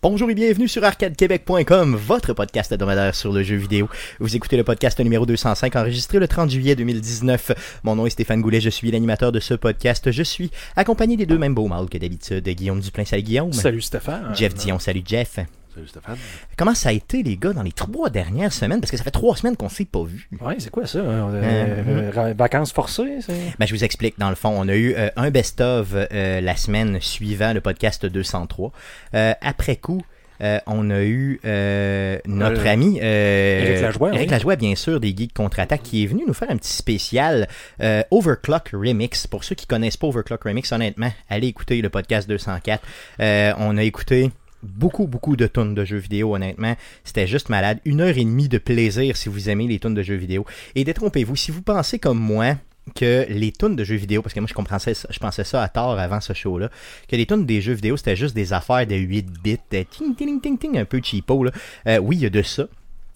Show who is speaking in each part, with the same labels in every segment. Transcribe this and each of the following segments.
Speaker 1: Bonjour et bienvenue sur arcadequebec.com, votre podcast hebdomadaire sur le jeu vidéo. Vous écoutez le podcast numéro 205 enregistré le 30 juillet 2019. Mon nom est Stéphane Goulet, je suis l'animateur de ce podcast. Je suis accompagné des deux mêmes beaux mâles que d'habitude, Guillaume Duplain, salut Guillaume.
Speaker 2: Salut Stéphane.
Speaker 1: Jeff Dion, salut Jeff.
Speaker 2: Salut Stéphane.
Speaker 1: Comment ça a été les gars dans les trois dernières semaines Parce que ça fait trois semaines qu'on s'est pas vu.
Speaker 2: Ouais, c'est quoi ça?
Speaker 1: Mm.
Speaker 2: Euh, euh, vacances forcées? c'est-
Speaker 1: Ben, je vous explique, dans le fond, on a eu euh, un best-of euh, la semaine suivant le podcast 203. Euh, après coup, euh, on a eu euh, notre
Speaker 2: Euh,
Speaker 1: ami euh,
Speaker 2: Éric Lajoie,
Speaker 1: Éric
Speaker 2: oui.
Speaker 1: Lajoie, bien sûr, des Geeks Contre-Attaque, qui est venu nous faire un petit spécial euh, Overclock Remix. Pour ceux qui connaissent pas Overclock Remix, honnêtement, allez écouter le podcast 204. Euh, on a écouté beaucoup, beaucoup de tonnes de jeux vidéo, honnêtement. C'était juste malade. Une heure et demie de plaisir si vous aimez les tonnes de jeux vidéo. Et détrompez-vous, si vous pensez comme moi que les tunes de jeux vidéo, parce que moi je comprenais ça, je pensais ça à tort avant ce show-là, que les tunes des jeux vidéo c'était juste des affaires de 8 bits, euh, ting, ting, ting, ting, un peu cheapo. Là. Euh, oui, il y a de ça.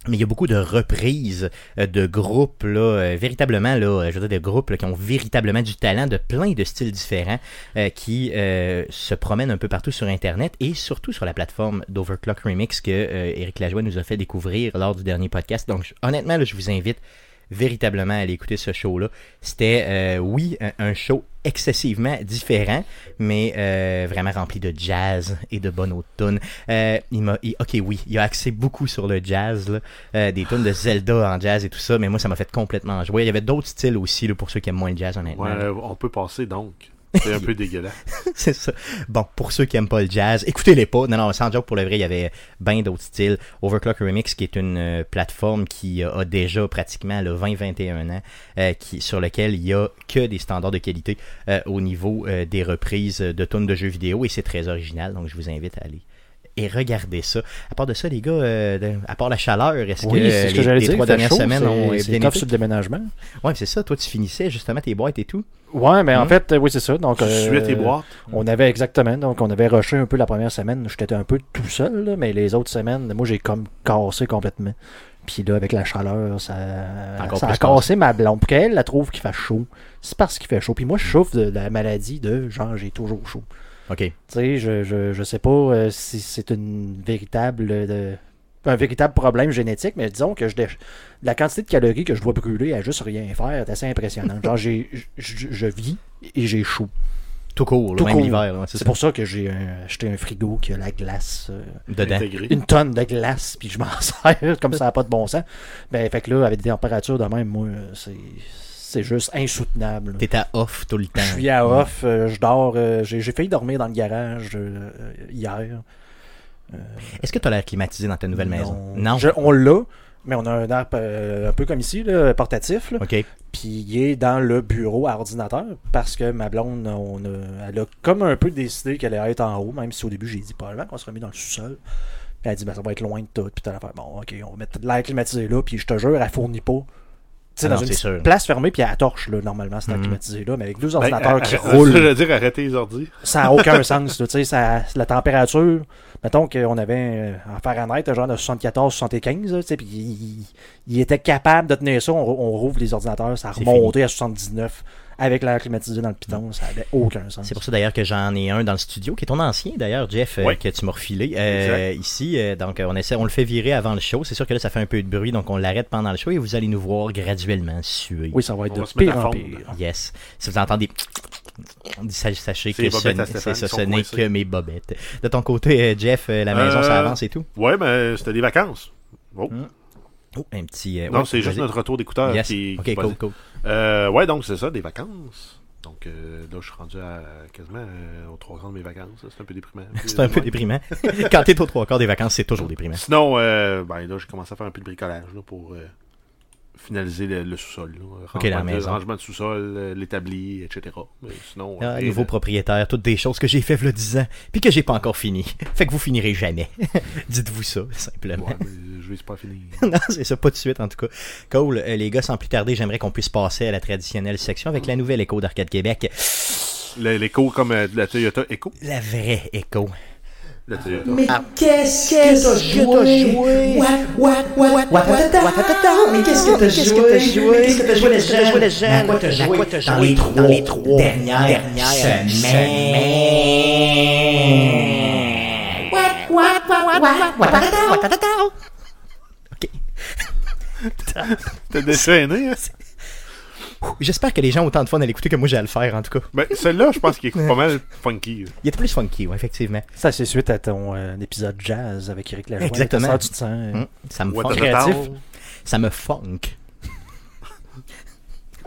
Speaker 1: Mais il y a beaucoup de reprises euh, de groupes, là, euh, véritablement, là, euh, je veux dire, de groupes là, qui ont véritablement du talent de plein de styles différents euh, qui euh, se promènent un peu partout sur Internet et surtout sur la plateforme d'Overclock Remix que euh, Éric Lajoie nous a fait découvrir lors du dernier podcast. Donc, je- honnêtement, là, je vous invite véritablement à aller écouter ce show-là. C'était, euh, oui, un, un show excessivement différent, mais euh, vraiment rempli de jazz et de bonnes autres tunes. Euh, il m'a, il- ok, oui, il a axé beaucoup sur le jazz, là, euh, des tunes de Zelda en jazz et tout ça, mais moi, ça m'a fait complètement jouer. Il y avait d'autres styles aussi, là, pour ceux qui aiment moins le jazz, honnêtement.
Speaker 3: Ouais, on peut passer donc. C'est un peu dégueulasse.
Speaker 1: C'est ça. Bon, pour ceux qui aiment pas le jazz, écoutez-les pas. Non, non, sans joke, pour le vrai, il y avait bien d'autres styles. Overclock Remix, qui est une euh, plateforme qui euh, a déjà pratiquement le 20-21 ans, euh, qui, sur lequel il y a que des standards de qualité euh, au niveau euh, des reprises de tunes de jeux vidéo, et c'est très original, donc je vous invite à aller et regarder ça. À part de ça, les gars, euh, de- à part la chaleur, est-ce que, euh, les, les
Speaker 2: il
Speaker 1: trois
Speaker 2: fait
Speaker 1: dernières
Speaker 2: chaud,
Speaker 1: semaines
Speaker 2: c'est-
Speaker 1: ont bien
Speaker 2: C'est
Speaker 1: été?
Speaker 2: top sur le déménagement.
Speaker 1: Ouais, c'est ça. Toi, tu finissais justement tes boîtes et tout.
Speaker 2: Ouais, mais
Speaker 1: Hum.
Speaker 2: en fait, euh, oui, c'est ça. Donc,
Speaker 3: Tu suis à tes
Speaker 2: euh,
Speaker 3: boîtes.
Speaker 2: On avait exactement, donc on avait rushé un peu la première semaine. J'étais un peu tout seul, là, mais les autres semaines, moi, j'ai comme cassé complètement. Puis là, avec la chaleur, ça,
Speaker 1: Encore
Speaker 2: ça a
Speaker 1: plus
Speaker 2: cassé ma blonde. Pour qu'elle la trouve qu'il fait chaud, c'est parce qu'il fait chaud. Puis moi, je souffre de la maladie de genre, j'ai toujours chaud.
Speaker 1: OK.
Speaker 2: Tu sais, je, je, je sais pas euh, si c'est une véritable euh, de- un véritable problème génétique, mais disons que je déch- la quantité de calories que je dois brûler à juste rien faire est assez impressionnante. Genre, j'ai, je, je- je vis et j'ai chaud.
Speaker 1: Tout court, là,
Speaker 2: Tout
Speaker 1: même
Speaker 2: court.
Speaker 1: l'hiver. ouais, c'est
Speaker 2: C'est
Speaker 1: ça.
Speaker 2: pour ça que j'ai un- acheté un frigo qui a la glace, euh,
Speaker 1: Dedans.
Speaker 3: Intégré.
Speaker 2: une tonne de glace, puis je m'en sers comme ça n'a pas de bon sens. Ben, fait que là, avec des températures de même, moi, euh, c'est, c'est juste insoutenable. là.
Speaker 1: T'es à off tout le temps.
Speaker 2: Je suis à off, euh, je dors, euh, j'ai, j'ai failli dormir dans le garage euh, euh, hier.
Speaker 1: Est-ce que tu as l'air climatisé dans ta nouvelle maison? Non.
Speaker 2: Je- on l'a, mais on a un air euh, un peu comme ici, là, portatif. là.
Speaker 1: OK.
Speaker 2: Puis il est dans le bureau à ordinateur parce que ma blonde, on a- elle a comme un peu décidé qu'elle allait être en haut, même si au début j'ai dit probablement qu'on serait mis dans le sous-sol. Puis elle a dit, ben, ça va être loin de tout. Puis t'as l'affaire, bon, ok, on va mettre de l'air climatisé là. Puis je te jure, elle fournit pas. Tu sais,
Speaker 1: Ah
Speaker 2: dans
Speaker 1: non,
Speaker 2: une
Speaker 1: c'est
Speaker 2: petite
Speaker 1: sûr.
Speaker 2: place fermée, puis elle torche, là, normalement, c'est air
Speaker 1: Mhm.
Speaker 2: climatisé là. Mais avec deux
Speaker 3: Ben,
Speaker 2: ordinateurs
Speaker 3: arrête-
Speaker 2: qui
Speaker 3: arrête- Je
Speaker 2: roulent
Speaker 3: veux dire, arrêtez les ordi.
Speaker 2: ça n'a aucun sens. là, tu sais, ça- la température, mettons qu'on avait euh, en Fahrenheit, un genre de 74-75, là, tu sais, puis il, il était capable de tenir ça. On, on rouvre les ordinateurs, ça a
Speaker 1: C'est
Speaker 2: remonté à 79 avec l'air climatisé dans le
Speaker 3: Mm.
Speaker 2: piton. Ça n'avait aucun sens.
Speaker 1: C'est pour ça d'ailleurs que j'en ai un dans le studio, qui est ton ancien d'ailleurs, Jeff, euh,
Speaker 3: Ouais.
Speaker 1: que tu m'as refilé euh, ici. Euh, donc euh, on essaie, on le fait virer avant le show. C'est sûr que là ça fait un peu de bruit, donc on l'arrête pendant le show et vous allez nous voir graduellement suer.
Speaker 2: Oui, ça va être
Speaker 3: On
Speaker 2: de
Speaker 3: va se mettre
Speaker 2: pire
Speaker 3: à
Speaker 2: en
Speaker 3: fondre.
Speaker 2: pire.
Speaker 1: Yes. Si vous entendez, on dit ça, sachez
Speaker 3: C'est
Speaker 1: que
Speaker 3: les
Speaker 1: ce
Speaker 3: bobettes
Speaker 1: n'est-
Speaker 3: à Stéphane
Speaker 1: c'est ça,
Speaker 3: qui sont
Speaker 1: ce n'est
Speaker 3: coincées.
Speaker 1: que mes bobettes. De ton côté, euh, Jeff, euh, la maison ça
Speaker 3: Euh,
Speaker 1: avance et tout.
Speaker 3: Ouais, mais euh, c'était des vacances. Oh.
Speaker 1: Hmm. Oh, un petit. euh,
Speaker 3: Non,
Speaker 1: ouais,
Speaker 3: c'est juste
Speaker 1: vas-y.
Speaker 3: notre retour d'écouteurs
Speaker 1: Yes.
Speaker 3: qui.
Speaker 1: Ok,
Speaker 3: qui
Speaker 1: cool,
Speaker 3: passe.
Speaker 1: cool.
Speaker 3: Euh, ouais, donc c'est ça, des vacances. Donc euh, là, je suis rendu à quasiment euh, aux trois quarts de mes vacances. là. C'est un peu déprimant.
Speaker 1: C'est un peu déprimant. Quand t'es au trois quarts des vacances, c'est toujours déprimant.
Speaker 3: Sinon, euh, ben là, j'ai commencé à faire un peu de bricolage là, pour euh, finaliser le, le sous-sol. là.
Speaker 1: Ok, la
Speaker 3: Rangement de-
Speaker 1: maison.
Speaker 3: Rangement de sous-sol, euh, l'établi, etc. Mais sinon,
Speaker 1: Ah,
Speaker 3: euh, et-
Speaker 1: nouveau propriétaire, toutes des choses que j'ai fait v'là 10 ans, puis que j'ai pas encore fini. Fait que vous finirez jamais. Dites-vous ça, simplement.
Speaker 3: Ouais, mais je vais c'est pas fini.
Speaker 1: non, c'est ça, pas de suite en tout cas. Cool, Euh, les gars, sans plus tarder, j'aimerais qu'on puisse passer à la traditionnelle section avec la nouvelle écho d'Arcade Québec.
Speaker 3: Le- L'écho comme euh, de la Toyota Echo.
Speaker 1: La vraie écho.
Speaker 3: La Toyota.
Speaker 4: Mais qu'est-ce que t'as joué? What, what, what, what, what, Mais qu'est-ce que t'as joué? Qu'est-ce que t'as joué, les jeunes? À quoi t'as joué? Dans les trois, dernières, semaines? What, what,
Speaker 1: Ok.
Speaker 3: T'es déchaîné, hein?
Speaker 1: J'espère que les gens ont autant de fun à l'écouter que moi j'ai à le faire en tout cas.
Speaker 3: Ben, celle-là, je pense qu'il est pas mal funky. euh,
Speaker 1: Il était plus funky, ouais, effectivement.
Speaker 2: Ça, c'est suite à ton euh, épisode jazz avec Eric Lajoie.
Speaker 1: Exactement.
Speaker 2: Ça, tu te sens. euh,
Speaker 3: Mm.
Speaker 1: Hum, ça me
Speaker 3: What
Speaker 1: funk.
Speaker 3: the
Speaker 2: Créatif.
Speaker 3: hell?
Speaker 1: Ça me funk.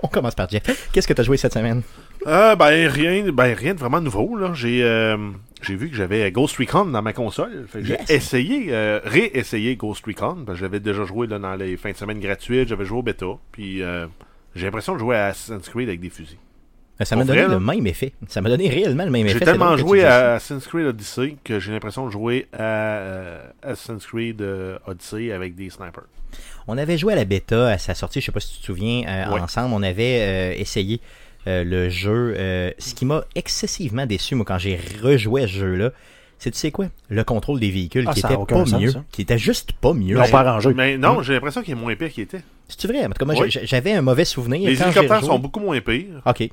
Speaker 1: On commence par Jeff. Qu'est-ce que t'as joué cette semaine?
Speaker 3: Ah, ben, rien, ben, rien de vraiment nouveau, là. J'ai, euh, j'ai vu que j'avais Ghost Recon dans ma console. Fait que
Speaker 1: Yes.
Speaker 3: J'ai essayé, euh, réessayé Ghost Recon. parce que j'avais déjà joué là, dans les fins de semaine gratuites. J'avais joué au bêta. Puis, euh, j'ai l'impression de jouer à Assassin's Creed avec des fusils.
Speaker 1: Euh, Ça m'a
Speaker 3: Pour
Speaker 1: donné
Speaker 3: vrai,
Speaker 1: le même effet. Ça m'a donné réellement le même effet.
Speaker 3: J'ai
Speaker 1: C'est
Speaker 3: tellement
Speaker 1: drôle que tu
Speaker 3: joué
Speaker 1: dises ça.
Speaker 3: à Assassin's Creed Odyssey que j'ai l'impression de jouer à euh, Assassin's Creed euh, Odyssey avec des snipers.
Speaker 1: On avait joué à la bêta à sa sortie, je sais pas si tu te souviens, euh,
Speaker 3: Ouais.
Speaker 1: ensemble, on avait euh, essayé euh, le jeu. euh, ce qui m'a excessivement déçu, moi, quand j'ai rejoué à ce jeu-là, c'est tu sais quoi? Le contrôle des véhicules
Speaker 2: Ah,
Speaker 1: qui
Speaker 2: ça
Speaker 1: était
Speaker 2: a aucun
Speaker 1: pas
Speaker 2: sens,
Speaker 1: mieux.
Speaker 2: ça.
Speaker 1: Qui était juste pas mieux.
Speaker 2: Ils l'ont pas arrangé.
Speaker 3: Mais non, j'ai l'impression qu'il est moins pire qu'il était.
Speaker 1: C'est vrai, en tout cas, moi
Speaker 3: Oui.
Speaker 1: j'ai- j'avais un mauvais souvenir.
Speaker 3: Les
Speaker 1: quand j'ai
Speaker 3: hélicoptères
Speaker 1: rejoué.
Speaker 3: sont beaucoup moins pires.
Speaker 1: Ok.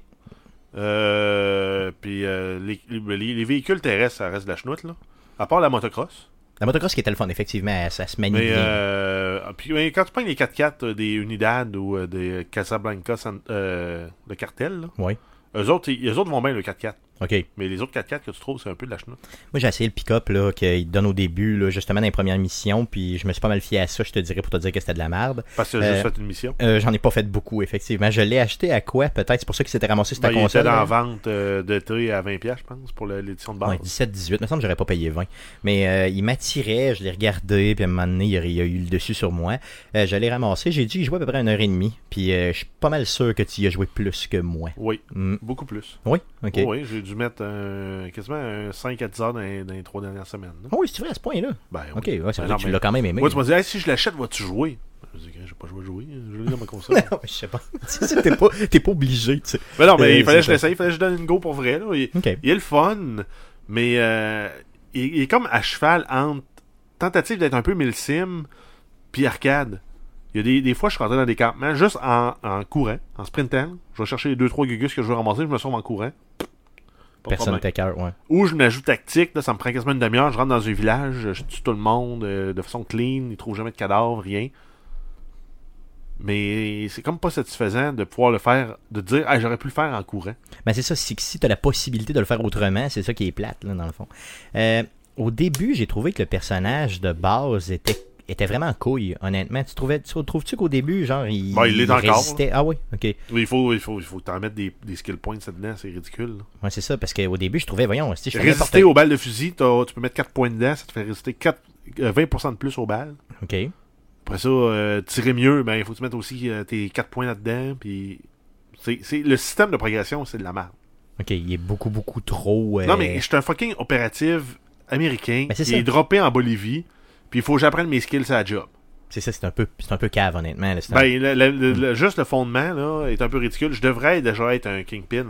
Speaker 3: Euh, puis euh, les, les- les véhicules terrestres, ça reste de la chenoute, là. À part la motocross.
Speaker 1: La motocross qui était le fun, effectivement, ça se manie
Speaker 3: Mais
Speaker 1: bien.
Speaker 3: euh, puis, ouais, quand tu prends les 4x4 euh, des Unidad ou euh, des Casablanca, San- euh, le cartel, là,
Speaker 1: Ouais.
Speaker 3: eux autres, ils- eux autres vont bien le 4x4.
Speaker 1: Ok.
Speaker 3: Mais les autres 4x4 que tu trouves, c'est un peu de la chenoute.
Speaker 1: Moi, j'ai essayé le pick-up là, qu'il te donne au début, là, justement, dans les premières missions, puis je me suis pas mal fié à ça, je te dirais, pour te dire que c'était de la merde.
Speaker 3: Parce que
Speaker 1: Euh,
Speaker 3: j'ai fait une mission.
Speaker 1: Euh, J'en ai pas fait beaucoup, effectivement. Je l'ai acheté à quoi, peut-être C'est pour ça qu'il s'était ramassé sur ta
Speaker 3: Ben, il
Speaker 1: console.
Speaker 3: était en
Speaker 1: hein?
Speaker 3: vente euh, d'été à 20$, je pense, pour le- l'édition de base.
Speaker 1: Ouais, 17-18, me semble que j'aurais pas payé 20. Mais euh, il m'attirait, je l'ai regardé, puis à un moment donné, il y a- il y a eu le dessus sur moi. Euh, je l'ai ramassé, j'ai dû y jouer à peu près une heure et demie, puis euh, je suis pas mal sûr que tu y as joué plus que moi.
Speaker 3: Oui,
Speaker 1: Hmm.
Speaker 3: beaucoup plus.
Speaker 1: Oui, ok.
Speaker 3: Oh oui, j'ai dû mettre un- quasiment un 5 à 10 heures dans, les- dans les trois dernières semaines. là.
Speaker 1: Ah oui, c'est vrai à ce point-là.
Speaker 3: Ben, oui.
Speaker 1: Ok, ouais, ça veut dire
Speaker 3: Ben non,
Speaker 1: que tu
Speaker 3: mais-
Speaker 1: l'as quand même aimé.
Speaker 3: Moi, tu m'as dit, Hey, si je l'achète, vas-tu jouer Je dis, j'ai pas joué à jouer, je l'ai dans ma console.
Speaker 1: Non, je sais pas. Tu sais, T'es pas, t'es pas obligé, tu sais.
Speaker 3: mais Ben non, mais
Speaker 1: Euh,
Speaker 3: il fallait que
Speaker 1: c'est
Speaker 3: je l'essaye, il fallait que je donne une go pour vrai. Là. Il,
Speaker 1: Ok.
Speaker 3: il est le fun, mais euh, il, il est comme à cheval entre tentative d'être un peu milsim puis arcade. Il y a des, des fois, je suis rentré dans des campements juste en, en courant, en sprintant. Je vais chercher les 2-3 gugus que je veux ramasser, je me sauve en courant. Pas de
Speaker 1: Personne
Speaker 3: problème.
Speaker 1: t'a cœur, ouais.
Speaker 3: Ou je m'ajoute tactique, là, ça me prend quasiment une demi-heure, je rentre dans un village, je tue tout le monde euh, de façon clean, ils trouvent jamais de cadavres, rien. Mais c'est comme pas satisfaisant de pouvoir le faire, de dire Ah, j'aurais pu le faire en courant.
Speaker 1: Ben c'est ça, c'est que si tu as la possibilité de le faire autrement, c'est ça qui est plate, là, dans le fond. Euh, au début, j'ai trouvé que le personnage de base était, était vraiment en couille, honnêtement. Tu trouvais, tu trouves-tu qu'au début, genre, il,
Speaker 3: Ben, il l'est encore,
Speaker 1: résistait? Ah oui, ok.
Speaker 3: Il faut il faut, il faut t'en mettre des, des skill points là-dedans, c'est ridicule. là.
Speaker 1: Ouais, c'est ça, parce qu'au début, je trouvais, voyons, si je fais n'importe
Speaker 3: Résister aux balles de fusil, t'as- tu peux mettre 4 points dedans, ça te fait résister 4, euh, 20% de plus aux balles.
Speaker 1: Ok.
Speaker 3: Après ça, euh, tirer mieux, ben il faut que tu mettes aussi euh, tes 4 points là-dedans, puis. c'est- c'est- le système de progression, c'est de la merde.
Speaker 1: Ok, il est beaucoup, beaucoup trop. euh,
Speaker 3: Non, mais je suis un fucking opératif américain
Speaker 1: Ben, c'est
Speaker 3: qui
Speaker 1: ça.
Speaker 3: est droppé en Bolivie, puis il faut que j'apprenne mes skills à la job.
Speaker 1: C'est ça, c'est un peu, c'est un peu cave, honnêtement. là, c'est un-
Speaker 3: Ben, le- le- le- le- juste le fondement là, est un peu ridicule. Je devrais déjà être un kingpin. là.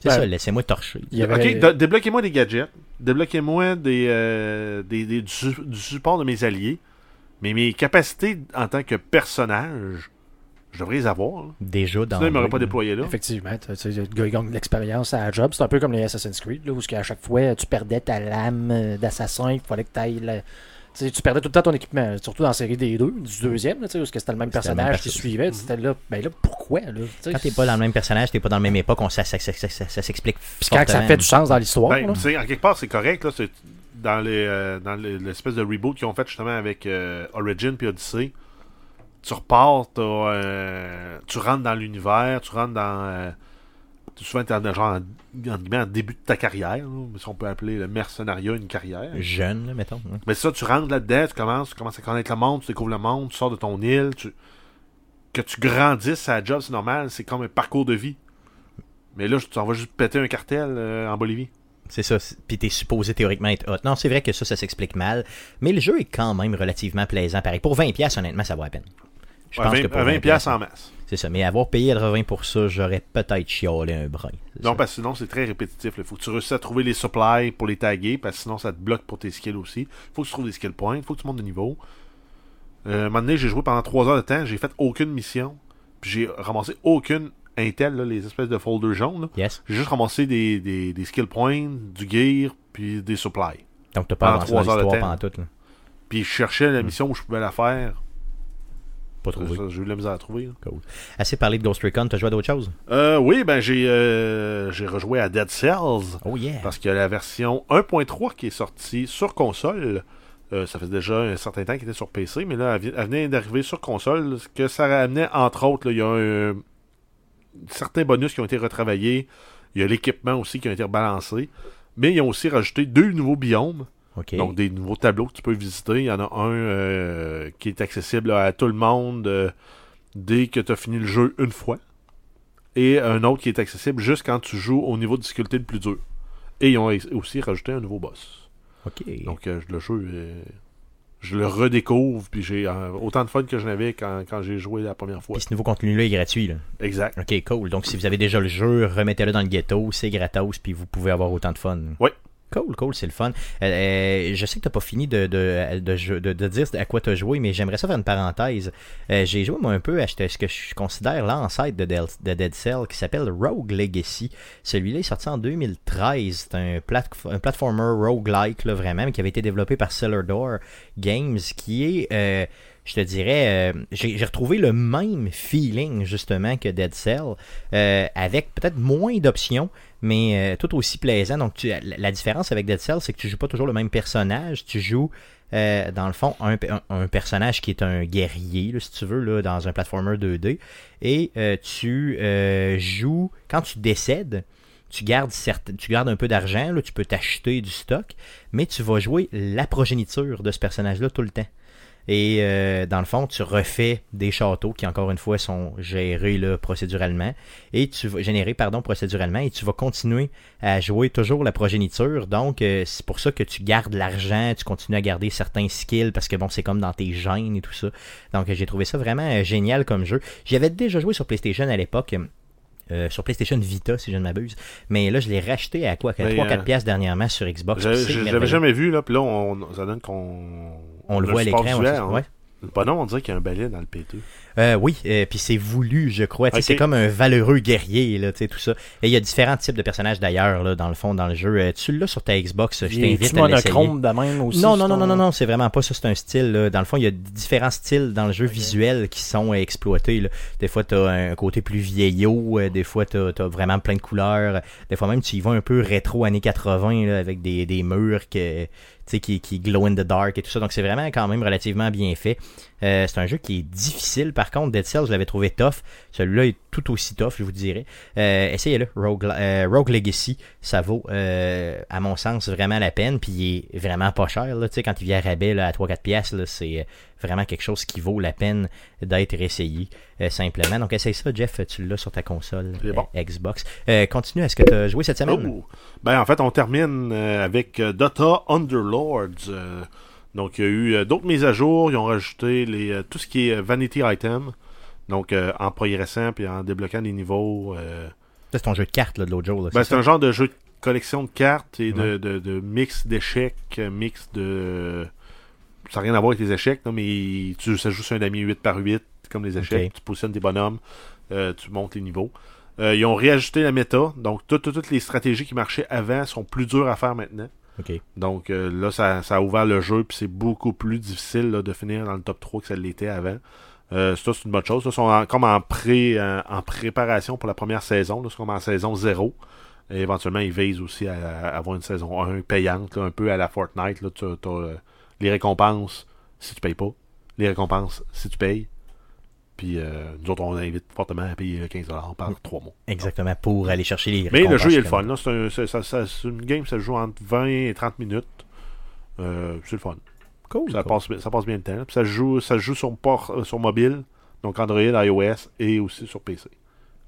Speaker 1: c'est
Speaker 2: ben-
Speaker 1: ça, laissez-moi torcher.
Speaker 2: Il y avait-
Speaker 3: Ok, de- débloquez-moi des gadgets, débloquez-moi des, euh, des- des- du, su- du support de mes alliés, mais mes capacités en tant que personnage, je devrais les avoir. là.
Speaker 1: Déjà dans.
Speaker 3: Sinon, ils m'auraient
Speaker 1: le-
Speaker 3: pas déployé là.
Speaker 2: Effectivement, tu sais, le gars, il gagne de l'expérience à la job. C'est un peu comme les Assassin's Creed, là, où à chaque fois, tu perdais ta lame euh, d'assassin, il fallait que t'ailles la- tu ailles. Tu perdais tout le temps ton équipement, surtout dans la série des deux, du deuxième, là, tu sais, où
Speaker 1: C'était
Speaker 2: c'était le même
Speaker 1: le même
Speaker 2: personnage qui
Speaker 1: perso-
Speaker 2: suivait. Tu étais là, ben là, pourquoi là, Tu sais,
Speaker 1: Quand t'es pas dans le même personnage, t'es pas dans la même époque, on, ça, ça, ça, ça, ça- ça s'explique.
Speaker 2: Puis quand ça
Speaker 1: fortement.
Speaker 2: fait du sens dans l'histoire,
Speaker 3: Ben,
Speaker 2: là.
Speaker 3: tu sais, en quelque part, c'est correct. Là, c'est dans les, euh, dans le- l'espèce de reboot qu'ils ont fait justement avec euh, Origin puis Odyssey. Tu repars, t'as, euh, tu rentres dans l'univers, tu rentres dans. euh, tu- souvent, t'es dans- genre, en, en guillemets, en début de ta carrière. là, si on peut appeler le mercenariat une carrière.
Speaker 1: Jeune, là, mettons. hein.
Speaker 3: Mais ça, tu rentres là-dedans, tu commences, tu commences à connaître le monde, tu découvres le monde, tu sors de ton île, tu... que tu grandisses à la job, c'est normal, c'est comme un parcours de vie. Mais là, tu en vas juste péter un cartel euh, en Bolivie.
Speaker 1: C'est ça. c'est- Puis t'es supposé théoriquement être hot. Non, c'est vrai que ça, ça s'explique mal. Mais le jeu est quand même relativement plaisant. Pareil, pour 20$, honnêtement, ça vaut la peine. Je
Speaker 3: À 20,
Speaker 1: pour
Speaker 3: à 20 piastres en masse.
Speaker 1: C'est ça. Mais avoir payé 80 pour ça, j'aurais peut-être chialé un brin. C'est
Speaker 3: Non,
Speaker 1: ça.
Speaker 3: parce que sinon, c'est très répétitif. Il faut que tu réussisses à trouver les supplies pour les taguer, parce que sinon, ça te bloque pour tes skills aussi. faut que tu trouves des skill points, faut que tu montes de niveau. Euh, un moment donné, j'ai joué pendant 3 heures de temps, j'ai fait aucune mission, puis j'ai ramassé aucune intel, là, les espèces de folders jaunes. là.
Speaker 1: Yes.
Speaker 3: J'ai juste ramassé des, des, des skill points, du gear, puis des supplies.
Speaker 1: Donc t'as pas
Speaker 3: Pendant
Speaker 1: avancé dans
Speaker 3: trois heures de
Speaker 1: l'histoire
Speaker 3: temps.
Speaker 1: pendant tout. là.
Speaker 3: Puis je cherchais
Speaker 1: Hmm.
Speaker 3: la mission où je pouvais la faire.
Speaker 1: Pas trouvé.
Speaker 3: Ça, J'ai eu de la misère à trouver. là.
Speaker 1: Cool. Assez parlé de Ghost Recon, t'as joué à d'autres choses?
Speaker 3: Euh, oui, ben j'ai euh, j'ai rejoué à Dead Cells.
Speaker 1: Oh yeah!
Speaker 3: Parce que la version 1.3 qui est sortie sur console, euh, ça faisait déjà un certain temps qu'elle était sur PC, mais là, elle, vi- elle venait d'arriver sur console, ce que ça ramenait, entre autres, là, il y a un- certains bonus qui ont été retravaillés, il y a l'équipement aussi qui a été rebalancé, mais ils ont aussi rajouté deux nouveaux biomes,
Speaker 1: OK.
Speaker 3: donc des nouveaux tableaux que tu peux visiter. Il y en a un euh, qui est accessible à tout le monde euh, dès que tu as fini le jeu une fois, et un autre qui est accessible juste quand tu joues au niveau de difficulté le plus dur. Et ils ont ex- aussi rajouté un nouveau boss.
Speaker 1: OK.
Speaker 3: Donc euh, le jeu, euh, je le redécouvre, puis j'ai euh, autant de fun que je n'avais quand, quand j'ai joué la première fois.
Speaker 1: Puis ce nouveau contenu-là est gratuit. Là.
Speaker 3: Exact.
Speaker 1: OK, cool. Donc, si vous avez déjà le jeu, remettez-le dans le ghetto, c'est gratos, puis vous pouvez avoir autant de fun.
Speaker 3: Oui.
Speaker 1: Cool, cool, c'est le fun. Euh, euh, je sais que t'as pas fini de, de, de, jeu- de- de dire à quoi t'as joué, mais j'aimerais ça faire une parenthèse. Euh, J'ai joué, moi, un peu à ce ce que je considère l'ancêtre de, Del- de Dead Cell, qui s'appelle Rogue Legacy. Celui-là est sorti en 2013. C'est un, plat- un platformer roguelike, là, vraiment, mais qui avait été développé par Cellar Door Games, qui est... euh, je te dirais, euh, j'ai j'ai retrouvé le même feeling justement que Dead Cell, euh, avec peut-être moins d'options, mais euh, tout aussi plaisant. Donc tu- la, la différence avec Dead Cell, c'est que tu joues pas toujours le même personnage, tu joues euh, dans le fond un, pe- un- un personnage qui est un guerrier, là, si tu veux, là, dans un platformer 2D, et euh, tu euh, joues quand tu décèdes. Tu gardes, certes- tu gardes un peu d'argent, là, tu peux t'acheter du stock, mais tu vas jouer la progéniture de ce personnage-là tout le temps. Et euh, dans le fond, tu refais des châteaux qui, encore une fois, sont gérés là, procéduralement. Et tu vas générer, pardon, procéduralement. Et tu vas continuer à jouer toujours la progéniture. Donc, euh, c'est pour ça que tu gardes l'argent, tu continues à garder certains skills parce que bon, c'est comme dans tes gènes et tout ça. Donc, euh, j'ai trouvé ça vraiment euh, génial comme jeu. J'y avais déjà joué sur PlayStation à l'époque. euh, sur PlayStation Vita, si je ne m'abuse. Mais là, je l'ai racheté à quoi
Speaker 3: Mais,
Speaker 1: 3-4
Speaker 3: euh,
Speaker 1: piastres dernièrement sur Xbox.
Speaker 3: J'avais-
Speaker 1: Puis c'est
Speaker 3: Je l'avais
Speaker 1: merveilleux.
Speaker 3: jamais vu, là, puis là, on, ça donne qu'on.
Speaker 1: On le voit à
Speaker 3: support
Speaker 1: l'écran. ouais,
Speaker 3: visuel,
Speaker 1: c'est-
Speaker 3: hein.
Speaker 1: ouais.
Speaker 3: Pas non, on dirait qu'il y a un balai dans le P2.
Speaker 1: Euh, oui, euh, puis c'est voulu, je crois. Tu sais,
Speaker 3: Ok.
Speaker 1: C'est comme un valeureux guerrier, là, tu sais, tout ça. Et il y a différents types de personnages d'ailleurs, là, dans le fond, dans le jeu. Euh, tu l'as sur ta Xbox, je
Speaker 2: Il est
Speaker 1: t'invite à l'essayer.
Speaker 2: monochrome de même aussi. euh.
Speaker 1: Non,
Speaker 2: c'est
Speaker 1: non, non,
Speaker 2: un-
Speaker 1: non, non, non, c'est vraiment pas ça, c'est un style. là. Dans le fond, il y a différents styles dans le jeu visuel qui sont euh, exploités. là. Des fois, t'as un côté plus vieillot, euh, des fois, t'as as vraiment plein de couleurs. Des fois même, tu y vas un peu rétro années 80 là, avec des, des murs que, tu sais, qui, qui glow in the dark et tout ça. Donc, c'est vraiment quand même relativement bien fait. Euh, c'est un jeu qui est difficile, par contre. Dead Cells, je l'avais trouvé tough. Celui-là est tout aussi tough, je vous dirais. Euh, Essayez-le, Rogue, euh, Rogue Legacy. Ça vaut, euh, à mon sens, vraiment la peine. Puis il est vraiment pas cher. Là. Tu sais, Quand il vient à rabais là, à 3-4 piastres, là, c'est euh, vraiment quelque chose qui vaut la peine d'être essayé, euh, simplement. Donc, essaye ça, Jeff. Tu l'as sur ta console
Speaker 3: C'est bon.
Speaker 1: euh, Xbox. Euh, continue à ce que tu as joué cette semaine.
Speaker 3: Oh! Ben, en fait, on termine euh, avec euh, Dota Underlords. euh, donc, il y a eu euh, d'autres mises à jour. Ils ont rajouté les, euh, tout ce qui est euh, Vanity Item. Donc, euh, en progressant puis en débloquant des niveaux. euh,
Speaker 1: Ça, C'est ton jeu de cartes là, de l'autre jour. là,
Speaker 3: Ben,
Speaker 1: c'est
Speaker 3: c'est un genre de jeu de collection de cartes et de,
Speaker 1: Ouais.
Speaker 3: de- de mix d'échecs, euh, mix de. Ça n'a rien à voir avec les échecs, non, mais tu, ça joue sur un damier 8 par 8, comme les échecs.
Speaker 1: Ok.
Speaker 3: Tu positionnes des bonhommes, euh, tu montes les niveaux. Euh, ils ont réajusté la méta, donc tout- tout- toutes les stratégies qui marchaient avant sont plus dures à faire maintenant.
Speaker 1: Ok.
Speaker 3: Donc euh, là, ça, ça a ouvert le jeu, puis c'est beaucoup plus difficile là, de finir dans le top 3 que ça l'était avant. Euh, ça, c'est une bonne chose. Ça, ils sont en- comme en, pré, euh, en préparation pour la première saison. Là, ils sont comme en saison 0. Et éventuellement, ils visent aussi à, à avoir une saison 1 payante, là, un peu à la Fortnite. Là, tu euh, as les récompenses si tu payes pas, les récompenses si tu payes. Puis euh, nous autres, on invite fortement à payer euh, 15$ par 3 mois.
Speaker 1: Exactement, pour aller chercher les
Speaker 3: Mais le
Speaker 1: récompenses,
Speaker 3: jeu il est le fun.
Speaker 1: finalement.
Speaker 3: là. C'est un- c'est- ça- ça- c'est une game, ça se joue entre 20 et 30 minutes. Euh, c'est le fun.
Speaker 1: Cool,
Speaker 3: Ça
Speaker 1: cool.
Speaker 3: passe, bi- ça passe bien le temps. Puis ça se joue, ça se joue sur, port, euh, sur mobile, donc Android, iOS et aussi sur PC.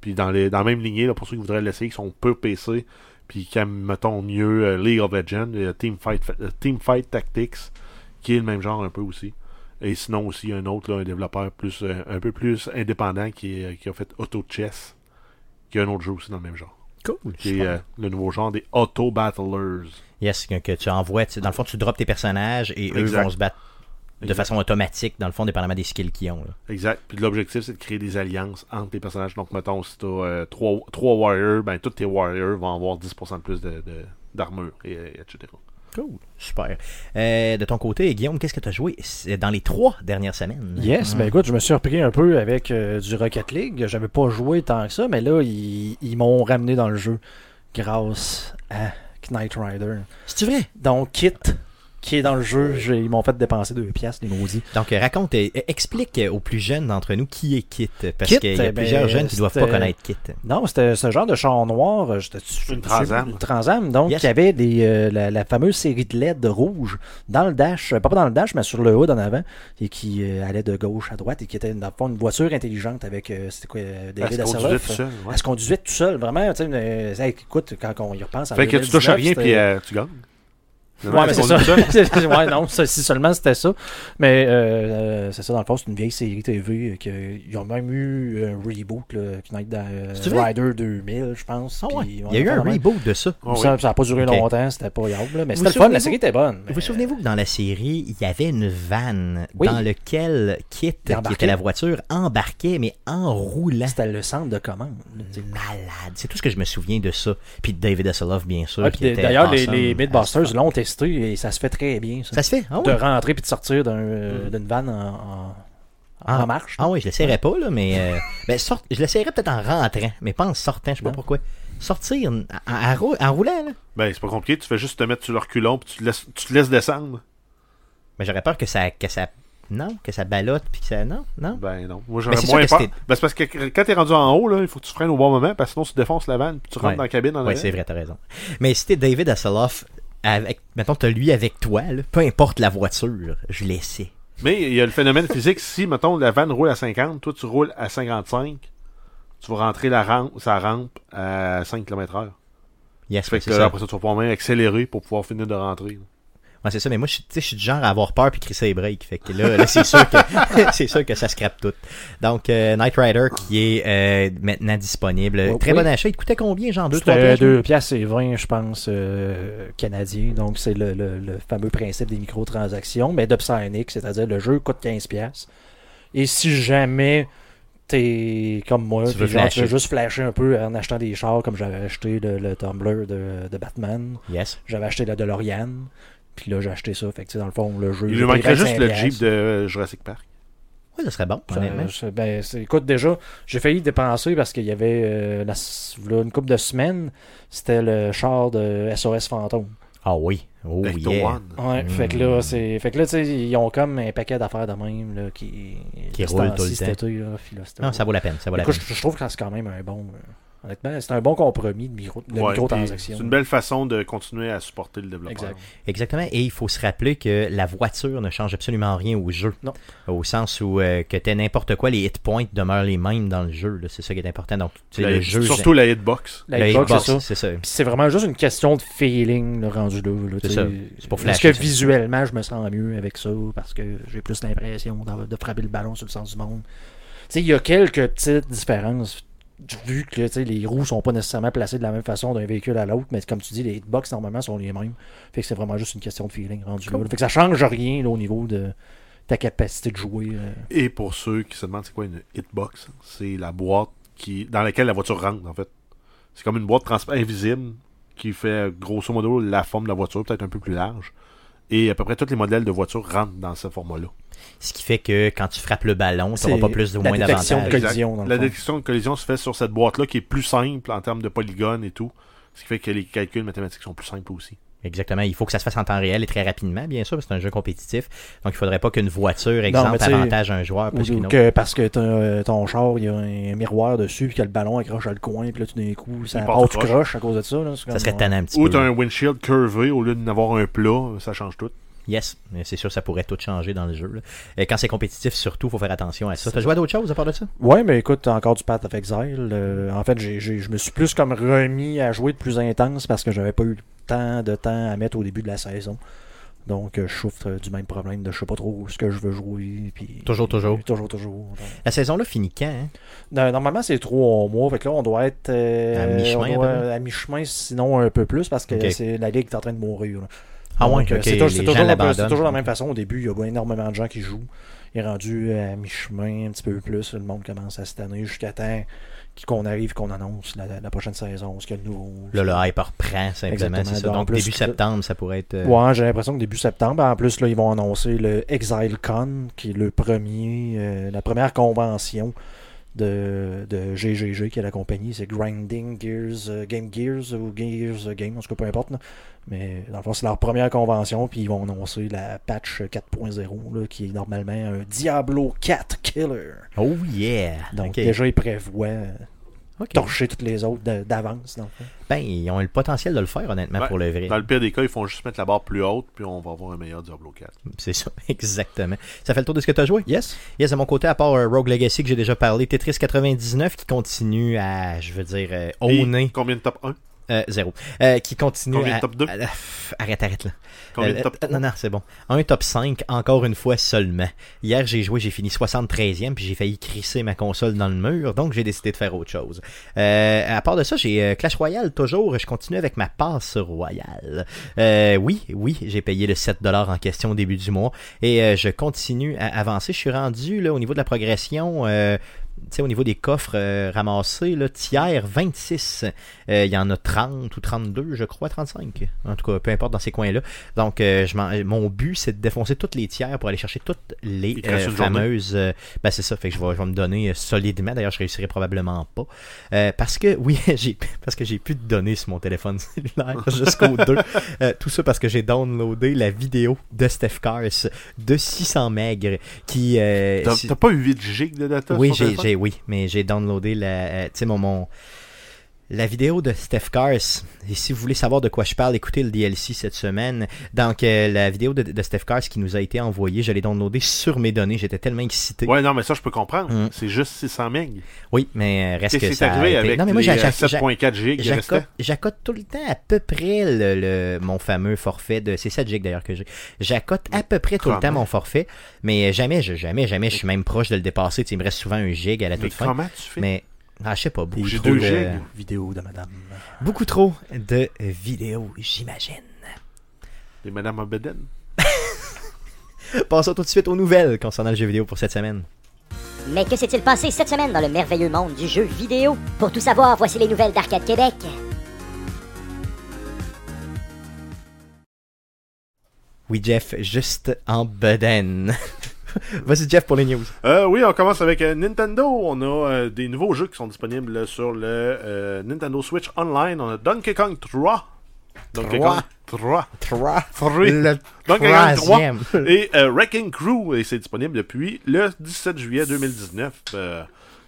Speaker 3: Puis dans, les, dans la même lignée, là, pour ceux qui voudraient l'essayer, qui sont peu PC, puis qui aiment, mettons, mieux euh, League of Legends, euh, Team, Fight, euh, Team Fight Tactics, qui est le même genre un peu aussi. Et sinon aussi, un autre, là, un développeur plus, euh, un peu plus indépendant qui, est- qui a fait Auto Chess, qui est un autre jeu aussi dans le même genre.
Speaker 1: Cool.
Speaker 3: Qui est euh, le nouveau genre des Auto Battlers.
Speaker 1: Yes, que, que tu envoies, tu- dans le fond, tu drops tes personnages et eux
Speaker 3: Exact.
Speaker 1: vont se battre de
Speaker 3: Exact.
Speaker 1: façon automatique, dans le fond, dépendamment des skills qu'ils ont. là.
Speaker 3: Exact. Puis l'objectif, c'est de créer des alliances entre les personnages. Donc, mettons, si t'as euh, trois, trois warriors, ben, tous tes warriors vont avoir 10% de plus de, de- d'armure, et, et etc.
Speaker 2: Cool.
Speaker 1: Super. Euh, de ton côté, Guillaume, qu'est-ce que tu as joué c'est dans les trois dernières semaines?
Speaker 2: Yes,
Speaker 1: Mm.
Speaker 2: ben écoute, je me suis repris un peu avec euh, du Rocket League. J'avais pas joué tant que ça, mais là, ils, ils m'ont ramené dans le jeu grâce à Knight Rider.
Speaker 1: C'est-tu vrai?
Speaker 2: Donc, Kit, qui est dans le jeu, j'ai- ils m'ont fait dépenser deux piastres, les maudits.
Speaker 1: Donc, euh, raconte, et et explique aux plus jeunes d'entre nous qui est Kit, parce
Speaker 2: Kit,
Speaker 1: qu'il y a
Speaker 2: eh ben,
Speaker 1: plusieurs jeunes qui doivent pas
Speaker 2: c'était-
Speaker 1: connaître Kit.
Speaker 2: Non, c'était ce genre de char noir. euh, j'étais-
Speaker 3: Une Transam.
Speaker 2: Une transam, donc,
Speaker 1: Yes.
Speaker 2: qui avait des, euh, la, la fameuse série de LED rouge dans le dash. euh, Pas dans le dash, mais sur le hood en avant. Et qui euh, allait de gauche à droite et qui était, dans le fond, une voiture intelligente avec euh, c'était quoi, euh, des
Speaker 3: Elle se
Speaker 2: LED à
Speaker 3: conduisait
Speaker 2: serrure.
Speaker 3: tout seul. ouais.
Speaker 2: Elle se conduisait tout seul, vraiment. tu sais, euh, hey, écoute, quand on y repense. en
Speaker 3: Fait que tu touches à
Speaker 2: 2019,
Speaker 3: rien puis
Speaker 2: c'était-
Speaker 3: euh, tu gagnes.
Speaker 2: Ouais, mais
Speaker 3: Elle se
Speaker 2: c'est ça.
Speaker 3: conduit seule.
Speaker 2: ouais, non, ça, si seulement c'était ça. Mais euh, euh, c'est ça, dans le fond, c'est une vieille série TV. euh, que- ils ont même eu euh, un reboot, là, Knight euh,
Speaker 1: C'est vrai?
Speaker 2: Rider 2000, je pense.
Speaker 1: Ah ouais,
Speaker 2: puis,
Speaker 1: Il y a eu un
Speaker 2: vraiment.
Speaker 1: reboot de ça.
Speaker 3: Ah oui.
Speaker 2: Ça n'a pas duré
Speaker 1: Ok.
Speaker 2: longtemps, c'était pas horrible, là, mais
Speaker 1: Vous
Speaker 2: c'était le fun, la
Speaker 1: souvenez-vous-
Speaker 2: série était bonne.
Speaker 1: Vous
Speaker 2: mais-
Speaker 1: vous souvenez-vous que dans la série, il y avait une vanne
Speaker 2: Oui.
Speaker 1: dans laquelle Kit, qui
Speaker 2: embarquait.
Speaker 1: était la voiture, embarquait, mais en roulant.
Speaker 2: C'était le centre de commande. là, tu sais.
Speaker 1: Malade. C'est tout ce que je me souviens de ça. Puis de David Hasselhoff, bien sûr.
Speaker 2: Ouais,
Speaker 1: Ah, qui
Speaker 2: Ah, puis
Speaker 1: était
Speaker 2: D'ailleurs, les,
Speaker 1: awesome. Ah,
Speaker 2: les Mythbusters l'ont testé et ça se fait très bien. Ça,
Speaker 1: Ça se fait? Ah
Speaker 2: de
Speaker 1: oui.
Speaker 2: rentrer puis de sortir d'un, euh, d'une vanne en, en- en marche.
Speaker 1: Ah oui, je l'essayerais pas, là, mais. euh, ben, sort- je l'essayerais peut-être en rentrant, mais pas en sortant, je sais pas
Speaker 2: Non.
Speaker 1: pourquoi. Sortir en, en- en rou- en roulant, là.
Speaker 3: Ben, c'est pas compliqué, tu fais juste te mettre sur le reculon puis tu te laisses, tu te laisses descendre.
Speaker 1: Mais j'aurais peur que ça, que ça. Non, que ça balotte, puis que ça. Non, non.
Speaker 2: Bah,
Speaker 3: Ben non. Moi j'aurais
Speaker 1: c'est sûr
Speaker 3: moins
Speaker 1: que
Speaker 3: peur.
Speaker 1: c'était-
Speaker 3: Ben, c'est parce que quand t'es rendu en haut, là, il faut que tu freines au bon moment, parce que sinon tu défonces la vanne puis tu rentres
Speaker 1: Ouais.
Speaker 3: dans la cabine en
Speaker 1: Oui,
Speaker 3: arrière.
Speaker 1: c'est vrai, t'as raison. Mais si t'es David Hasselhoff, avec, mettons, t'as lui avec toi, là, peu importe la voiture, je l'essaie.
Speaker 3: Mais il y a le phénomène physique, si mettons la vanne roule à 50, toi tu roules à 55, tu vas rentrer la rampe, sa rampe à 5 km heure.
Speaker 1: Yes,
Speaker 3: Fait
Speaker 1: oui,
Speaker 3: que
Speaker 1: c'est
Speaker 3: là,
Speaker 1: ça.
Speaker 3: après ça, tu vas pouvoir même accélérer pour pouvoir finir de rentrer.
Speaker 1: Ouais, c'est ça, mais moi, je suis- tu sais, je suis du genre à avoir peur puis crisser les breaks. Fait que là, là, c'est sûr que c'est sûr que ça scrape tout. Donc, euh, Knight Rider qui est euh, maintenant disponible.
Speaker 2: Oui.
Speaker 1: Très bon achat. Il coûtait combien, genre 2 3
Speaker 2: C'était 2 piastres et 20, je pense, euh, canadiens. Donc, c'est le, le- le fameux principe des microtransactions, mais d'Obsonic, c'est-à-dire le jeu coûte 15 piastres. Et si jamais t'es comme moi,
Speaker 1: Tu
Speaker 2: puis
Speaker 1: veux
Speaker 2: genre, tu
Speaker 1: flasher.
Speaker 2: veux juste flasher un peu en achetant des chars, comme j'avais acheté le, le Tumblr de, de Batman,
Speaker 1: Yes.
Speaker 2: j'avais acheté la DeLorean, puis là, j'ai acheté ça. Fait que, tu sais, dans le fond, le jeu.
Speaker 3: Il
Speaker 2: j'ai
Speaker 3: lui
Speaker 2: payé
Speaker 3: manquerait juste
Speaker 2: 25
Speaker 3: le
Speaker 2: piastres.
Speaker 3: Jeep de euh, Jurassic Park.
Speaker 1: Ouais, ça serait bon,
Speaker 2: Ça,
Speaker 1: honnêtement.
Speaker 2: c'est- ben, c'est- écoute, déjà, j'ai failli dépenser parce qu'il y avait euh, la s- v'là une couple de semaines, c'était le char de SOS Fantôme.
Speaker 1: Ah oui. Oh
Speaker 3: Avec
Speaker 1: yeah.
Speaker 3: One.
Speaker 2: Ouais,
Speaker 1: Mm.
Speaker 2: fait que là, c'est. Fait que là, tu sais, ils ont comme un paquet d'affaires de même là, qui.
Speaker 1: Qui
Speaker 2: de ce
Speaker 1: roulent
Speaker 2: temps-ci,
Speaker 1: tout le
Speaker 2: cet
Speaker 1: temps.
Speaker 2: été, là, puis là, c'était-
Speaker 1: Non, ça vaut la peine. Ça vaut la
Speaker 2: Écoute,
Speaker 1: peine.
Speaker 2: je, je trouve que c'est quand même un bon. euh, honnêtement, c'est un bon compromis de, micro, de
Speaker 3: Ouais, puis
Speaker 2: microtransaction.
Speaker 3: C'est une belle façon de continuer à supporter le développeur.
Speaker 2: Exact.
Speaker 1: Exactement. Et il faut se rappeler que la voiture ne change absolument rien au jeu.
Speaker 2: Non.
Speaker 1: Au sens où euh, que t'es n'importe quoi, les hit points demeurent les mêmes dans le jeu. là. C'est ça qui est important. Donc, tu sais,
Speaker 3: La-
Speaker 1: le jeu.
Speaker 3: surtout la hitbox.
Speaker 2: La
Speaker 1: le
Speaker 2: hitbox,
Speaker 1: hitbox,
Speaker 2: c'est ça.
Speaker 1: c'est ça.
Speaker 2: Puis c'est vraiment juste une question de feeling le rendu là. là,
Speaker 1: C'est
Speaker 2: tu sais.
Speaker 1: ça. C'est pour
Speaker 2: Parce
Speaker 1: flasher,
Speaker 2: que
Speaker 1: ça.
Speaker 2: visuellement, je me sens mieux avec ça parce que j'ai plus l'impression d'avoir- de frapper le ballon sur le sens du monde. Tu sais, il y a quelques petites différences vu que tu sais, les roues sont pas nécessairement placées de la même façon d'un véhicule à l'autre, mais comme tu dis, les hitbox normalement sont les mêmes. Fait que c'est vraiment juste une question de feeling rendu là. Fait que ça change rien là, au niveau de ta capacité de jouer. euh.
Speaker 3: Et pour ceux qui se demandent c'est quoi une hitbox, c'est la boîte qui dans laquelle la voiture rentre en fait. C'est comme une boîte trans- invisible qui fait grosso modo la forme de la voiture, peut-être un peu plus large. Et à peu près tous les modèles de voitures rentrent dans ce format-là.
Speaker 1: Ce qui fait que quand tu frappes le ballon, tu n'auras
Speaker 2: C'est
Speaker 1: pas plus ou
Speaker 2: la
Speaker 1: moins
Speaker 2: détection de
Speaker 1: d'avantages.
Speaker 2: Exact. Collision, dans le
Speaker 3: la
Speaker 2: fond.
Speaker 3: détection de collision se fait sur cette boîte-là qui est plus simple en termes de polygones et tout. Ce qui fait que les calculs mathématiques sont plus simples aussi.
Speaker 1: Exactement. Il faut que ça se fasse en temps réel et très rapidement, bien sûr, parce que c'est un jeu compétitif. Donc, il faudrait pas qu'une voiture, exemple,
Speaker 2: mais tu sais,
Speaker 1: avantage un joueur
Speaker 2: Ou
Speaker 1: plus qu'une autre.
Speaker 2: que parce que t'as, euh, ton char, il y a un miroir dessus, puis que le ballon accroche à le coin, puis là, tout d'un coup, ça
Speaker 3: Il part
Speaker 2: part, tu
Speaker 3: croche.
Speaker 2: croches à cause de ça. Là, C'est
Speaker 1: Ça
Speaker 2: comme, euh,
Speaker 1: serait
Speaker 2: ouais.
Speaker 1: tannant un petit
Speaker 3: Ou
Speaker 1: peu.
Speaker 3: t'as un windshield curvé au lieu d'en avoir un plat, ça change tout.
Speaker 1: Yes, mais c'est sûr, ça pourrait tout changer dans le jeu. là. Et quand c'est compétitif, surtout, faut faire attention à ça. T'as joué à d'autres choses à part de ça?
Speaker 2: Ouais, mais écoute, encore du Path of Exile. euh, en fait, j'ai, j'ai- je me suis plus comme remis à jouer de plus intense parce que j'avais pas eu tant de temps à mettre au début de la saison. Donc, euh, je souffre euh, du même problème de je sais pas trop ce que je veux jouer. Puis,
Speaker 1: Toujours, toujours.
Speaker 2: Toujours, toujours. Donc,
Speaker 1: La saison-là finit quand? hein?
Speaker 2: Non, Normalement, c'est trois mois. Fait que là, on doit être euh,
Speaker 1: À mi-chemin,
Speaker 2: on
Speaker 1: à peu
Speaker 2: doit- à mi-chemin, sinon un peu plus, parce que
Speaker 1: Ok.
Speaker 2: c'est la ligue est en train de mourir. là.
Speaker 1: Ah ouais,
Speaker 2: Donc, euh,
Speaker 1: ok,
Speaker 2: c'est, tou-
Speaker 1: les
Speaker 2: c'est
Speaker 1: gens
Speaker 2: toujours, un peu- c'est
Speaker 1: l'abandonnent.
Speaker 2: toujours la même façon. Au début, il y a énormément de gens qui jouent. Il est rendu à mi-chemin, un petit peu plus. Le monde commence à se tanner jusqu'à temps qu'on arrive, qu'on annonce la, la- la prochaine saison, ce qu'il y a de nouveau.
Speaker 1: Là, le hype reprend simplement,
Speaker 2: Exactement.
Speaker 1: c'est ça.
Speaker 2: En
Speaker 1: Donc,
Speaker 2: plus,
Speaker 1: début septembre, ça pourrait être. euh,
Speaker 2: Ouais, j'ai l'impression que début septembre, en plus, là, ils vont annoncer le ExileCon, qui est le premier, euh, la première convention de, de GGG, qui est la compagnie. C'est Grinding Gears, euh, Game Gears ou Gears euh, Game, en tout cas, peu importe. là. Mais dans le fond, c'est leur première convention, puis ils vont annoncer la patch 4.0, là, qui est normalement un Diablo 4 Killer.
Speaker 1: Oh yeah!
Speaker 2: Donc,
Speaker 1: Ok.
Speaker 2: déjà, ils prévoient euh,
Speaker 1: Ok.
Speaker 2: torcher toutes les autres de- d'avance. dans le fond.
Speaker 1: Ben, ils ont le potentiel de le faire, honnêtement,
Speaker 3: Ben,
Speaker 1: pour le vrai.
Speaker 3: Dans le pire des cas, ils font juste mettre la barre plus haute, puis on va avoir un meilleur Diablo 4.
Speaker 1: C'est ça, exactement. Ça fait le tour de ce que tu as joué?
Speaker 2: Yes.
Speaker 1: Yes, à mon côté, à part euh, Rogue Legacy que j'ai déjà parlé, Tetris 99 qui continue à, je veux dire, euh,
Speaker 3: Puis,
Speaker 1: owner.
Speaker 3: Combien de top 1
Speaker 1: Euh, zéro. Euh, qui continue
Speaker 3: Combien de
Speaker 1: à-
Speaker 3: top deux?
Speaker 1: à- à- pff, arrête, arrête là.
Speaker 3: Combien de
Speaker 1: Euh,
Speaker 3: top
Speaker 1: euh, Non, non, c'est bon. Un top 5, encore une fois seulement. Hier, j'ai joué, j'ai fini 73e, puis j'ai failli crisser ma console dans le mur, donc j'ai décidé de faire autre chose. Euh, à part de ça, j'ai euh, Clash Royale toujours, je continue avec ma passe royale. Euh, oui, oui, j'ai payé le 7$ en question au début du mois, et euh, je continue à avancer. Je suis rendu là, au niveau de la progression. euh, tu sais, au niveau des coffres euh, ramassés, là, tiers 26. Euh, Il y en a 30 ou 32, je crois, 35. En tout cas, peu importe dans ces coins-là. Donc, euh, je m'en- mon but, c'est de défoncer toutes les tiers pour aller chercher toutes les
Speaker 3: Il te reste
Speaker 1: euh,
Speaker 3: une journée.
Speaker 1: fameuses. euh, ben, c'est ça. Fait que je vais, je vais me donner euh, solidement. D'ailleurs, je réussirai probablement pas. Euh, parce que, oui, j'ai parce que j'ai plus de données sur mon téléphone cellulaire jusqu'au 2. Euh, tout ça parce que j'ai downloadé la vidéo de Steph Cars de 600 maigres qui. euh,
Speaker 3: T'as
Speaker 1: si-
Speaker 3: t'as pas 8 gigs de data
Speaker 1: oui,
Speaker 3: sur ton
Speaker 1: j'ai,
Speaker 3: téléphone?
Speaker 1: j'ai- oui, mais j'ai downloadé la, euh, tu sais, mon, mon- la vidéo de Steph Cars. Et si vous voulez savoir de quoi je parle, écoutez le DLC cette semaine. Donc, euh, la vidéo de, de Steph Cars qui nous a été envoyée, je l'ai downloadée sur mes données. J'étais tellement excité.
Speaker 3: Ouais, non, mais ça, je peux comprendre.
Speaker 1: Mm.
Speaker 3: C'est juste 600 MB.
Speaker 1: Oui, mais euh, reste
Speaker 3: Qu'est-ce
Speaker 1: que
Speaker 3: qui est
Speaker 1: ça. a
Speaker 3: arrivé
Speaker 1: été-
Speaker 3: avec
Speaker 1: non, mais moi,
Speaker 3: les
Speaker 1: j'a-
Speaker 3: euh,
Speaker 1: j'a- j'a-
Speaker 3: 7.4 gigs qui
Speaker 1: J'accote
Speaker 3: restaient?
Speaker 1: j'accote tout le temps à peu près le, le- mon fameux forfait de. C'est 7 gigs d'ailleurs que j'ai. J'accote à peu près tout le
Speaker 3: Comment?
Speaker 1: temps mon forfait, mais euh, jamais, je- jamais, jamais, je suis même proche de le dépasser. Tu sais, il me reste souvent un gig à la
Speaker 3: Mais
Speaker 1: toute fin.
Speaker 3: comment tu fais
Speaker 1: Mais ah, je sais pas, beaucoup
Speaker 3: J'ai
Speaker 1: trop,
Speaker 3: deux
Speaker 1: de,
Speaker 3: gigs.
Speaker 2: Vidéo de madame.
Speaker 1: beaucoup trop de vidéos, j'imagine.
Speaker 3: Les Madame Obeden?
Speaker 1: Passons tout de suite aux nouvelles concernant le jeu vidéo pour cette semaine.
Speaker 5: Mais que s'est-il passé cette semaine dans le merveilleux monde du jeu vidéo Pour tout savoir, voici les nouvelles d'Arcade Québec.
Speaker 1: Oui, Jeff, juste en bedaine. Vas-y, Jeff, pour les news.
Speaker 3: Euh, oui, on commence avec euh, Nintendo. On a euh, des nouveaux jeux qui sont disponibles sur le euh, Nintendo Switch Online. On a Donkey Kong 3. Donkey
Speaker 1: Trois.
Speaker 3: Kong 3.
Speaker 1: 3.
Speaker 3: Three.
Speaker 1: Le
Speaker 3: Donkey Kong 3.
Speaker 1: troisième.
Speaker 3: Et euh, Wrecking Crew, et c'est disponible depuis le 17 juillet 2019. Euh,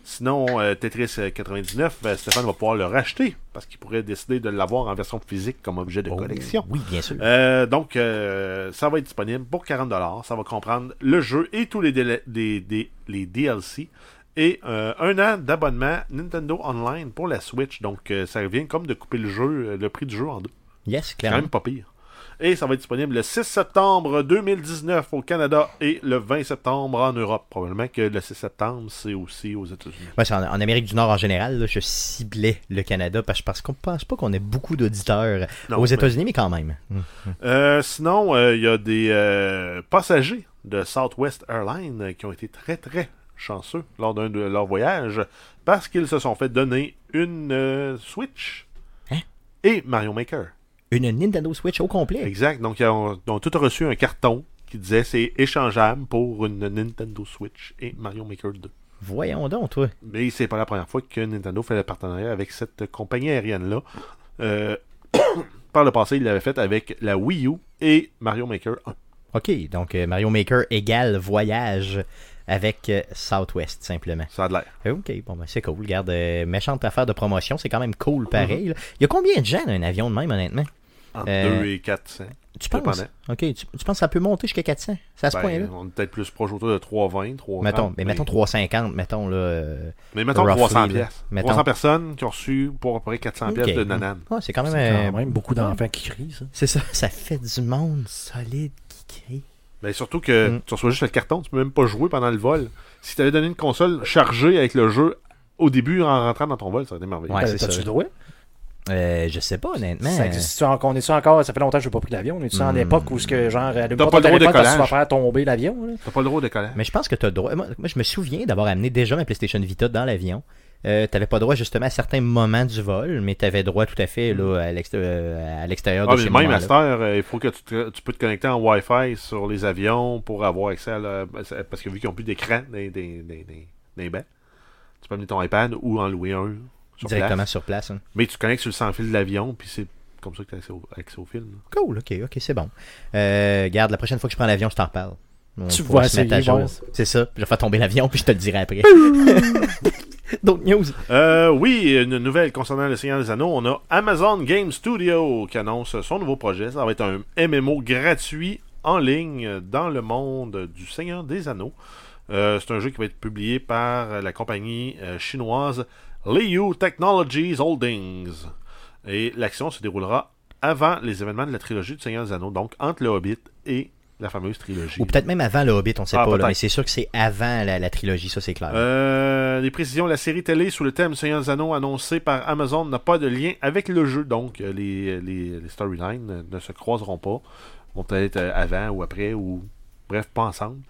Speaker 3: sinon, euh, Tetris euh, 99, euh, Stéphane va pouvoir le racheter parce qu'il pourrait décider de l'avoir en version physique comme objet
Speaker 1: Oh.
Speaker 3: de collection.
Speaker 1: Oui, bien sûr.
Speaker 3: Euh, donc, euh, ça va être disponible pour 40$. Ça va comprendre le jeu et tous les, délai- des- des- les DLC. Et euh, un an d'abonnement Nintendo Online pour la Switch. Donc, euh, ça revient comme de couper le jeu, euh, le prix du jeu en deux.
Speaker 1: Yes,
Speaker 3: Quand
Speaker 1: clairement.
Speaker 3: même pas pire. Et ça va être disponible le 6 septembre 2019 au Canada et le 20 septembre en Europe. Probablement que le 6 septembre, c'est aussi aux États-Unis.
Speaker 1: Ouais, c'est en, en Amérique du Nord en général, là, je ciblais le Canada parce, parce qu'on pense pas qu'on ait beaucoup d'auditeurs
Speaker 3: Non,
Speaker 1: aux
Speaker 3: mais-
Speaker 1: États-Unis, mais quand même. Mm.
Speaker 3: Euh, sinon, euh, il y a des euh, passagers de Southwest Airlines euh, qui ont été très très chanceux lors d'un de leurs voyages parce qu'ils se sont fait donner une euh, Switch
Speaker 1: Hein?
Speaker 3: et Mario Maker.
Speaker 1: Une Nintendo Switch au complet.
Speaker 3: Exact. Donc, ils ont, ils ont tous reçu un carton qui disait c'est échangeable pour une Nintendo Switch et Mario Maker 2.
Speaker 1: Voyons donc, toi.
Speaker 3: Mais c'est pas la première fois que Nintendo fait le partenariat avec cette compagnie aérienne-là. Euh, par le passé, il l'avait fait avec la Wii U et Mario Maker 1.
Speaker 1: OK, donc euh, Mario Maker égale voyage avec euh, Southwest, simplement.
Speaker 3: Ça a de l'air.
Speaker 1: OK, bon, ben c'est cool. Regarde, euh, méchante affaire de promotion, c'est quand même cool pareil. là. Il y a combien de gens dans un avion de même, honnêtement?
Speaker 3: Entre
Speaker 1: Euh,
Speaker 3: 2 et 400.
Speaker 1: Tu penses?
Speaker 3: Dépendant.
Speaker 1: OK, tu, tu penses que ça peut monter jusqu'à 400? C'est à ce
Speaker 3: Ben,
Speaker 1: point-là?
Speaker 3: on est peut-être plus proche autour de 320, 330.
Speaker 1: Mettons, mais mettons 350, mettons là. euh,
Speaker 3: mais mettons
Speaker 1: roughly,
Speaker 3: 300
Speaker 1: là.
Speaker 3: pièces.
Speaker 1: Mettons.
Speaker 3: 300 personnes qui ont reçu pour à peu près 400
Speaker 1: OK.
Speaker 3: pièces de nanane.
Speaker 1: Ouais, c'est quand même.
Speaker 2: C'est
Speaker 1: euh,
Speaker 2: quand même beaucoup d'enfants qui crient, ça.
Speaker 1: C'est ça, ça fait du monde solide qui crie.
Speaker 3: Mais Ben, surtout que
Speaker 1: Mm.
Speaker 3: tu reçois juste le carton, tu peux même pas jouer pendant le vol. Si tu avais donné une console chargée avec le jeu au début en rentrant dans ton vol, ça aurait été merveilleux.
Speaker 1: Ouais,
Speaker 2: Ben,
Speaker 1: c'est
Speaker 2: T'as-tu
Speaker 1: ça.
Speaker 2: le droit?
Speaker 1: Euh, je sais pas, honnêtement.
Speaker 2: Ça existe encore, on est-tu encore, ça fait longtemps que je n'ai pas pris l'avion, on est-tu
Speaker 1: Hmm.
Speaker 2: en époque où ce que genre à
Speaker 3: pas le droit au
Speaker 2: parce que tu vas
Speaker 3: décollage.
Speaker 2: faire tomber l'avion là?
Speaker 3: T'as pas le droit de colère.
Speaker 1: Mais je pense que t'as le droit. Moi, moi, je me souviens d'avoir amené déjà ma PlayStation Vita dans l'avion. Euh, t'avais pas droit justement à certains moments du vol, mais t'avais droit tout à fait là, à l'exté- euh, à l'extérieur
Speaker 3: Ah,
Speaker 1: de
Speaker 3: mais
Speaker 1: chez
Speaker 3: même
Speaker 1: moi,
Speaker 3: à
Speaker 1: là.
Speaker 3: cette heure, euh, il faut que tu, te- tu peux te connecter en Wi-Fi sur les avions pour avoir accès à la- Parce que vu qu'ils n'ont plus d'écran des, des, des, des, des bancs, tu peux amener ton iPad ou en louer un sur
Speaker 1: directement
Speaker 3: place.
Speaker 1: sur place. hein.
Speaker 3: Mais tu te connectes sur le sans-fil de l'avion, puis c'est comme ça que tu as accès au, accès au fil. là.
Speaker 1: Cool, ok, ok, c'est bon. Euh, garde, la prochaine fois que je prends l'avion, je t'en reparle. On
Speaker 2: Tu
Speaker 1: pourra
Speaker 2: vas
Speaker 1: se mettre à
Speaker 2: essayer,
Speaker 1: jour.
Speaker 2: ouais.
Speaker 1: C'est ça. Je vais faire tomber l'avion, puis je te le dirai après. D'autres news.
Speaker 3: Euh, oui, une nouvelle concernant le Seigneur des Anneaux. On a Amazon Game Studio qui annonce son nouveau projet. Ça va être un MMO gratuit en ligne dans le monde du Seigneur des Anneaux. Euh, c'est un jeu qui va être publié par la compagnie euh, chinoise Liu Technologies Holdings. Et l'action se déroulera avant les événements de la trilogie du Seigneur des Anneaux, donc entre le Hobbit et la fameuse trilogie.
Speaker 1: Ou peut-être même avant le Hobbit, on sait
Speaker 3: Ah,
Speaker 1: pas, là,
Speaker 3: peut-être.
Speaker 1: mais c'est sûr que c'est avant la, la trilogie, ça c'est clair.
Speaker 3: Euh, les précisions, la série télé sous le thème Seigneur des Anneaux annoncée par Amazon n'a pas de lien avec le jeu, donc euh, les, les, les storylines euh, ne se croiseront pas. Vont peut-être euh, avant ou après, ou bref, pas ensemble.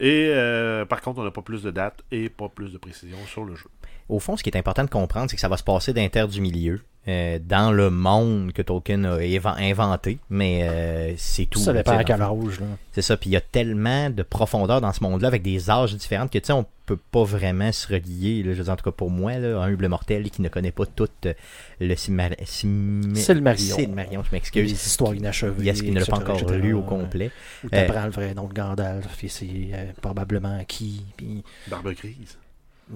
Speaker 3: Et euh, par contre, on n'a pas plus de dates et pas plus de précisions sur le jeu.
Speaker 1: Au fond, ce qui est important de comprendre, c'est que ça va se passer d'inter du milieu. euh, dans le monde que Tolkien a évan- inventé, mais euh, c'est tout.
Speaker 2: Tout ça dépend
Speaker 1: tu
Speaker 2: à
Speaker 1: sais,
Speaker 2: quel
Speaker 1: dans-
Speaker 2: âge là.
Speaker 1: C'est ça, puis il y a tellement de profondeur dans ce monde-là, avec des âges différents, que tu sais, on peut pas vraiment se relier, là, je veux dire, en tout cas pour moi, là, un humble mortel qui ne connaît pas tout euh, le Silmar- Sim-
Speaker 2: Silmarillion.
Speaker 1: Silmarillion, je
Speaker 2: Les
Speaker 1: m'excuse.
Speaker 2: histoires inachevées.
Speaker 1: Yes, qui ne l'a pas
Speaker 2: etc.,
Speaker 1: encore
Speaker 2: etc.,
Speaker 1: lu au
Speaker 2: ouais.
Speaker 1: complet. Eh.
Speaker 2: Ou t'apprends le vrai nom de Gandalf, puis c'est euh, probablement qui. Puis...
Speaker 3: Barbe grise.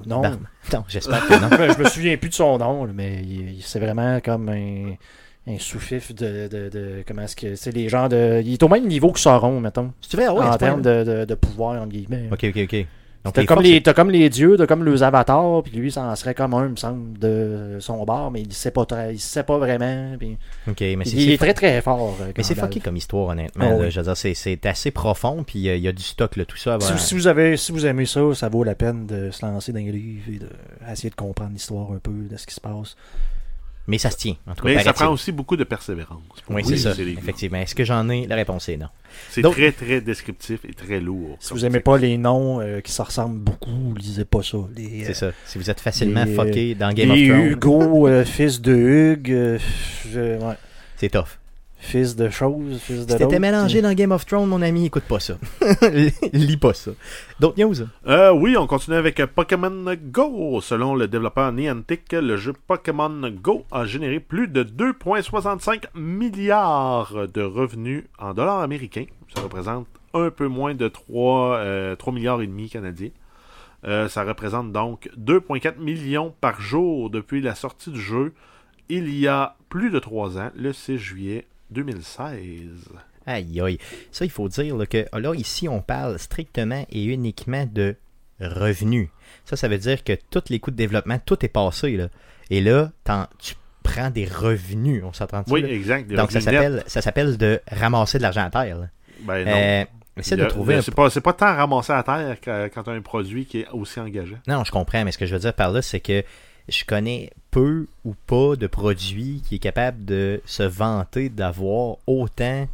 Speaker 2: Non,
Speaker 1: Bar- Non, j'espère que non.
Speaker 2: Ben, je me souviens plus de son nom, là, mais il- il- c'est vraiment comme un, un souffif de, de- de- Comment est-ce que. C'est les gens de. Il est au même niveau que Sauron, mettons.
Speaker 1: tu veux,
Speaker 2: en termes de, de- de pouvoir, entre guillemets.
Speaker 1: Ok, ok, ok. Donc,
Speaker 2: T'as
Speaker 1: les
Speaker 2: comme,
Speaker 1: forces,
Speaker 2: les- t'as comme les dieux, t'as comme les avatars, puis lui, ça en serait comme un, il me semble, de son bord, mais il sait pas, très- il sait pas vraiment. puis-
Speaker 1: Ok, mais c'est-
Speaker 2: il est,
Speaker 1: c'est
Speaker 2: très très fort. euh,
Speaker 1: Mais c'est
Speaker 2: Gandalf.
Speaker 1: fucké comme histoire, honnêtement.
Speaker 2: Ah
Speaker 1: là.
Speaker 2: oui.
Speaker 1: Je veux dire, c'est- c'est assez profond, puis euh, il y a du stock, là, tout ça.
Speaker 2: Si,
Speaker 1: voilà.
Speaker 2: si vous avez, si vous aimez ça, ça vaut la peine de se lancer dans les livres et d'essayer de, comprendre l'histoire un peu de ce qui se passe.
Speaker 1: Mais ça se tient, en tout cas.
Speaker 3: Mais ça
Speaker 1: paraît-il.
Speaker 3: prend aussi beaucoup de persévérance.
Speaker 1: Oui, c'est ça, effectivement. Est-ce que j'en ai La réponse est non.
Speaker 3: C'est
Speaker 1: Donc-
Speaker 3: très, très descriptif et très lourd.
Speaker 2: Si vous aimez pas les noms euh, qui se ressemblent beaucoup, lisez pas ça. Les, euh,
Speaker 1: C'est ça. Si vous êtes facilement
Speaker 2: les-
Speaker 1: fucké dans Game of
Speaker 2: les
Speaker 1: Thrones,
Speaker 2: Hugo, euh, fils de Hugues, euh, je- ouais,
Speaker 1: c'est tough.
Speaker 2: fils de choses, fils de
Speaker 1: Si t'étais
Speaker 2: l'autre.
Speaker 1: mélangé dans Game of Thrones, mon ami, écoute pas ça. Lis pas ça. D'autres news?
Speaker 3: Euh, oui, on continue avec euh, Pokémon Go. Selon le développeur Niantic, le jeu Pokémon Go a généré plus de 2,65 milliards de revenus en dollars américains. Ça représente un peu moins de 3, milliards et demi canadiens. Euh, ça représente donc 2,4 millions par jour depuis la sortie du jeu il y a plus de 3 ans, le 6 juillet 2016.
Speaker 1: Aïe, aïe. Ça, il faut dire là, que ah, là, ici, on parle strictement et uniquement de revenus. Ça, ça veut dire que tous les coûts de développement, tout est passé. Là. Et là, t'en- tu prends des revenus. On s'entend
Speaker 3: Oui, exact. des
Speaker 1: Donc, ça
Speaker 3: revenus nets.
Speaker 1: s'appelle, ça s'appelle de ramasser de l'argent à terre. là.
Speaker 3: Ben, non.
Speaker 1: Euh, essaie de
Speaker 3: Le-
Speaker 1: trouver.
Speaker 3: le-
Speaker 1: un-
Speaker 3: C'est pas, c'est pas tant ramassé à terre que- quand tu as un produit qui est aussi engagé.
Speaker 1: Non, je comprends, mais ce que je veux dire par là, c'est que je connais peu ou pas de produits qui est capable de se vanter d'avoir autant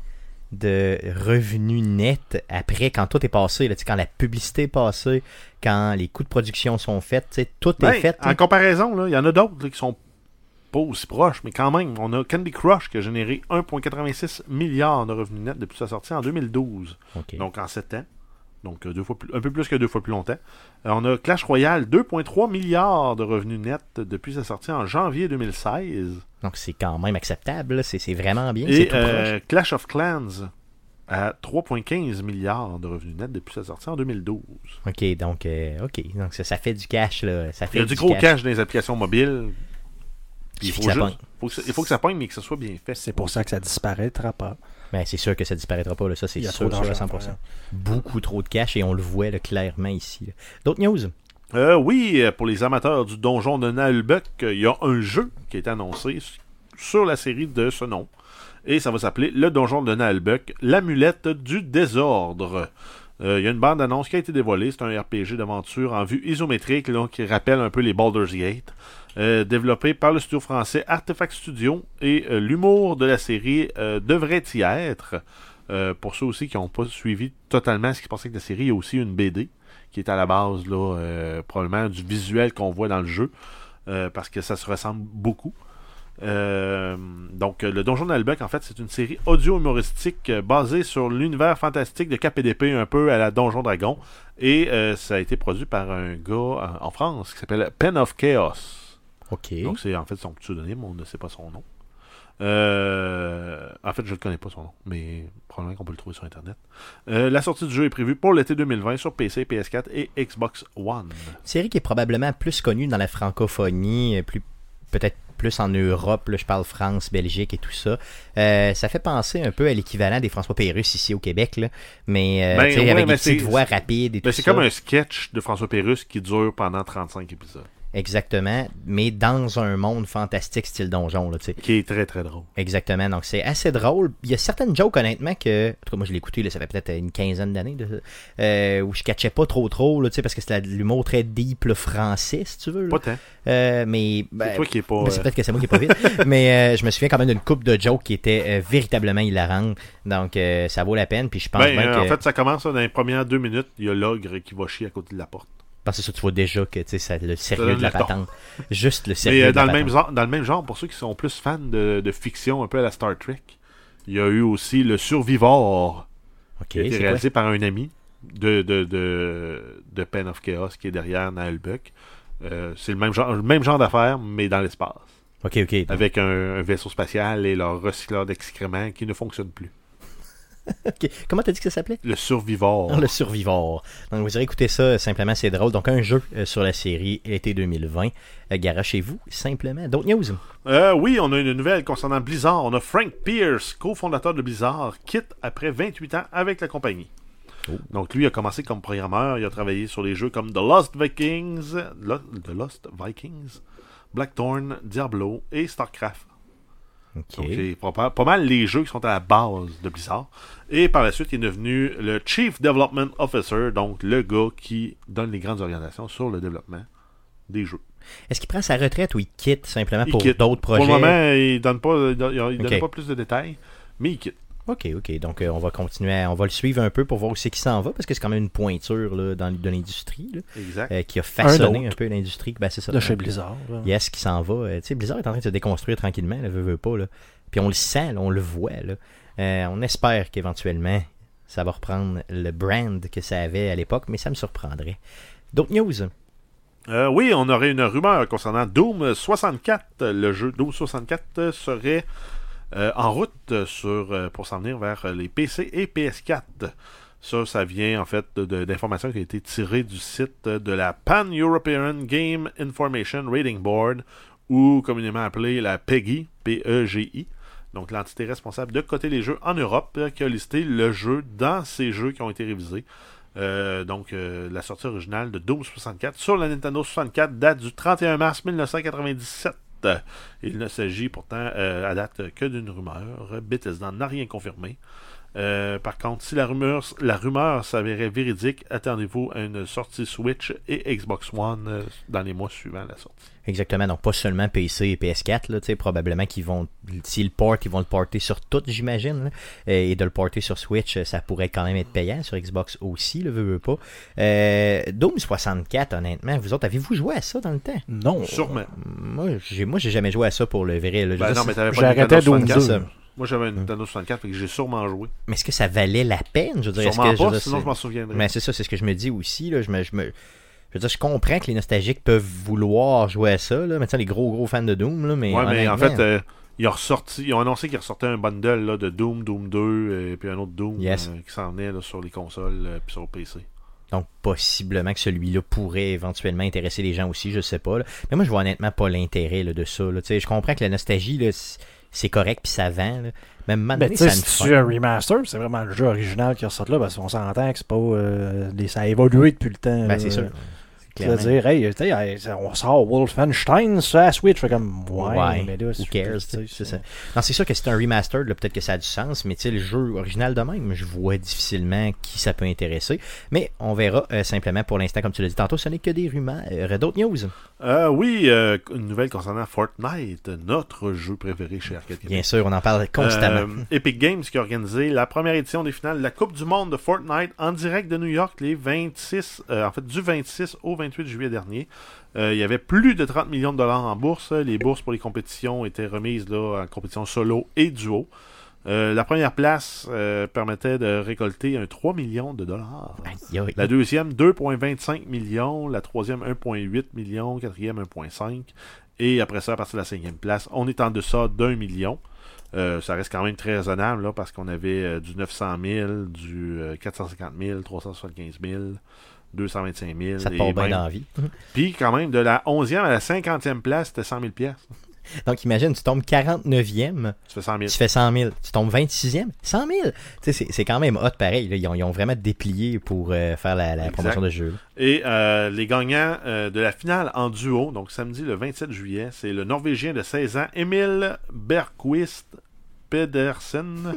Speaker 1: de revenus nets après quand tout est passé, là, tu sais, quand la publicité est passée, quand les coûts de production sont faits, tu sais, tout
Speaker 3: Ben,
Speaker 1: est fait. hein?
Speaker 3: en
Speaker 1: là.
Speaker 3: comparaison, là, il y en a d'autres là, qui sont pas aussi proches, mais quand même, on a Candy Crush qui a généré 1,86 milliard de revenus nets depuis sa sortie en 2012,
Speaker 1: Ok.
Speaker 3: donc en 7 ans. Donc euh, deux fois plus- un peu plus que deux fois plus longtemps. Euh, on a Clash Royale, 2,3 milliards de revenus nets depuis sa sortie en janvier 2016.
Speaker 1: Donc c'est quand même acceptable, là, c'est, c'est vraiment bien, c'est
Speaker 3: Et
Speaker 1: tout proche.
Speaker 3: euh, Clash of Clans à 3,15 milliards de revenus nets depuis sa sortie en 2012.
Speaker 1: Ok, donc euh, ok, donc ça, ça fait du cash là, ça fait
Speaker 3: Il y a du gros
Speaker 1: cash.
Speaker 3: cash dans les applications mobiles. Puis il
Speaker 1: Suffit
Speaker 3: faut,
Speaker 1: que ça
Speaker 3: juste-
Speaker 1: pogne.
Speaker 3: faut que ça- il faut que ça pogne, mais que ça soit bien fait.
Speaker 2: C'est pour ça que ça disparaîtra pas.
Speaker 1: Ben, c'est sûr que ça disparaîtra pas, là. ça c'est
Speaker 2: Il y a
Speaker 1: sûr,
Speaker 2: trop
Speaker 1: sûr à
Speaker 2: d'argent,
Speaker 1: 100%.
Speaker 2: ouais.
Speaker 1: Beaucoup trop de cash et on le voit là, clairement ici. là. D'autres news?
Speaker 3: Euh, oui, euh, pour les amateurs du donjon de Naalbek, euh, il y a un jeu qui est annoncé s- sur la série de ce nom. Et ça va s'appeler Le donjon de Naalbek, l'amulette du désordre. Euh, Il y a une bande-annonce qui a été dévoilée. C'est un RPG d'aventure en vue isométrique là, qui rappelle un peu les Baldur's Gate. Euh, développé par le studio français Artefact Studio et euh, l'humour de la série euh, devrait y être. Euh, pour ceux aussi qui n'ont pas suivi totalement ce qui se passait avec la série, il y a aussi une BD qui est à la base là, euh, probablement du visuel qu'on voit dans le jeu euh, parce que ça se ressemble beaucoup. Euh, donc, euh, le Donjon d'Albec, en fait, c'est une série audio-humoristique euh, basée sur l'univers fantastique de KPDP, un peu à la Donjon Dragon. Et euh, ça a été produit par un gars en- en France qui s'appelle Pen of Chaos.
Speaker 1: OK.
Speaker 3: Donc, c'est en fait son pseudonyme, on ne sait pas son nom. Euh, en fait, je ne connais pas son nom, mais probablement qu'on peut le trouver sur Internet. Euh, la sortie du jeu est prévue pour l'été 2020 sur PC, PS4 et Xbox One.
Speaker 1: Une série qui est probablement plus connue dans la francophonie, euh, plus peut-être plus en Europe, là, je parle France, Belgique et tout ça. Euh, ça fait penser un peu à l'équivalent des François Pérusse ici au Québec, là. mais euh,
Speaker 3: Ben
Speaker 1: tu sais,
Speaker 3: ouais,
Speaker 1: avec
Speaker 3: mais
Speaker 1: des petites
Speaker 3: c'est-
Speaker 1: voix rapides et
Speaker 3: Ben,
Speaker 1: tout
Speaker 3: c'est
Speaker 1: ça.
Speaker 3: comme un sketch de François Pérus qui dure pendant 35 épisodes,
Speaker 1: Exactement, mais dans un monde fantastique style donjon, là, tu sais.
Speaker 3: qui est très très drôle.
Speaker 1: Exactement, donc c'est assez drôle. Il y a certaines jokes, honnêtement, que. En tout cas, moi, je l'ai écouté, là, ça fait peut-être une quinzaine d'années, de- euh, où je catchais pas trop trop, là, tu sais, parce que c'était de l'humour très deep, là, français, si tu veux. là.
Speaker 3: Pas tant.
Speaker 1: Euh, mais.
Speaker 3: C'est
Speaker 1: ben,
Speaker 3: toi qui est pas.
Speaker 1: Ben, c'est
Speaker 3: euh,
Speaker 1: peut-être que c'est moi qui est pas vite. mais euh, je me souviens quand même d'une coupe de jokes qui était euh, véritablement hilarante. Donc euh, ça vaut la peine. Puis je pense
Speaker 3: ben,
Speaker 1: même
Speaker 3: euh,
Speaker 1: que.
Speaker 3: En fait, ça commence là, dans les premières deux minutes. Il y a l'ogre qui va chier à côté de la porte.
Speaker 1: Parce que ça, tu vois déjà que tu sais, ça- le sérieux
Speaker 3: donne
Speaker 1: de la
Speaker 3: le ton.
Speaker 1: patente. Juste le sérieux.
Speaker 3: Mais euh, dans,
Speaker 1: de
Speaker 3: le
Speaker 1: la
Speaker 3: même
Speaker 1: patente.
Speaker 3: genre, dans le même genre, pour ceux qui sont plus fans de, de fiction, un peu à la Star Trek, il y a eu aussi Le Survivor,
Speaker 1: Ok,
Speaker 3: qui a été
Speaker 1: c'est quoi?
Speaker 3: réalisé par un ami de, de, de, de Pen of Chaos, qui est derrière Naël Buck. Euh, c'est le même genre, le même genre d'affaires, mais dans l'espace.
Speaker 1: Ok, ok.
Speaker 3: Avec un, un vaisseau spatial et leur recycleur d'excréments qui ne fonctionne plus.
Speaker 1: ok. Comment t'as dit que ça s'appelait
Speaker 3: Le Survivor.
Speaker 1: Le Survivor. Donc vous irez écouter ça, euh, simplement c'est drôle. Donc un jeu euh, sur la série été 2020. Euh, Garachez-vous, simplement. D'autres news
Speaker 3: Euh, oui, on a une nouvelle concernant Blizzard. On a Frank Pierce, cofondateur de Blizzard, quitte après 28 ans avec la compagnie.
Speaker 1: Oh.
Speaker 3: Donc lui a commencé comme programmeur, il a travaillé sur des jeux comme The Lost Vikings, Lo- The Lost Vikings, Blackthorn, Diablo et StarCraft.
Speaker 1: Ok.
Speaker 3: Donc c'est pas, pas mal les jeux qui sont à la base de Blizzard. Et par la suite, il est devenu le Chief Development Officer, donc le gars qui donne les grandes orientations sur le développement des jeux.
Speaker 1: Est-ce qu'il prend sa retraite ou il quitte simplement
Speaker 3: Il
Speaker 1: Ah, pour
Speaker 3: quitte.
Speaker 1: d'autres projets
Speaker 3: Pour le moment, il donne pas, il donne- il donne
Speaker 1: Ok.
Speaker 3: pas plus de détails, mais il quitte.
Speaker 1: Ok, ok. Donc, euh, on va continuer, à- on va le suivre un peu pour voir où c'est qui s'en va, parce que c'est quand même une pointure là, dans, de l'industrie, là,
Speaker 3: Exact.
Speaker 1: euh, qui a façonné
Speaker 2: autre.
Speaker 1: un, peu l'industrie. Ben, c'est ça.
Speaker 2: de chez Blizzard. là.
Speaker 1: Yes, qui s'en va. Euh, tu sais, Blizzard est en train de se déconstruire tranquillement, là, veut, veut pas. Là. Puis on le sent, là, on le voit. Là. Euh, on espère qu'éventuellement, ça va reprendre le brand que ça avait à l'époque, mais ça me surprendrait. D'autres news
Speaker 3: Euh, oui, on aurait une rumeur concernant Doom 64. Le jeu Doom 64 serait euh, en route sur, euh, pour s'en venir vers les PC et PS4. Ça, ça vient en fait de- de- d'informations qui ont été tirées du site de la Pan-European Game Information Rating Board, ou communément appelée la E PEGI, P-E-G-I, donc l'entité responsable de coter les jeux en Europe, euh, qui a listé le jeu dans ces jeux qui ont été révisés. Euh, donc, euh, la sortie originale de Doom 64 sur la Nintendo 64 date du 31 mars 1997. Euh, Il ne s'agit pourtant euh, à date que d'une rumeur. Bethesda n'a rien confirmé. Euh, par contre, si la rumeur, la rumeur s'avérait véridique, attendez-vous à une sortie Switch et Xbox One euh, dans les mois suivants la sortie.
Speaker 1: Exactement, donc pas seulement PC et PS4, là, tu sais, probablement qu'ils vont, s'ils le portent, ils vont le porter sur tout, j'imagine, là. Euh, et de le porter sur Switch, euh, ça pourrait quand même être payant, sur Xbox aussi, le veut, veut pas. Euh, Doom 64, honnêtement, vous autres, avez-vous joué à ça dans le temps?
Speaker 2: Non.
Speaker 3: Sûrement.
Speaker 1: Moi, j'ai, moi, j'ai jamais joué à ça pour le vrai, là. Je veux
Speaker 3: Ben
Speaker 1: dire,
Speaker 3: non,
Speaker 1: c'est-
Speaker 3: mais t'avais
Speaker 2: j'ai
Speaker 3: pas de
Speaker 2: arrêté à
Speaker 3: Nintendo
Speaker 2: Doom
Speaker 3: 64.
Speaker 1: deux.
Speaker 3: Moi, j'avais une Nintendo 64, fait que j'ai sûrement joué.
Speaker 1: mais est-ce que ça valait la peine? Je veux dire, est-ce
Speaker 3: Sûrement
Speaker 1: que, je veux
Speaker 3: pas,
Speaker 1: dire,
Speaker 3: sinon
Speaker 1: c'est-
Speaker 3: je m'en souviendrais.
Speaker 1: Mais c'est ça, c'est ce que je me dis aussi. Là. Je, me, je, me- je veux dire, je comprends que les nostalgiques peuvent vouloir jouer à ça. Là. Maintenant, les gros, gros fans de Doom. Là, mais
Speaker 3: Ouais, mais en
Speaker 1: honnêtement,
Speaker 3: fait, euh, ils, ont ressorti, ils ont annoncé qu'ils ressortaient un bundle là, de Doom, Doom 2, et puis un autre Doom
Speaker 1: Yes.
Speaker 3: euh, qui s'en venait là, sur les consoles et sur le PC.
Speaker 1: Donc, possiblement que celui-là pourrait éventuellement intéresser les gens aussi, je sais pas. là. Mais moi, je vois honnêtement pas l'intérêt là, de ça. là. Tu sais, Je comprends que la nostalgie, là, c- c'est correct, puis ça vend. là. Mais à un moment
Speaker 2: Ben,
Speaker 1: donné,
Speaker 2: tu
Speaker 1: ça
Speaker 2: sais,
Speaker 1: me
Speaker 2: si
Speaker 1: fait.
Speaker 2: tu as un remaster, c'est vraiment le jeu original qui ressort là, parce qu'on s'entend que c'est pas. euh, des- ça a évolué depuis le temps.
Speaker 1: Ben, c'est
Speaker 2: euh,
Speaker 1: sûr.
Speaker 2: Tu vas
Speaker 1: clairement.
Speaker 2: dire, hey, tu sais, hey, on sort Wolfenstein sur la Switch. Je fais comme, ouais,
Speaker 1: Ouais,
Speaker 2: mais là,
Speaker 1: who
Speaker 2: c'est-
Speaker 1: cares,
Speaker 2: tu sais,
Speaker 1: c'est ça. Non, c'est sûr que c'est un remaster, là, peut-être que ça a du sens, mais tu sais, le jeu original de même, je vois difficilement qui ça peut intéresser. Mais on verra euh, simplement pour l'instant, comme tu l'as dit tantôt, ce n'est que des rumeurs. D'autres news,
Speaker 3: Euh, oui, euh, une nouvelle concernant Fortnite, notre jeu préféré chez Arcade Québec.
Speaker 1: bien sûr, on en parle constamment.
Speaker 3: Eh Euh, Epic Games qui a organisé la première édition des finales de la Coupe du Monde de Fortnite en direct de New York les 26, euh, en fait, du 26 au 28 juillet dernier. Euh, il y avait plus de 30 millions de dollars en bourse. Les bourses pour les compétitions étaient remises là, en compétition solo et duo. Euh, la première place euh, permettait de récolter un 3 millions de dollars.
Speaker 1: Aïe, aïe.
Speaker 3: La deuxième, 2,25 millions. La troisième, 1,8 million. Quatrième, 1,5. Et après ça, à partir de la cinquième place, on est en deçà d'un million. Euh, ça reste quand même très raisonnable là, parce qu'on avait euh, du 900 000, du euh, 450 000, 375 000, 225 000.
Speaker 1: Ça te
Speaker 3: et
Speaker 1: porte bien
Speaker 3: même-
Speaker 1: d'envie.
Speaker 3: Puis quand même, de la 11e à la 50e place, c'était 100 000 piastres.
Speaker 1: Donc imagine, tu tombes 49e,
Speaker 3: Tu fais 100 000.
Speaker 1: tu fais 100 000. Tu tombes 26e, 100 000. Tu sais, c'est- c'est quand même hot pareil. là. Ils, ont, ils ont vraiment déplié pour euh, faire la, la
Speaker 3: Exact.
Speaker 1: promotion de ce jeu.
Speaker 3: Et euh, les gagnants euh, de la finale en duo, donc samedi le 27 juillet, c'est le Norvégien de 16 ans, Emil Bergqvist Pedersen,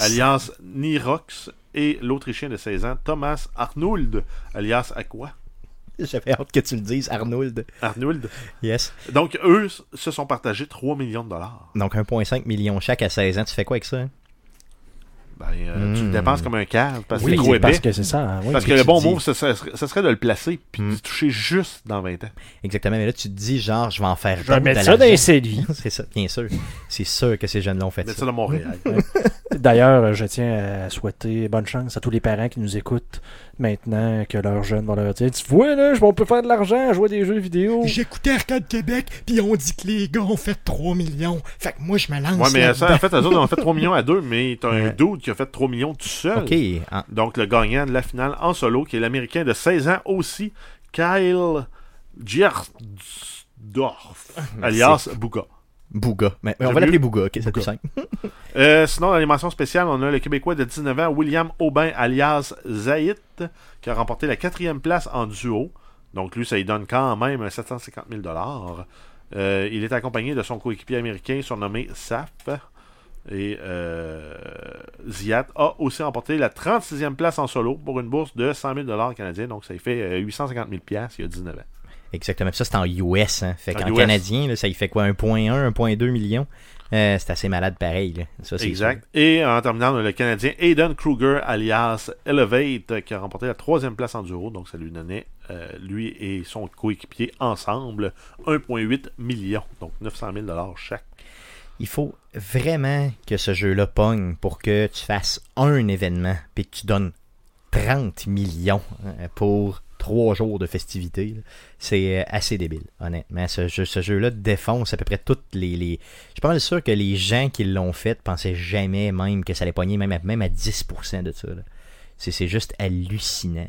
Speaker 3: alias Nirox, et l'Autrichien de 16 ans, Thomas Arnould, alias Aqua.
Speaker 1: J'avais hâte que tu le dises, Arnold.
Speaker 3: Arnould.
Speaker 1: Yes.
Speaker 3: Donc, eux s- se sont partagés 3 millions de dollars.
Speaker 1: Donc 1,5 million chaque à 16 ans. Tu fais quoi avec ça? hein?
Speaker 3: Ben, euh, Tu le
Speaker 1: Mm.
Speaker 3: dépenses comme un cave parce que
Speaker 1: Oui,
Speaker 3: c'est trop épais.
Speaker 2: Parce que c'est ça. hein, oui.
Speaker 3: Parce que
Speaker 1: tu
Speaker 3: le bon
Speaker 1: dis-
Speaker 3: mot, ce ce serait, ce serait de le placer puis de
Speaker 1: Mm.
Speaker 3: le toucher juste dans 20 ans.
Speaker 1: Exactement. Mais là, tu te dis, genre, je vais en faire
Speaker 2: Je vais
Speaker 1: donc de
Speaker 2: mettre ça dans les
Speaker 1: l'argent.
Speaker 2: cellules.
Speaker 1: C'est ça, bien sûr. C'est sûr que ces jeunes l'ont fait.
Speaker 3: Mettre
Speaker 1: ça.
Speaker 3: ça dans Montréal.
Speaker 2: D'ailleurs, euh, je tiens à souhaiter bonne chance à tous les parents qui nous écoutent maintenant que leurs jeunes vont leur dire Tu vois, là, je- on peut faire de l'argent à jouer à des jeux vidéo.
Speaker 6: J'écoutais Arcade Québec, puis on dit que les gars ont fait 3 millions. Fait que moi, je me lance.
Speaker 3: Ouais, mais
Speaker 6: là-dedans.
Speaker 3: ça, en fait, eux autres ont fait 3 millions à deux, mais t'as un dude qui a fait 3 millions tout seul.
Speaker 1: Ok. hein, En-
Speaker 3: Donc, le gagnant de la finale en solo, qui est l'Américain de 16 ans aussi, Kyle Giersdorf, alias Bouga.
Speaker 1: Bouga. Mais, mais on
Speaker 3: J'aime
Speaker 1: va l'appeler
Speaker 3: mieux.
Speaker 1: Bouga, ok, c'est plus simple.
Speaker 3: Euh, sinon, dans l'animation spéciale, on a le Québécois de 19 ans, William Aubin, alias Zayit, qui a remporté la quatrième place en duo. Donc, lui, ça lui donne quand même 750 000 Euh, Il est accompagné de son coéquipier américain surnommé Saf. Et euh, Ziat a aussi remporté la 36e place en solo pour une bourse de 100 000 canadiens. Donc, ça lui fait euh, 850 000 il y a 19 ans.
Speaker 1: Exactement. Puis Ça, c'est en US. Hein. Fait
Speaker 3: En
Speaker 1: qu'en
Speaker 3: US.
Speaker 1: canadien, là, ça y fait quoi 1,1, 1,2 million Euh, C'est assez malade pareil. là. Ça, c'est
Speaker 3: Exact. Et en terminant, on a le Canadien Aiden Kruger, alias Elevate, euh, qui a remporté la troisième place en duo. Donc, ça lui donnait, euh, lui et son coéquipier, ensemble, 1,8 million. Donc, 900 000 chaque.
Speaker 1: il faut vraiment que ce jeu-là pogne pour que tu fasses un événement puis que tu donnes 30 millions euh, pour trois jours de festivités. là. C'est euh, assez débile, honnêtement. Ce, jeu, ce jeu-là défonce à peu près toutes les, les- Je suis pas mal sûr que les gens qui l'ont fait pensaient jamais même que ça allait pogner même à, même à 10% de ça. là. C'est c'est juste hallucinant.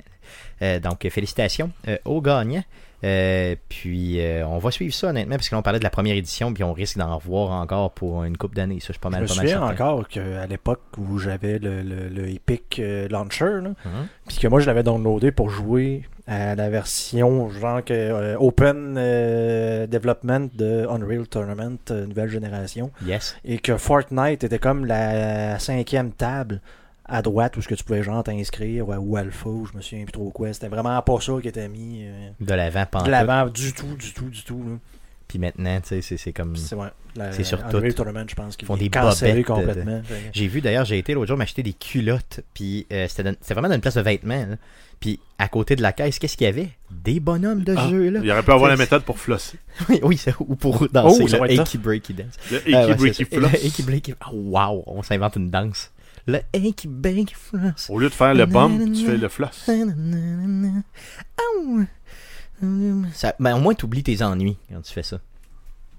Speaker 1: Euh, donc, euh, félicitations euh, aux gagnants. Euh, puis, euh, on va suivre ça honnêtement, parce que là, on parlait de la première édition, puis on risque d'en revoir encore pour une coupe d'années. Ça, je suis pas
Speaker 2: Je
Speaker 1: mal,
Speaker 2: me
Speaker 1: pas mal
Speaker 2: souviens
Speaker 1: certain.
Speaker 2: encore qu'à l'époque où j'avais le, le, le Epic euh, Launcher, là,
Speaker 1: Mhm.
Speaker 2: puis que moi je l'avais downloadé pour jouer à la version genre que, euh, Open euh, Development de Unreal Tournament euh, nouvelle génération,
Speaker 1: Yes.
Speaker 2: et que Fortnite était comme la cinquième table à droite où ce que tu pouvais genre t'inscrire ou, à- ou alpha ou je me souviens plus trop quoi. C'était vraiment pas ça qui était mis euh,
Speaker 1: De l'avant, pendant.
Speaker 2: de l'avant du tout, du tout, du tout. là.
Speaker 1: Puis maintenant, tu sais, c'est- c'est comme.
Speaker 2: Puis C'est ouais, la-
Speaker 1: Hmm. C'est sur
Speaker 2: Unreal
Speaker 1: tout.
Speaker 2: Tournament, je pense, qu'ils
Speaker 1: Font
Speaker 2: font
Speaker 1: des
Speaker 2: des cancellé
Speaker 1: bobettes de- de-
Speaker 2: complètement. Fait que-
Speaker 1: J'ai vu d'ailleurs, j'ai été l'autre jour m'acheter des culottes, puis euh, c'était dans- c'était vraiment dans une place de vêtements. là. Puis à côté de la caisse, qu'est-ce qu'il y avait Des bonhommes de
Speaker 3: Ah,
Speaker 1: jeu, là.
Speaker 3: Il aurait pu avoir la
Speaker 1: C'est-
Speaker 3: méthode pour flosser.
Speaker 1: Oui, oui, c'est- ou pour danser,
Speaker 2: Oh, ça
Speaker 1: le
Speaker 2: va être
Speaker 1: Achy Breaky Dance. Ah,
Speaker 3: Le Icky
Speaker 1: ouais,
Speaker 3: Breaky
Speaker 1: c'est ça. Le
Speaker 3: Floss.
Speaker 1: Achy Breaky- Ah, wow, on s'invente une danse. Le Achy Breaky Floss.
Speaker 3: Au lieu de faire le bump, tu fais le floss.
Speaker 1: Ça- ben, au moins, tu oublies tes ennuis quand tu fais ça.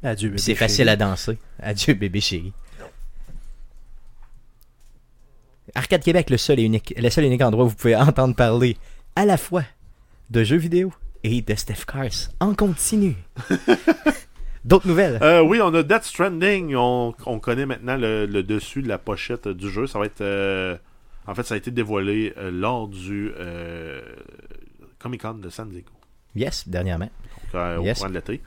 Speaker 2: Adieu,
Speaker 1: Puis
Speaker 2: bébé
Speaker 1: C'est
Speaker 2: chéri.
Speaker 1: facile à danser. Adieu, bébé chéri. Arcade Québec, le seul et unique, le seul et unique endroit où vous pouvez entendre parler à la fois de jeux vidéo et de Steph Cars en continu. D'autres nouvelles?
Speaker 3: Euh, oui, on a Death Stranding. On, on connaît maintenant le, le dessus de la pochette euh, du jeu. Ça va être. euh, en fait, ça a été dévoilé euh, lors du Comic Con euh, de San Diego.
Speaker 1: Yes, dernièrement.
Speaker 3: donc, euh, au
Speaker 1: Yes.
Speaker 3: courant de l'été.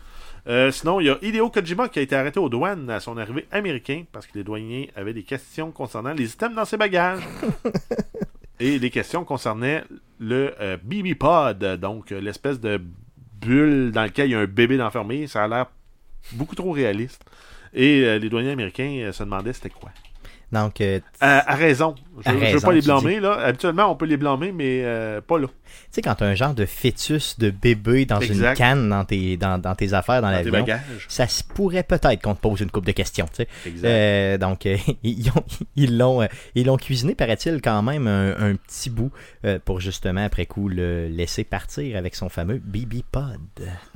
Speaker 3: Euh, sinon, il y a Hideo Kojima qui a été arrêté aux douanes à son arrivée américain parce que les douaniers avaient des questions concernant les items dans ses bagages. Et les questions concernaient le euh, BB Pod, donc euh, l'espèce de bulle dans laquelle il y a un bébé d'enfermé. Ça a l'air beaucoup trop réaliste. Et euh, les douaniers américains euh, se demandaient c'était quoi.
Speaker 1: Donc, euh,
Speaker 3: Euh, à raison. Je
Speaker 1: À
Speaker 3: ne veux
Speaker 1: raison,
Speaker 3: pas les
Speaker 1: tu
Speaker 3: blâmer. Là. Habituellement, on peut les blâmer, mais euh, pas là.
Speaker 1: tu sais, quand t'as un genre de fœtus de bébé dans une
Speaker 3: Exact.
Speaker 1: canne dans tes, dans, dans tes affaires, dans,
Speaker 3: Dans tes
Speaker 1: l'avion,
Speaker 3: bagages.
Speaker 1: ça se pourrait peut-être qu'on te pose une coupe de questions, tu sais.
Speaker 3: Exact.
Speaker 1: Euh, donc, euh, ils ont- ils l'ont euh, ils l'ont cuisiné, paraît-il, quand même un, un petit bout euh, pour justement, après coup, le laisser partir avec son fameux BB Pod.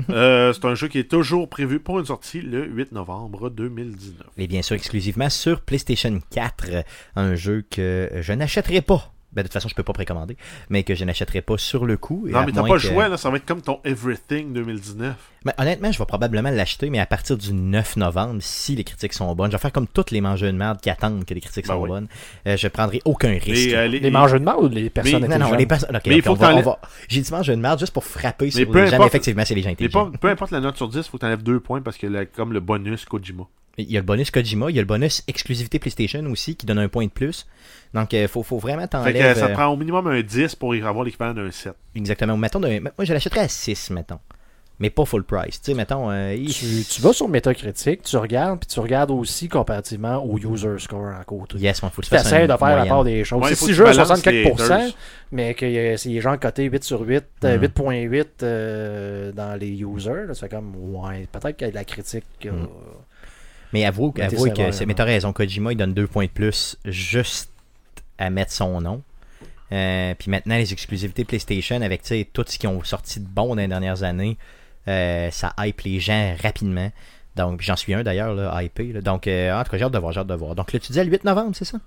Speaker 3: Euh, c'est un jeu qui est toujours prévu pour une sortie le 8 novembre 2019.
Speaker 1: Et bien sûr, exclusivement sur PlayStation 4, euh, un jeu que je n'achèterai pas. Ben, de toute façon, je peux pas précommander, mais que je n'achèterai pas sur le coup. et
Speaker 3: Non,
Speaker 1: à
Speaker 3: mais t'as
Speaker 1: moins
Speaker 3: pas le
Speaker 1: que-
Speaker 3: choix, là, ça va être comme ton Everything 2019.
Speaker 1: Ben, honnêtement, je vais probablement l'acheter, mais à partir du 9 novembre, si les critiques sont bonnes. Je vais faire comme toutes les mangeurs de merde qui attendent que les critiques
Speaker 3: Ben
Speaker 1: sont
Speaker 3: oui.
Speaker 1: bonnes. Euh, je prendrai aucun risque.
Speaker 3: Mais, euh, les-
Speaker 2: Les mangeurs de marde ou les personnes
Speaker 1: Non, non,
Speaker 2: intelligentes?
Speaker 1: les personnes. ok,
Speaker 3: Mais il
Speaker 1: ok,
Speaker 3: faut
Speaker 1: on
Speaker 3: que
Speaker 1: va-
Speaker 3: t'enlè-
Speaker 1: on va- J'ai dit mangeur de merde juste pour frapper sur
Speaker 3: Mais peu
Speaker 1: les gens, mais
Speaker 3: importe-
Speaker 1: effectivement, c'est les gens
Speaker 3: Mais
Speaker 1: intelligents.
Speaker 3: pas- peu importe la note sur 10, faut que t'enlèves deux points parce que la- comme le bonus Kojima.
Speaker 1: Il y a le bonus Kojima, il y a le bonus exclusivité PlayStation aussi qui donne un point de plus. Donc, il faut, faut vraiment
Speaker 3: Fait que
Speaker 1: t'enlèves.
Speaker 3: ça
Speaker 1: euh,
Speaker 3: te prend au minimum un 10 pour y avoir l'équivalent d'un 7.
Speaker 1: Exactement. Mettons d'un- Moi, je l'achèterais à 6, mettons. Mais pas full price. Tu sais, mettons. euh, il-
Speaker 2: Tu, tu vas sur Metacritic, tu regardes, puis tu regardes aussi comparativement au user score en côté.
Speaker 1: Yes, moi, faut que
Speaker 2: Tu
Speaker 1: je fasse
Speaker 2: essaies
Speaker 1: une
Speaker 2: de faire la
Speaker 1: moyenne.
Speaker 2: part des choses.
Speaker 3: Ouais,
Speaker 2: C'est
Speaker 3: faut
Speaker 2: si
Speaker 3: que
Speaker 2: je
Speaker 3: tu
Speaker 2: à
Speaker 3: balances
Speaker 2: 64%,
Speaker 3: les
Speaker 2: mais que y a- c'est les gens cotés 8 sur 8, euh, 8.8 euh, dans les users, là, c'est comme, ouais, peut-être qu'il y a de la critique. euh,
Speaker 1: Hmm. Mais avoue,
Speaker 2: Mais t'es
Speaker 1: avoue que.
Speaker 2: sévère,
Speaker 1: c'est-
Speaker 2: hein.
Speaker 1: Mais t'as raison, Kojima, il donne deux points de plus juste à mettre son nom. Euh, puis maintenant, les exclusivités PlayStation, avec tu sais, tout ce qui ont sorti de bon dans les dernières années, euh, ça hype les gens rapidement. Donc, j'en suis un d'ailleurs, là, hypé. là. Donc, euh, en tout cas, j'ai hâte de voir, j'ai hâte de voir. Donc, là, tu disais le 8 novembre, c'est ça?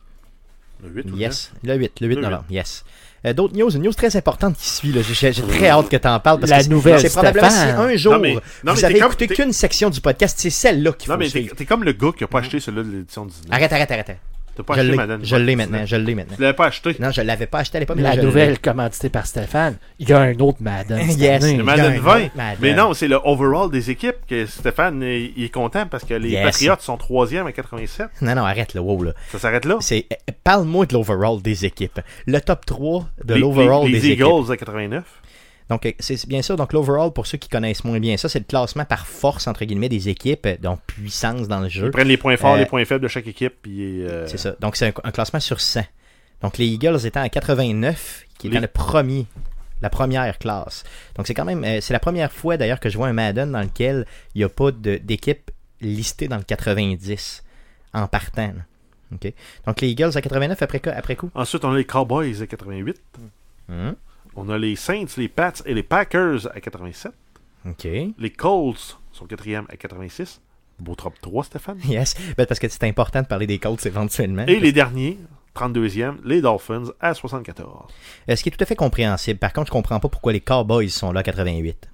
Speaker 3: Le 8 ou le
Speaker 1: Yes, le 8, le 8
Speaker 3: Le
Speaker 1: novembre, yes. Euh, D'autres news, une news très importante qui suit, là. j'ai j'ai très hâte que tu en parles parce
Speaker 2: La
Speaker 1: que c'est-
Speaker 2: nouvelle,
Speaker 1: c'est probablement si
Speaker 2: Stéphane.
Speaker 1: un jour
Speaker 3: Non, mais- non, mais
Speaker 1: vous
Speaker 3: t'es
Speaker 1: avez
Speaker 3: comme-
Speaker 1: écouté
Speaker 3: t'es-
Speaker 1: qu'une section du podcast, c'est celle-là qu'il
Speaker 3: 9. Non,
Speaker 1: faut
Speaker 3: mais t'es
Speaker 1: suivre.
Speaker 3: t'es comme le gars qui a pas acheté celui-là de l'édition 19.
Speaker 1: Arrête, arrête, arrête. arrête.
Speaker 3: T'as pas
Speaker 1: je
Speaker 3: acheté
Speaker 1: l'ai,
Speaker 3: Madame
Speaker 1: je l'ai
Speaker 3: 19.
Speaker 1: maintenant, je l'ai maintenant.
Speaker 3: Tu l'avais pas acheté.
Speaker 1: Non, je l'avais pas acheté à l'époque, mais là,
Speaker 2: la
Speaker 1: je l'ai.
Speaker 2: nouvelle commanditée par Stéphane, il y a un autre Madden. cette
Speaker 1: Yes.
Speaker 2: année.
Speaker 1: Le
Speaker 3: Le
Speaker 1: Il y a
Speaker 3: Madden
Speaker 1: un
Speaker 3: 20.
Speaker 1: autre Madden.
Speaker 3: Mais non, c'est le overall des équipes que Stéphane il il est content parce que les
Speaker 1: Yes.
Speaker 3: Patriots sont 3e à 87.
Speaker 1: Non, non, arrête, là, wow, là.
Speaker 3: Ça s'arrête là.
Speaker 1: C'est, euh, parle-moi de l'overall des équipes. Le top 3 de
Speaker 3: Les-
Speaker 1: l'overall
Speaker 3: les, les
Speaker 1: des équipes.
Speaker 3: Eagles à 89.
Speaker 1: Donc, euh, c'est c'est bien sûr, donc l'overall, pour ceux qui connaissent moins bien ça, c'est le classement par force, entre guillemets, des équipes, euh, donc puissance dans le jeu.
Speaker 3: Ils prennent les points forts,
Speaker 1: Euh,
Speaker 3: les points faibles de chaque équipe. Puis, euh,
Speaker 1: C'est ça. Donc, c'est un, un classement sur 100. Donc, les Eagles étant à 89, qui étant
Speaker 3: Les-
Speaker 1: le premier, la première classe. Donc, c'est quand même, euh, c'est la première fois d'ailleurs que je vois un Madden dans lequel il n'y a pas de- d'équipe listée dans le 90 en partant. là. OK? Donc, les Eagles à 89 après, co- après coup.
Speaker 3: Ensuite, on a les Cowboys à 88.
Speaker 1: Hum,
Speaker 3: On a les Saints, les Pats et les Packers à 87.
Speaker 1: OK.
Speaker 3: Les Colts sont quatrième à 86. Beau top 3, Stéphane.
Speaker 1: Yes. Ben, parce que c'est important de parler des Colts éventuellement.
Speaker 3: Et les derniers, 32e, les Dolphins à 74.
Speaker 1: Euh, ce qui est tout à fait compréhensible. Par contre, je comprends pas pourquoi les Cowboys sont là à 88.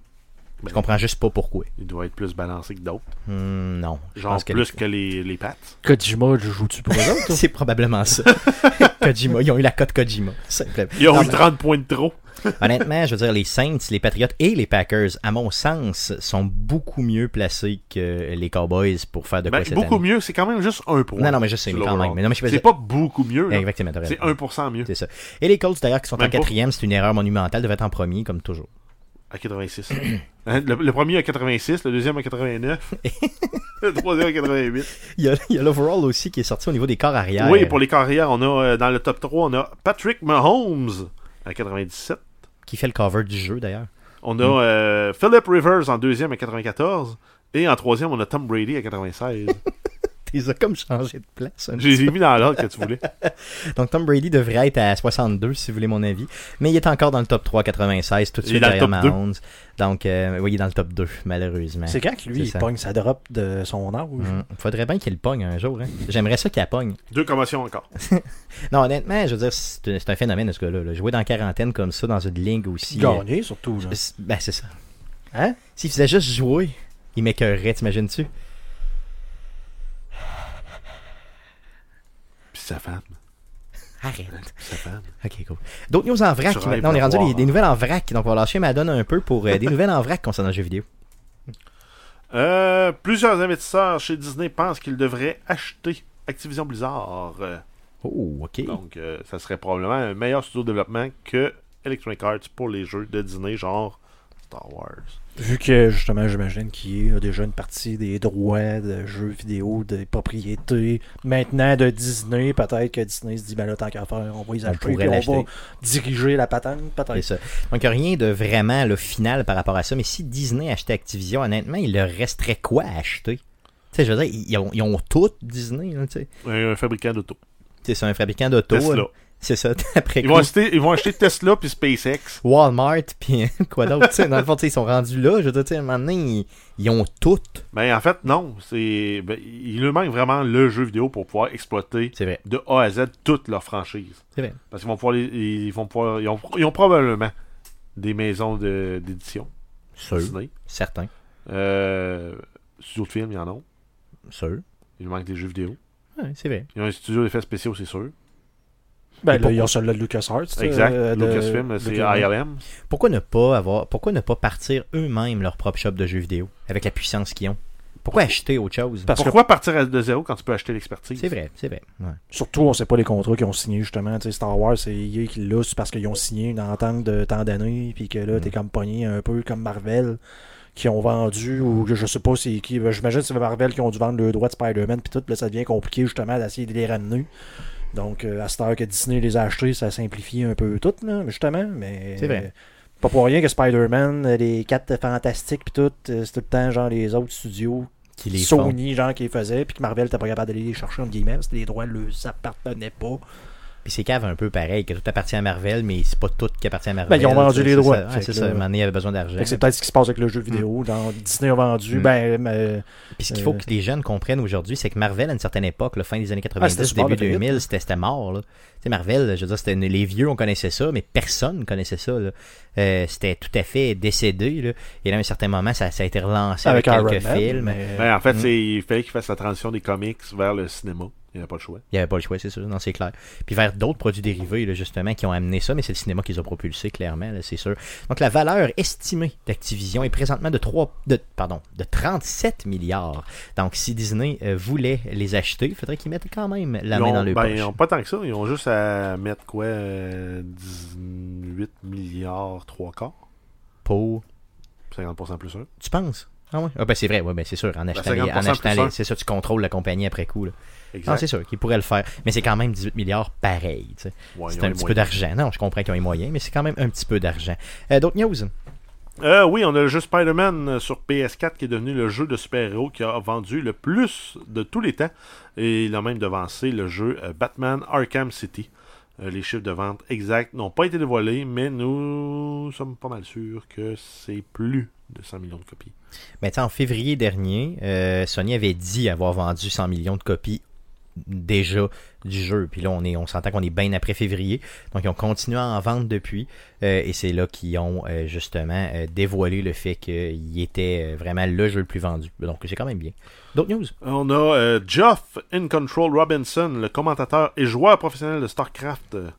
Speaker 3: Ben.
Speaker 1: Je comprends juste pas pourquoi.
Speaker 3: Il doit être plus balancé que d'autres.
Speaker 1: Hum, non. Je
Speaker 3: Genre
Speaker 1: pense que les-
Speaker 3: plus que les, les Pats.
Speaker 2: Kojima, je joue-tu pour eux autres? toi?
Speaker 1: C'est probablement ça. Kojima, ils ont eu la cote Kojima, simplement.
Speaker 3: Ils ont
Speaker 1: Non,
Speaker 3: eu 30 points de trop.
Speaker 1: mais honnêtement, je veux dire, les Saints, les Patriots et les Packers, à mon sens, sont beaucoup mieux placés que les Cowboys pour faire de quoi
Speaker 3: Ben,
Speaker 1: cette
Speaker 3: beaucoup
Speaker 1: année.
Speaker 3: mieux, c'est quand même juste 1 point.
Speaker 1: Non, non, mais je sais,
Speaker 3: sur
Speaker 1: mais quand
Speaker 3: l'overall.
Speaker 1: même. Mais non, mais je faisais-
Speaker 3: C'est pas beaucoup mieux. là.
Speaker 1: Exactement, t'as raison.
Speaker 3: C'est 1% mieux.
Speaker 1: C'est ça. Et les Colts, d'ailleurs, qui sont
Speaker 3: Même
Speaker 1: en
Speaker 3: pas.
Speaker 1: quatrième, c'est une erreur monumentale, devaient être en premier, comme toujours.
Speaker 3: À 86. Hein, le, le premier à 86, le deuxième à 89, le troisième à 88.
Speaker 1: Il y a il y a l'overall aussi qui est sorti au niveau des corps arrière.
Speaker 3: Oui, pour les carrières, on a euh, dans le top 3, on a Patrick Mahomes à 97.
Speaker 1: Qui fait le cover du jeu, d'ailleurs.
Speaker 3: On a euh, Philip Rivers en deuxième à 94. Et en troisième, on a Tom Brady à 96.
Speaker 1: Ils ont comme changé de place. un
Speaker 3: Je les ai mis dans l'ordre que tu voulais.
Speaker 1: Donc Tom Brady devrait être à 62 si vous voulez mon avis, mais il est encore dans le top 3 96 tout de
Speaker 3: Il
Speaker 1: suite
Speaker 3: est dans le
Speaker 1: derrière
Speaker 3: top
Speaker 1: Mahomes. Donc euh, oui, il est dans le top 2 malheureusement.
Speaker 2: C'est quand que lui,
Speaker 1: C'est
Speaker 2: il
Speaker 1: ça.
Speaker 2: pogne sa drop de son âge?
Speaker 1: Hmm, Faudrait bien qu'il le pogne un jour. hein. J'aimerais ça qu'il la pogne.
Speaker 3: Deux commotions encore.
Speaker 1: Non, honnêtement, je veux dire, c'est un- c'est un phénomène de ce gars-là. là. Jouer dans la quarantaine comme ça, dans une ligne aussi. euh,
Speaker 2: Gagné, surtout. Là.
Speaker 1: c'est- ben, c'est ça.
Speaker 2: Hein?
Speaker 1: S'il faisait juste jouer, il m'écœurerait, t'imagines-tu?
Speaker 3: Puis sa femme.
Speaker 1: Arrête.
Speaker 3: Ça fait.
Speaker 1: Ok, cool. D'autres news en vrac.
Speaker 3: Tu rêves
Speaker 1: Maintenant, on est
Speaker 3: de
Speaker 1: rendu
Speaker 3: voir.
Speaker 1: des, des nouvelles en vrac. Donc, on va lâcher ma donne un peu pour euh, des nouvelles en vrac concernant le jeu vidéo.
Speaker 3: Euh, plusieurs investisseurs chez Disney pensent qu'ils devraient acheter Activision Blizzard. Euh,
Speaker 1: Oh, ok.
Speaker 3: Donc, euh, ça serait probablement un meilleur studio de développement que Electronic Arts pour les jeux de Disney, genre Star Wars.
Speaker 2: Vu que justement, j'imagine qu'il y a déjà une partie des droits de jeux vidéo, des propriétés, maintenant de Disney, peut-être que Disney se dit, ben là, tant qu'à faire, on va les
Speaker 1: On
Speaker 2: acheter,
Speaker 1: pourrait
Speaker 2: puis on va
Speaker 1: l'acheter.
Speaker 2: diriger la patente,
Speaker 1: C'est
Speaker 2: peut-être.
Speaker 1: ça. Donc, il n'y a rien de vraiment le final par rapport à ça. Mais si Disney achetait Activision, honnêtement, il leur resterait quoi à acheter? Tu sais, je veux dire, ils ont, ils ont tout Disney. là, tu sais.
Speaker 3: Un, un fabricant d'auto.
Speaker 1: Tu sais, c'est un fabricant d'auto.
Speaker 3: Tesla.
Speaker 1: là. C'est ça. Après
Speaker 3: Ils
Speaker 1: coup,
Speaker 3: vont, acheter, ils vont acheter Tesla puis SpaceX.
Speaker 1: Walmart, puis quoi d'autre. tu sais. Dans le fond, tu sais, ils sont rendus là. Je veux dire, tu sais, à un moment donné, ils, ils ont tout.
Speaker 3: Mais Ben, en fait, non. C'est, ben, il leur manque vraiment le jeu vidéo pour pouvoir exploiter
Speaker 1: C'est vrai.
Speaker 3: de A à Z toute leur franchise.
Speaker 1: C'est vrai.
Speaker 3: Parce qu'ils vont pouvoir. les- ils, vont pouvoir ils, ont, ils ont probablement des maisons de- d'édition
Speaker 1: Sûr.
Speaker 3: Disney.
Speaker 1: Certain.
Speaker 3: Euh, studio de films, ils en ont.
Speaker 1: Sûr.
Speaker 3: Il manque des jeux vidéo.
Speaker 1: Ouais, c'est vrai.
Speaker 3: Ils ont un studio d'effets spéciaux, c'est sûr.
Speaker 2: Ben là, il y a celui-là de LucasArts.
Speaker 3: Exact.
Speaker 2: euh, de-
Speaker 3: Lucasfilm, c'est
Speaker 2: Lucas-
Speaker 3: ILM.
Speaker 1: Pourquoi ne pas avoir pourquoi ne pas partir eux-mêmes leur propre shop de jeux vidéo avec la puissance qu'ils ont Pourquoi acheter autre chose
Speaker 2: Parce que
Speaker 3: Pourquoi partir à- de zéro quand tu peux acheter l'expertise
Speaker 1: C'est vrai, c'est vrai. ouais.
Speaker 2: Surtout, on sait pas les contrats qu'ils ont signés, justement. Tu sais, Star Wars, c'est EA qui l'a, c'est parce qu'ils ont signé une entente de tant d'années, puis que
Speaker 1: Mm.
Speaker 2: là, t'es comme pogné un peu comme Marvel, qui ont vendu, ou que je sais pas c'est qui. Ben, J'imagine que c'est Marvel qui ont dû vendre le droit de Spider-Man, puis tout, puis là, ça devient compliqué, justement, d'essayer de les ramener. Donc, euh, à cette heure que Disney les a achetés, ça simplifie un peu tout, là, justement, mais...
Speaker 1: C'est vrai.
Speaker 2: Pas pour rien que Spider-Man, les quatre fantastiques, puis tout, euh, c'est tout le temps, genre, les autres studios
Speaker 1: Qui les font.
Speaker 2: Sony, genre, qui les faisait, puis que Marvel t'as pas capable d'aller les chercher, entre guillemets, parce que les droits ne s'appartenaient pas.
Speaker 1: Puis c'est cave un peu pareil, que tout appartient à Marvel, mais c'est pas tout qui appartient à Marvel.
Speaker 2: Ben, ils ont vendu
Speaker 1: tu sais,
Speaker 2: les
Speaker 1: c'est
Speaker 2: droits.
Speaker 1: ça. Ouais,
Speaker 2: Fait
Speaker 1: c'est
Speaker 2: que
Speaker 1: ça.
Speaker 2: là-
Speaker 1: À un moment donné, il y avait besoin d'argent.
Speaker 2: Fait que c'est peut-être ce qui se passe avec le jeu vidéo. Dans Disney a vendu,
Speaker 1: Mm.
Speaker 2: ben, mais-
Speaker 1: Puis ce qu'il faut
Speaker 2: Euh.
Speaker 1: que les jeunes comprennent aujourd'hui, c'est que Marvel, à une certaine époque, le fin des années 90,
Speaker 2: Ah, c'était
Speaker 1: début
Speaker 2: super, le
Speaker 1: 2000, c'était c'était mort. Là. Tu sais, Marvel, je veux dire, c'était une- les vieux, on connaissait ça, mais personne connaissait ça. là. Euh, c'était tout à fait décédé. là. Et là, à un certain moment, ça, ça a été relancé avec,
Speaker 2: avec Iron
Speaker 1: quelques
Speaker 2: Man,
Speaker 1: films.
Speaker 2: mais-
Speaker 3: Ben, en fait,
Speaker 1: Mm.
Speaker 3: c'est, il fallait qu'ils fassent la transition des comics vers le cinéma. Il n'y a pas le choix.
Speaker 1: Il n'y avait pas le choix, c'est sûr, non, c'est clair. Puis vers d'autres produits dérivés, là, justement, qui ont amené ça, mais c'est le cinéma qui les a propulsés, clairement, là, c'est sûr. Donc la valeur estimée d'Activision est présentement de, trois de, pardon, de 37 milliards. Donc si Disney euh, voulait les acheter, il faudrait qu'ils mettent quand même la
Speaker 3: ils
Speaker 1: main
Speaker 3: ont,
Speaker 1: dans le
Speaker 3: ben,
Speaker 1: poche.
Speaker 3: ils ont pas tant que ça. Ils ont juste à mettre quoi euh, 18 milliards, 3 quarts.
Speaker 1: Pour-
Speaker 3: 50% plus 1.
Speaker 1: Tu penses ah ouais. Ah ben c'est vrai, ouais, ben c'est sûr, en achetant, les-
Speaker 3: 50%
Speaker 1: en achetant
Speaker 3: plus un.
Speaker 1: les- c'est ça, tu contrôles la compagnie après coup. là.
Speaker 3: Exact.
Speaker 1: Non, c'est sûr, qu'ils pourraient le faire, mais c'est quand même 18 milliards pareil. tu sais.
Speaker 3: Ouais, ils
Speaker 1: c'est
Speaker 3: ont
Speaker 1: un
Speaker 3: les
Speaker 1: petit peu
Speaker 3: moyens.
Speaker 1: d'argent, non, je comprends qu'ils ont les moyens, mais c'est quand même un petit peu d'argent. Euh, D'autres news
Speaker 3: Euh, oui, on a le jeu Spider-Man euh, sur PS4 qui est devenu le jeu de super-héros qui a vendu le plus de tous les temps. Et il a même devancé le jeu euh, Batman Arkham City. Euh, les chiffres de vente exacts n'ont pas été dévoilés, mais nous sommes pas mal sûrs que c'est plus de 100 millions de copies.
Speaker 1: Mais tu sais, en février dernier, euh, Sony avait dit avoir vendu 100 millions de copies déjà du jeu. Puis là, on, est, on s'entend qu'on est bien après février. Donc, ils ont continué à en vendre depuis. Euh, et c'est là qu'ils ont euh, justement euh, dévoilé le fait qu'il était euh, vraiment le jeu le plus vendu. Donc, c'est quand même bien. D'autres news
Speaker 3: On a euh, Geoff In Control Robinson, le commentateur et joueur professionnel de StarCraft, euh,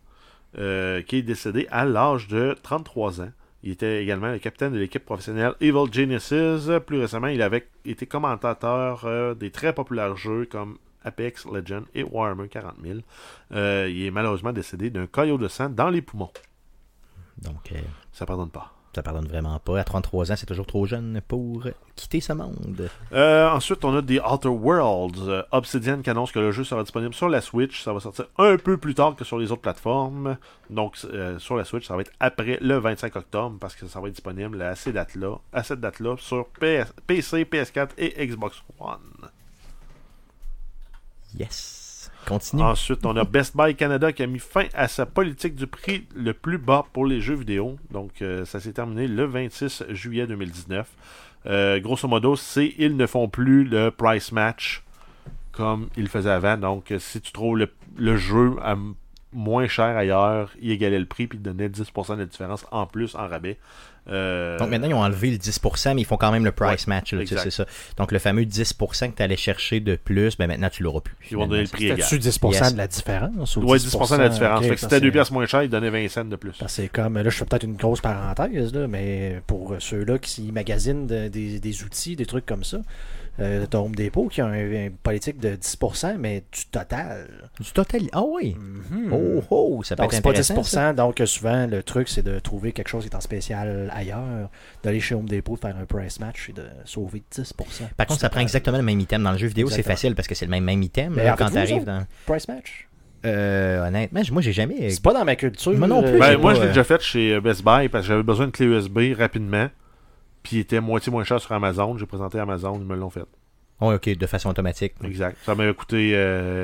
Speaker 3: euh, qui est décédé à l'âge de 33 ans. Il était également le capitaine de l'équipe professionnelle Evil Genesis. Plus récemment, il avait été commentateur euh, des très populaires jeux comme Apex Legends et Warhammer 40 000. Euh, il est malheureusement décédé d'un caillot de sang dans les poumons.
Speaker 1: Donc, euh,
Speaker 3: Ça pardonne pas.
Speaker 1: ça pardonne vraiment pas. À 33 ans, c'est toujours trop jeune pour quitter ce monde.
Speaker 3: Euh, ensuite, on a The Outer Worlds. Euh, Obsidian qui annonce que le jeu sera disponible sur la Switch. Ça va sortir un peu plus tard que sur les autres plateformes. Donc, euh, sur la Switch, ça va être après le 25 octobre parce que ça va être disponible à, ces dates-là, à cette date-là sur PS PC, PS4 et Xbox One.
Speaker 1: Yes. Continue.
Speaker 3: Ensuite, on a Best Buy Canada qui a mis fin à sa politique du prix le plus bas pour les jeux vidéo. Donc, euh, ça s'est terminé le 26 juillet 2019. Euh, grosso modo, c'est ils ne font plus le price match comme ils le faisaient avant. Donc, euh, si tu trouves le, le jeu à m- moins cher ailleurs, il égalait le prix puis il donnait 10% de différence en plus en rabais. Euh,
Speaker 1: Donc maintenant, ils ont enlevé le 10%, mais ils font quand même le price match. là, tu sais,
Speaker 3: exact.
Speaker 1: c'est ça. Donc le fameux 10% que tu allais chercher de plus, ben maintenant, tu l'auras plus.
Speaker 3: ils vont
Speaker 1: finalement.
Speaker 3: donner le prix égal.
Speaker 2: C'était-tu 10%
Speaker 1: Yes.
Speaker 2: de la différence? Ou
Speaker 3: Ouais, 10% de la différence.
Speaker 2: ok,
Speaker 3: fait que si c'était
Speaker 2: parce
Speaker 3: 2 piastres moins cher, ils donnaient 20 cents de plus.
Speaker 2: Parce que c'est comme, là, je fais peut-être une grosse parenthèse, là, mais pour ceux-là qui magasinent de- des, des outils, des trucs comme ça, euh, t'as Home Depot qui a un- une politique de 10%, mais du total.
Speaker 1: Du total. Ah oui.
Speaker 3: Mhm.
Speaker 1: Oh, oh, ça peut
Speaker 2: Donc,
Speaker 1: être
Speaker 2: c'est pas
Speaker 1: intéressant.
Speaker 2: 10%,
Speaker 1: ça.
Speaker 2: donc euh, souvent, le truc, c'est de trouver quelque chose qui est en spécial ailleurs, d'aller chez Home Depot, faire un price match et de sauver 10%.
Speaker 1: Par contre, ça prend exactement le même item. Dans le jeu vidéo, c'est
Speaker 2: Exactement.
Speaker 1: facile parce que c'est le même, même item.
Speaker 2: Mais
Speaker 1: là,
Speaker 2: en
Speaker 1: quand
Speaker 2: fait,
Speaker 1: tu arrives
Speaker 2: vous
Speaker 1: dans.
Speaker 2: Price match?
Speaker 1: Euh, honnêtement, moi, j'ai jamais.
Speaker 2: C'est pas dans ma culture.
Speaker 1: Moi non
Speaker 2: euh,
Speaker 1: plus.
Speaker 3: Ben,
Speaker 1: j'ai
Speaker 3: moi,
Speaker 1: pas,
Speaker 3: je l'ai
Speaker 1: euh,
Speaker 3: déjà fait chez Best Buy parce que j'avais besoin de clé USB rapidement. Puis il était moitié moins cher sur Amazon. J'ai présenté à Amazon, ils me l'ont fait.
Speaker 1: Oh, ok, de façon automatique.
Speaker 3: Exact. Ça m'avait coûté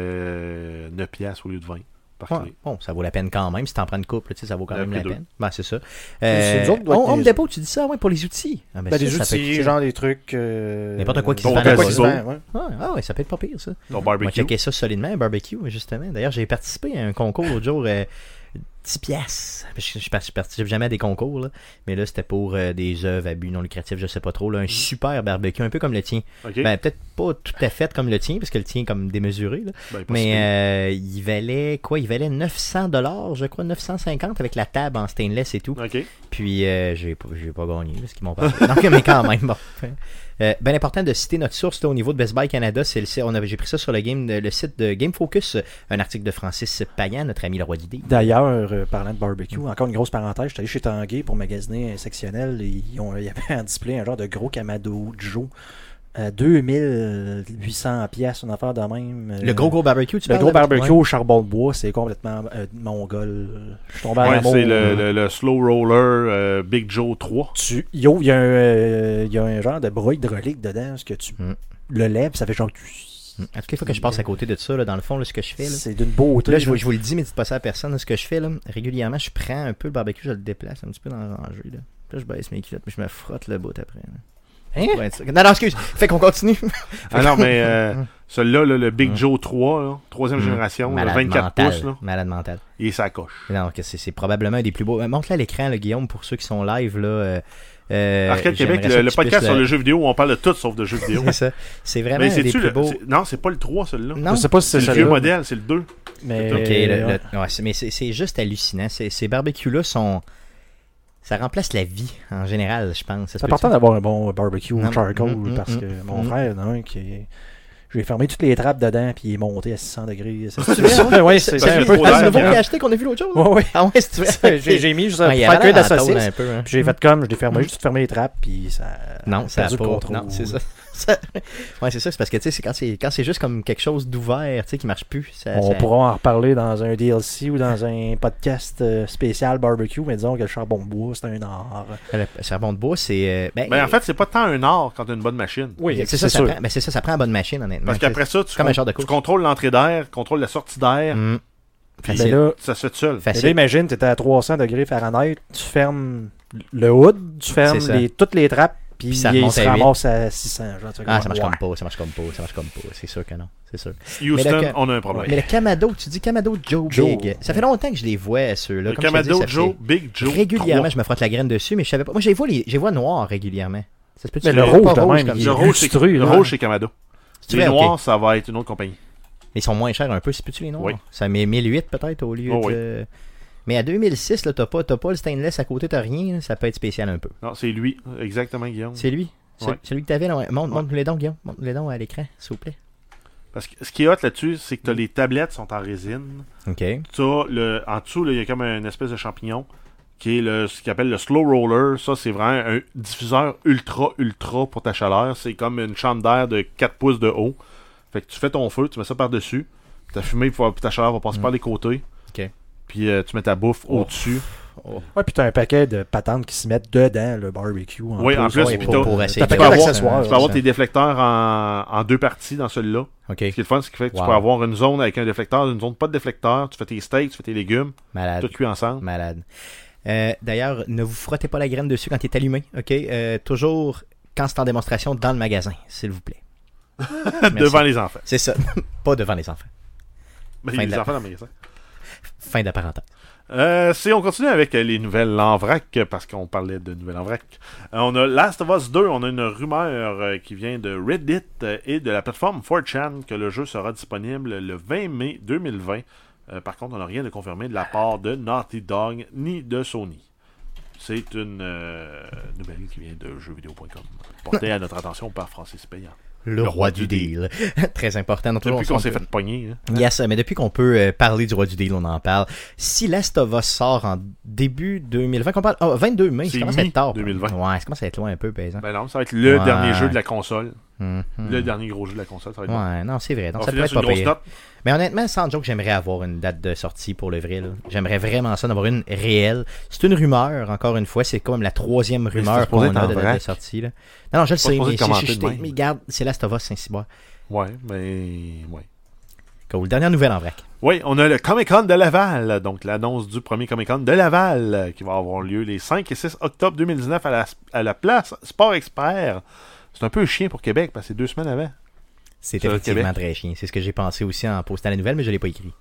Speaker 3: euh, 9 piastres au lieu de 20 par
Speaker 1: Ouais,
Speaker 3: clé.
Speaker 1: bon, ça vaut la peine quand même. Si t'en prends une couple, tu sais, ça vaut quand
Speaker 3: Le
Speaker 1: même
Speaker 3: prix
Speaker 1: la
Speaker 3: d'eux.
Speaker 1: peine. Ben, c'est ça.
Speaker 2: c'est
Speaker 1: Euh,
Speaker 2: nous autres qui doit
Speaker 1: on-
Speaker 2: être
Speaker 1: Home
Speaker 2: des-
Speaker 1: Depot, tu dis ça, ouais, pour les outils. Ah, ben,
Speaker 2: Ben, des
Speaker 1: ça, ça peut être
Speaker 2: outils,
Speaker 1: utile.
Speaker 2: genre des trucs. euh,
Speaker 1: N'importe quoi qui se
Speaker 2: bon,
Speaker 1: vend
Speaker 2: n'importe
Speaker 1: à
Speaker 2: quoi qui se
Speaker 3: Costco.
Speaker 2: vend, ouais.
Speaker 1: Ah, ah ouais, ça peut être pas pire, ça.
Speaker 3: Ton
Speaker 1: On va
Speaker 3: barbecue.
Speaker 1: checker ça solidement, un barbecue, justement. D'ailleurs, j'ai participé à un concours l'autre jour, euh, 10 piastres. Parce que Je, je, par- je participe jamais à des concours, là. mais là, c'était pour euh, des œuvres à but non lucratif, je sais pas trop. Là, un super barbecue, un peu comme le tien.
Speaker 3: Mhm. OK?
Speaker 1: Ben, peut-être pas tout à fait comme le tien, parce que le tien est comme démesuré. Là.
Speaker 3: Ben, pas si pire.
Speaker 1: Mais euh, il valait quoi Il valait 900 dollars, je crois, 950 avec la table en stainless et tout.
Speaker 3: OK.
Speaker 1: Puis euh, j'ai pas- j'ai pas gagné parce qu'ils m'ont pas. Donc mais quand même bon. Euh, ben important de citer notre source là, au niveau de Best Buy Canada, c'est le site- on avait j'ai pris ça sur le game de- le site de Game Focus, euh, un article de Francis Payan, notre ami le roi d'idée.
Speaker 2: D'ailleurs, euh, parlant de barbecue, encore une grosse parenthèse, j'étais allé chez Tanguay pour magasiner un sectionnel et ils ont- il y avait en display un genre de gros Kamado Joe à 2800 pièces, une affaire de même. euh,
Speaker 1: Le gros gros barbecue, tu
Speaker 2: le
Speaker 1: parles
Speaker 2: gros
Speaker 1: de-
Speaker 2: barbecue
Speaker 1: Ouais.
Speaker 2: au charbon de bois, c'est complètement euh, mongol. Je suis tombé à
Speaker 3: Ouais,
Speaker 2: l'amour.
Speaker 3: c'est le, le- le Slow Roller euh, Big Joe 3.
Speaker 2: Tu- Yo, il y, a un, euh, il y a un genre de bras hydraulique dedans, parce que tu
Speaker 1: Mm.
Speaker 2: le lèves, ça fait genre...
Speaker 1: À toutes les fois que je passe à côté de ça, là, dans le fond, là, ce que je fais là,
Speaker 2: C'est d'une beauté.
Speaker 1: Là, je, vous-
Speaker 2: là.
Speaker 1: je vous le dis, mais dites pas ça à personne. là, Ce que je fais, là, régulièrement, je prends un peu le barbecue, je le déplace un petit peu dans le rangé. Là, Puis là je baisse mes culottes, mais je me frotte le bout après. là. Ouais, c'est- non, non, excuse. Fait qu'on continue.
Speaker 3: Ah non, mais euh, celui-là, là, le Big Joe 3, là, troisième génération, là,
Speaker 1: Mhm. Malade
Speaker 3: 24
Speaker 1: mental,
Speaker 3: pouces, là,
Speaker 1: Malade mental.
Speaker 3: et ça coche.
Speaker 1: Non, que c'est c'est probablement un des plus beaux. Euh, Montre-le à l'écran, là, Guillaume, pour ceux qui sont live. Là, euh, euh,
Speaker 3: Arcade
Speaker 1: j'aimerais
Speaker 3: Québec,
Speaker 1: ça
Speaker 3: le,
Speaker 1: que
Speaker 3: le
Speaker 1: tu
Speaker 3: podcast
Speaker 1: puisses
Speaker 3: sur
Speaker 1: le-
Speaker 3: le jeu vidéo où on parle de tout sauf de jeux vidéo.
Speaker 1: C'est ça. C'est vraiment
Speaker 3: mais
Speaker 1: un des
Speaker 3: c'est-tu
Speaker 1: plus
Speaker 3: le.
Speaker 1: beaux.
Speaker 3: c'est- Non, c'est pas le 3, celui-là.
Speaker 1: Non.
Speaker 2: Je sais pas si
Speaker 3: C'est
Speaker 2: c'est
Speaker 3: le vieux
Speaker 2: celui-là,
Speaker 3: modèle, c'est le 2.
Speaker 2: mais...
Speaker 1: Ok, le- le-
Speaker 2: ouais.
Speaker 1: ouais, c'est- mais c'est- c'est juste hallucinant. Ces, ces barbecues-là sont. Ça remplace la vie, en général, je pense. Ça se
Speaker 2: C'est
Speaker 1: peut-tu?
Speaker 2: important d'avoir un bon barbecue
Speaker 1: Non,
Speaker 2: charcoal
Speaker 1: mm, mm,
Speaker 2: parce
Speaker 1: mm,
Speaker 2: que mon
Speaker 1: mm.
Speaker 2: frère, il y en a un qui est- J'ai fermé toutes les trappes dedans puis il est monté à 600 degrés. C'est
Speaker 1: C'est vrai,
Speaker 2: Ouais, ouais, c'est
Speaker 1: C'est
Speaker 2: c'est un
Speaker 1: celui-
Speaker 2: peu
Speaker 1: ah, c'est le nouveau
Speaker 3: d'air,
Speaker 1: qu'il a acheté qu'on a vu l'autre jour. là?
Speaker 2: Ouais, ouais.
Speaker 1: Ah ouais, c'est vrai.
Speaker 2: J'ai j'ai mis juste
Speaker 1: Ah,
Speaker 2: un
Speaker 1: il
Speaker 2: petit
Speaker 1: avait l'air
Speaker 2: paquet de
Speaker 1: en tôle
Speaker 2: saucisses,
Speaker 1: un peu, hein.
Speaker 2: puis J'ai fait comme, je l'ai fermé, j'ai juste fermé les trappes puis ça.
Speaker 1: Non, ça a
Speaker 2: perdu
Speaker 1: pas.
Speaker 2: le contrôle.
Speaker 1: Non, c'est ça. Ça- Ouais, c'est ça, c'est parce que tu sais, c'est quand c'est quand c'est juste comme quelque chose d'ouvert, tu sais, qui marche plus. ça-
Speaker 2: Euh, On
Speaker 1: ça-
Speaker 2: pourra en reparler dans un DLC ou dans un podcast euh, spécial barbecue, mais disons que le charbon de bois, c'est un art.
Speaker 1: Le charbon de bois, c'est. euh, ben,
Speaker 3: Ben, en fait, c'est pas tant un art quand t'as une bonne machine.
Speaker 2: Oui,
Speaker 1: c'est ça, ça prend, ben, c'est ça, ça prend une bonne machine, honnêtement.
Speaker 3: Parce qu'après ça, tu,
Speaker 1: Ben, comme un genre de
Speaker 3: tu
Speaker 1: coach.
Speaker 3: contrôles l'entrée d'air, contrôles la sortie d'air,
Speaker 1: Mm.
Speaker 3: puis
Speaker 1: Facile.
Speaker 2: là-
Speaker 3: ça se fait tout seul.
Speaker 2: Mais là,
Speaker 1: Facile.
Speaker 2: imagine, tu étais à 300 degrés Fahrenheit, tu fermes le hood, tu fermes
Speaker 1: C'est ça.
Speaker 2: les- toutes les trappes, puis
Speaker 1: Puis ça
Speaker 2: il
Speaker 1: remonte
Speaker 2: se
Speaker 1: à huit.
Speaker 2: ramasse à 600. Genre, tu fais
Speaker 1: Ah, ça marche
Speaker 2: ouais.
Speaker 1: comme pas, ça marche comme pas, ça marche comme pas. C'est sûr que non, c'est sûr.
Speaker 3: Houston,
Speaker 1: Mais le-
Speaker 3: on a un problème.
Speaker 1: Mais le Kamado, tu dis Kamado Joe,
Speaker 2: Joe.
Speaker 1: Big. Ça fait longtemps que je les vois, ceux-là.
Speaker 3: le
Speaker 1: Comme je te dis,
Speaker 3: Kamado
Speaker 1: ça fait-
Speaker 3: Joe, Big Joe.
Speaker 1: Régulièrement, je me frotte la graine dessus, mais je savais pas. Moi, je les vois, les... Je les vois noirs régulièrement. Ça se peut
Speaker 2: Mais le rouge, de même,
Speaker 1: comme
Speaker 2: il-
Speaker 1: ça.
Speaker 3: 3. Le
Speaker 2: est
Speaker 3: rouge, c'est
Speaker 2: lustreux,
Speaker 3: le
Speaker 2: là.
Speaker 3: rouge, c'est Kamado.
Speaker 1: C'est
Speaker 3: Les
Speaker 1: vrai, ok.
Speaker 3: noirs, ça va être une autre compagnie.
Speaker 1: Mais ils sont moins chers un peu, c'est plus les noirs.
Speaker 3: Oui.
Speaker 1: Ça met 1008 peut-être au lieu
Speaker 3: Oh, oui.
Speaker 1: de. Mais à 2006, là, t'as pas, t'as pas le stainless à côté, t'as rien, là, ça peut être spécial un peu.
Speaker 3: Non, c'est lui, exactement, Guillaume.
Speaker 1: Mm. C'est lui C'est
Speaker 3: Ouais.
Speaker 1: Celui que t'avais là, ouais. montre,
Speaker 3: Ouais.
Speaker 1: montre nous les dons, Guillaume. Montre nous les dons à l'écran, s'il vous plaît.
Speaker 3: Parce que ce qui est hot là-dessus, c'est
Speaker 1: Mm.
Speaker 3: que t'as les tablettes sont en résine.
Speaker 1: Ok.
Speaker 3: T'as le, en dessous, là, il y a comme une espèce de champignon qui est le, ce qu'on appelle le slow roller. Ça, c'est vraiment un diffuseur ultra, ultra pour ta chaleur. C'est comme une chambre d'air de 4 pouces de haut. Fait que tu fais ton feu, tu mets ça par-dessus. puis Ta fumée, va- puis ta chaleur va passer par les côtés.
Speaker 1: Mm. Ok. Oh.
Speaker 3: Puis euh, tu mets ta bouffe au-dessus.
Speaker 2: Ouais, puis t'as un paquet de patentes qui se mettent dedans, le barbecue. En
Speaker 3: Oui, en plus,
Speaker 1: Ouais,
Speaker 3: puis
Speaker 1: pour,
Speaker 3: t'as-
Speaker 1: pour essayer
Speaker 2: t'as
Speaker 1: de-
Speaker 2: pas d'accessoires,
Speaker 3: Tu peux avoir tes déflecteurs en, en deux parties dans celui-là.
Speaker 1: Ok.
Speaker 3: Ce qui est le fun, c'est que fait que tu
Speaker 1: Wow.
Speaker 3: peux avoir une zone avec un déflecteur, une zone pas de déflecteur. Tu fais tes steaks, tu fais tes légumes,
Speaker 1: Malade.
Speaker 3: tout cuit ensemble.
Speaker 1: Malade. Euh, D'ailleurs, ne vous frottez pas la graine dessus quand il est allumé, ok? Euh, toujours quand c'est en démonstration dans le magasin, s'il vous plaît. Merci.
Speaker 3: Devant les enfants.
Speaker 1: C'est ça. pas devant les enfants.
Speaker 3: Mais
Speaker 1: Fin de
Speaker 3: les
Speaker 1: la-
Speaker 3: enfants dans le magasin.
Speaker 1: Fin de la parenthèse.
Speaker 3: Euh, si on continue avec euh, les nouvelles en vrac, euh, parce qu'on parlait de nouvelles en vrac, Euh, on a Last of Us 2, on a une rumeur euh, qui vient de Reddit euh, et de la plateforme 4chan que le jeu sera disponible le 20 mai 2020. Euh, par contre, on n'a rien de confirmé de la part de Naughty Dog ni de Sony. C'est une euh, nouvelle qui vient de jeuxvideo.com, portée à notre attention par Francis Payant.
Speaker 1: Le roi du deal. Très important. Donc,
Speaker 3: Depuis
Speaker 1: on
Speaker 3: qu'on s'est
Speaker 1: peut-
Speaker 3: fait pogner, hein.
Speaker 1: Yes, mais depuis qu'on peut euh, parler du roi du deal, on en parle. Si Last of Us sort en début 2020, qu'on parle. Ah, 22 mai,
Speaker 3: C'est
Speaker 1: ça commence à être tard.
Speaker 3: mi-2020.
Speaker 1: Ouais, ça commence à être loin un peu, paysan.
Speaker 3: ben non, ça va être le
Speaker 1: Ouais.
Speaker 3: dernier jeu de la console.
Speaker 1: Hum, hum.
Speaker 3: Le dernier gros jeu de la console, ça va être bon.
Speaker 1: Ouais, non, c'est vrai.
Speaker 3: On
Speaker 1: Donc,
Speaker 3: va
Speaker 1: ça peut
Speaker 3: finir
Speaker 1: être
Speaker 3: sur
Speaker 1: pas
Speaker 3: une grosse
Speaker 1: pire.
Speaker 3: note.
Speaker 1: Mais honnêtement, sans joke, j'aimerais avoir une date de sortie pour le vrai. là. J'aimerais vraiment ça d'avoir une réelle. C'est une rumeur, encore une fois. C'est comme la troisième
Speaker 3: c'était
Speaker 1: rumeur
Speaker 3: supposé
Speaker 1: qu'on
Speaker 3: être
Speaker 1: a
Speaker 3: en
Speaker 1: de date de
Speaker 3: vrac.
Speaker 1: sortie. là. Non, non, je le sais,
Speaker 3: supposé
Speaker 1: mais
Speaker 3: de
Speaker 1: c'est-
Speaker 3: commenter
Speaker 1: c'est-
Speaker 3: de
Speaker 1: c'est-
Speaker 3: même.
Speaker 1: mais regarde, c'est Last of Us Saint-Cyboire.
Speaker 3: Ouais, mais. Ouais.
Speaker 1: Cool. Dernière nouvelle en vrac.
Speaker 3: Oui, on a le Comic Con de Laval, donc l'annonce du premier Comic Con de Laval euh, qui va avoir lieu les 5 et 6 octobre 2019 à la, à la place Sport Expert. C'est un peu chiant pour Québec parce que c'est deux semaines avant.
Speaker 1: C'est
Speaker 3: Sur le
Speaker 1: effectivement très chien. C'est ce que j'ai pensé aussi en postant la nouvelle, mais je l'ai pas écrit.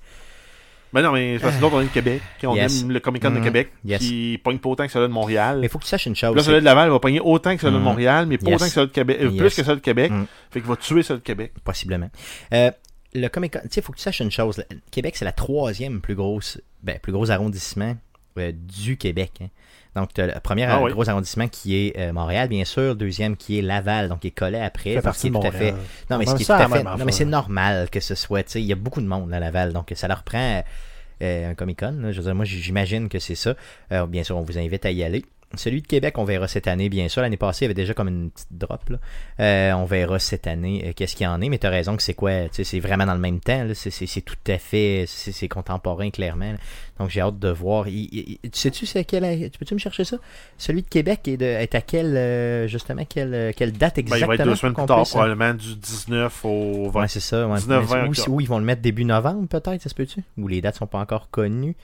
Speaker 3: Mais non, mais c'est parce que nous autres, on est de Québec, puis on
Speaker 1: Yes.
Speaker 3: aime le Comic Con de
Speaker 1: Mhm.
Speaker 3: Québec,
Speaker 1: Yes.
Speaker 3: qui pogne pas autant que celui de Montréal.
Speaker 1: Mais faut que tu saches une
Speaker 3: Puis Là,
Speaker 1: chose.
Speaker 3: celui de Laval va pogner autant que celui de
Speaker 1: Mhm.
Speaker 3: Montréal, mais pas
Speaker 1: Yes.
Speaker 3: autant que celui de Québec, euh,
Speaker 1: Yes.
Speaker 3: plus que celui de Québec.
Speaker 1: Mhm.
Speaker 3: Fait qu'il va tuer celui de Québec.
Speaker 1: c'est- Possiblement. Euh, le Comic Con, tu sais, faut que tu saches une chose. Le- Québec, c'est la troisième plus grosse, ben, plus gros arrondissement euh, du Québec. hein. Donc, t'as le premier
Speaker 3: Ah
Speaker 1: euh,
Speaker 3: oui.
Speaker 1: gros arrondissement qui est euh, Montréal, bien sûr. Deuxième qui est Laval, donc qui est collé après.
Speaker 2: Fait
Speaker 1: donc,
Speaker 2: partie
Speaker 1: qui est
Speaker 2: de
Speaker 1: tout à fait.
Speaker 2: Montréal.
Speaker 1: Non, mais ce
Speaker 2: Même
Speaker 1: qui est tout
Speaker 2: ça,
Speaker 1: à
Speaker 2: la
Speaker 1: fait.
Speaker 2: même
Speaker 1: Non, mais
Speaker 2: affaire.
Speaker 1: c'est normal que ce soit. tu sais, Il y a beaucoup de monde à Laval, donc ça leur prend euh, un Comic Con. Je veux dire, moi, j- j'imagine que c'est ça. Euh, bien sûr, on vous invite à y aller. Celui de Québec, on verra cette année, bien sûr. L'année passée, il y avait déjà comme une petite drop. Là. Euh, on verra cette année euh, qu'est-ce qu'il y en est. Mais tu as raison que c'est quoi tu sais, C'est vraiment dans le même temps. là. C'est c'est- c'est tout à fait. C'est c'est contemporain, clairement. là. Donc j'ai hâte de voir. Il- il- il- tu Sais-tu c'est à quel. Tu peux-tu me chercher ça Celui de Québec est, de, est à quelle. euh, justement, quelle, euh, quelle date
Speaker 3: Ben,
Speaker 1: exactement
Speaker 3: il va être deux semaines
Speaker 1: pour
Speaker 3: plus
Speaker 1: qu'on
Speaker 3: tard,
Speaker 1: puisse, euh,
Speaker 3: probablement du 19 au 20.
Speaker 1: Ouais, c'est ça. Ouais.
Speaker 3: 19,
Speaker 1: Mais
Speaker 3: 20
Speaker 1: où,
Speaker 3: octobre.
Speaker 1: où ils vont le mettre début novembre, peut-être, ça se peut-tu Ou les dates sont pas encore connues.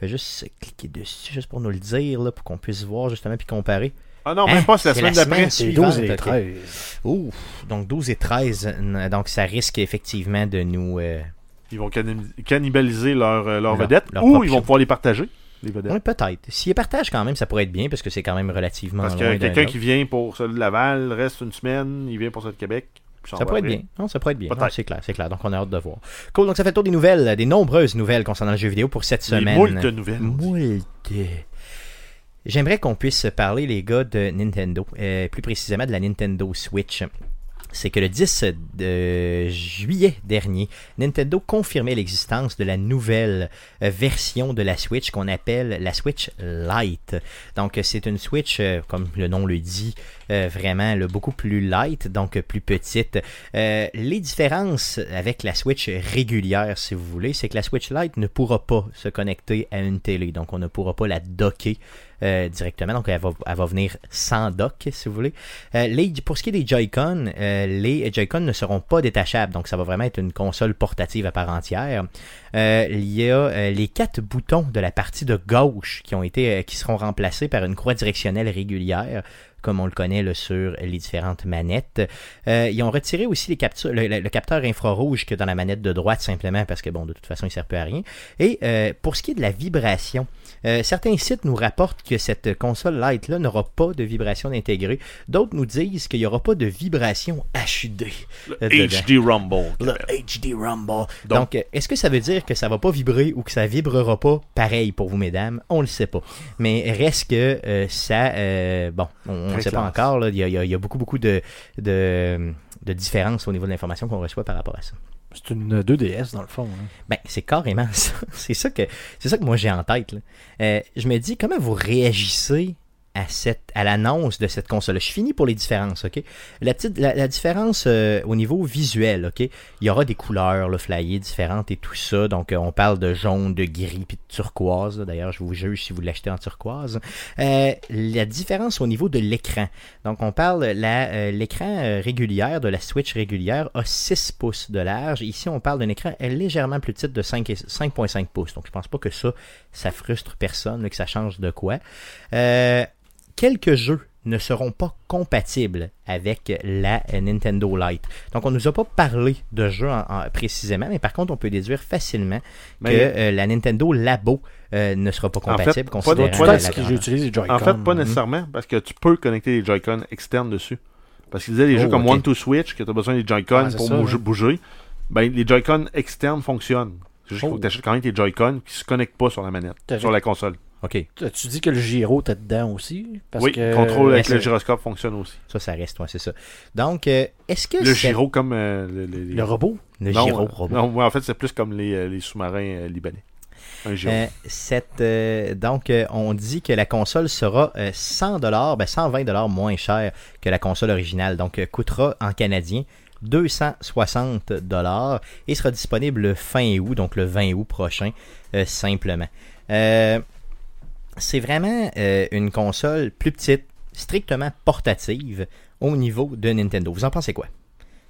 Speaker 1: Fais juste cliquer dessus, juste pour nous le dire, là, pour qu'on puisse voir justement puis comparer.
Speaker 3: ah non,
Speaker 1: Hein?
Speaker 3: même pas, c'est la
Speaker 1: C'est
Speaker 3: semaine
Speaker 1: la
Speaker 3: d'après.
Speaker 1: semaine.
Speaker 2: C'est
Speaker 1: suivante,
Speaker 2: 12 et
Speaker 1: ok.
Speaker 2: 13.
Speaker 1: Ouf, donc 12 et 13, n- donc ça risque effectivement de nous. euh,
Speaker 3: Ils vont cannib- cannibaliser leurs euh, leurs
Speaker 1: Leur-
Speaker 3: vedettes
Speaker 1: leur
Speaker 3: ou
Speaker 1: propre
Speaker 3: ils vont
Speaker 1: show.
Speaker 3: pouvoir les partager, les vedettes.
Speaker 1: ouais, peut-être. S'ils partagent quand même, ça pourrait être bien parce que c'est quand même relativement.
Speaker 3: Parce que
Speaker 1: loin d'un
Speaker 3: quelqu'un
Speaker 1: autre.
Speaker 3: qui vient pour celui de Laval reste une semaine, il vient pour celui de Québec. puis s'en
Speaker 1: Ça
Speaker 3: va
Speaker 1: pourrait être
Speaker 3: après.
Speaker 1: bien. Non, ça pourrait être bien. Non,
Speaker 3: Peut-être.
Speaker 1: C'est clair, c'est clair. Donc on a hâte de voir. Cool. Donc ça fait le tour des nouvelles, des nombreuses nouvelles concernant le jeu vidéo pour cette
Speaker 3: Les
Speaker 1: semaine.
Speaker 3: moult nouvelles. on dit.
Speaker 1: Moult. J'aimerais qu'on puisse parler, les gars, de Nintendo, euh, plus précisément de la Nintendo Switch. C'est que le 10 de juillet dernier, Nintendo confirmait l'existence de la nouvelle euh, version de la Switch qu'on appelle la Switch Lite. Donc euh, c'est une Switch, euh, comme le nom le dit, euh, vraiment là, beaucoup plus light, donc euh, plus petite. Euh, les différences avec la Switch régulière, si vous voulez, c'est que la Switch Lite ne pourra pas se connecter à une télé. Donc, on ne pourra pas la docker euh, directement. Donc, elle va, elle va venir sans dock, si vous voulez. Euh, les- pour ce qui est des Joy-Con, euh, les Joy-Con ne seront pas détachables. Donc, ça va vraiment être une console portative à part entière. Euh, il y a euh, les quatre boutons de la partie de gauche qui, ont été, euh, qui seront remplacés par une croix directionnelle régulière comme on le connaît là, sur les différentes manettes. Euh, ils ont retiré aussi les captures- le, le- le capteur infrarouge que dans la manette de droite simplement parce que bon de toute façon il sert plus à rien. Et euh, pour ce qui est de la vibration, euh, certains sites nous rapportent que cette console Lite là n'aura pas de vibration intégrée. D'autres nous disent qu'il n'y aura pas de vibration HUD. euh, dedans.
Speaker 3: HD Rumble.
Speaker 1: Le HD Rumble. Donc,
Speaker 3: Donc-
Speaker 1: euh, est-ce que ça veut dire que ça va pas vibrer ou que ça vibrera pas pareil pour vous, mesdames On le sait pas. Mais reste que euh, ça. euh, bon, on ne sait
Speaker 3: Très
Speaker 1: pas
Speaker 3: classe.
Speaker 1: encore. là. Il y, a- il y a- il y a beaucoup, beaucoup de, de, de différences au niveau de l'information qu'on reçoit par rapport à ça.
Speaker 2: C'est une 2DS dans le fond. hein.
Speaker 1: Ben, c'est carrément ça. C'est ça que, c'est ça que moi j'ai en tête. là. Euh, je me dis, comment vous réagissez à, cette, à l'annonce de cette console Je finis pour les différences, OK? La, petite, la, la différence euh, au niveau visuel, OK? Il y aura des couleurs, le flyées différentes et tout ça. Donc, euh, on parle de jaune, de gris, puis de turquoise. D'ailleurs, je vous juge si vous l'achetez en turquoise. Euh, la différence au niveau de l'écran. Donc, on parle, la, euh, l'écran euh, régulière de la Switch régulière a 6 pouces de large. Ici, on parle d'un écran légèrement plus petit de 5 et- 5.5 pouces. Donc, je pense pas que ça, ça frustre personne, là, que ça change de quoi. Euh, quelques jeux ne seront pas compatibles avec la euh, Nintendo Lite. Donc, on nous a pas parlé de jeu en- en- précisément, mais par contre, on peut déduire facilement
Speaker 3: Mais-
Speaker 1: que euh, la Nintendo Labo euh, ne sera pas
Speaker 3: En fait,
Speaker 1: compatible,
Speaker 3: pas de-
Speaker 1: considérant
Speaker 3: pas
Speaker 2: Tout
Speaker 3: de-
Speaker 1: la
Speaker 2: ce que
Speaker 1: grandeur.
Speaker 2: j'utilise les Joy-Con. Hmm.
Speaker 3: En fait,
Speaker 1: Mhm.
Speaker 3: pas nécessairement, parce que tu peux connecter des Joy-Con externes dessus. Parce qu'ils disaient les
Speaker 1: Oh,
Speaker 3: jeux comme
Speaker 1: ok.
Speaker 3: One to Switch, que tu as besoin des Joy-Con
Speaker 2: Ah, c'est
Speaker 3: pour
Speaker 2: ça,
Speaker 3: bouger,
Speaker 2: ouais.
Speaker 3: bouger, ben, les Joy-Con externes fonctionnent. C'est juste qu'il faut
Speaker 2: Oh.
Speaker 3: que tu achètes quand même tes Joy-Con qui se connectent pas sur la manette,
Speaker 2: T'as
Speaker 3: sur
Speaker 2: fait-
Speaker 3: la console.
Speaker 1: OK,
Speaker 2: Tu dis que le gyro, t'es dedans aussi. Parce
Speaker 3: oui,
Speaker 2: que...
Speaker 3: le contrôle avec
Speaker 1: Mais
Speaker 3: le
Speaker 1: c'est-
Speaker 3: gyroscope fonctionne aussi.
Speaker 1: ça, ça reste, ouais, c'est ça. Donc, euh, est-ce que
Speaker 3: Le
Speaker 1: c'est-
Speaker 3: gyro comme euh, le, le- les-
Speaker 2: Le robot.
Speaker 1: le
Speaker 3: non,
Speaker 1: gyro
Speaker 3: euh,
Speaker 1: robot.
Speaker 3: non, ouais, en fait, c'est plus comme les, euh, les sous-marins euh, libanais. Un gyro.
Speaker 1: Euh, cette, euh, donc, euh, on dit que la console sera euh, 100 ben, 120 moins chère que la console originale. Donc, euh, coûtera en canadien 260 et sera disponible le fin août, donc le 20 août prochain, euh, simplement. Euh, c'est vraiment euh, une console plus petite, strictement portative au niveau de Nintendo. Vous en pensez quoi?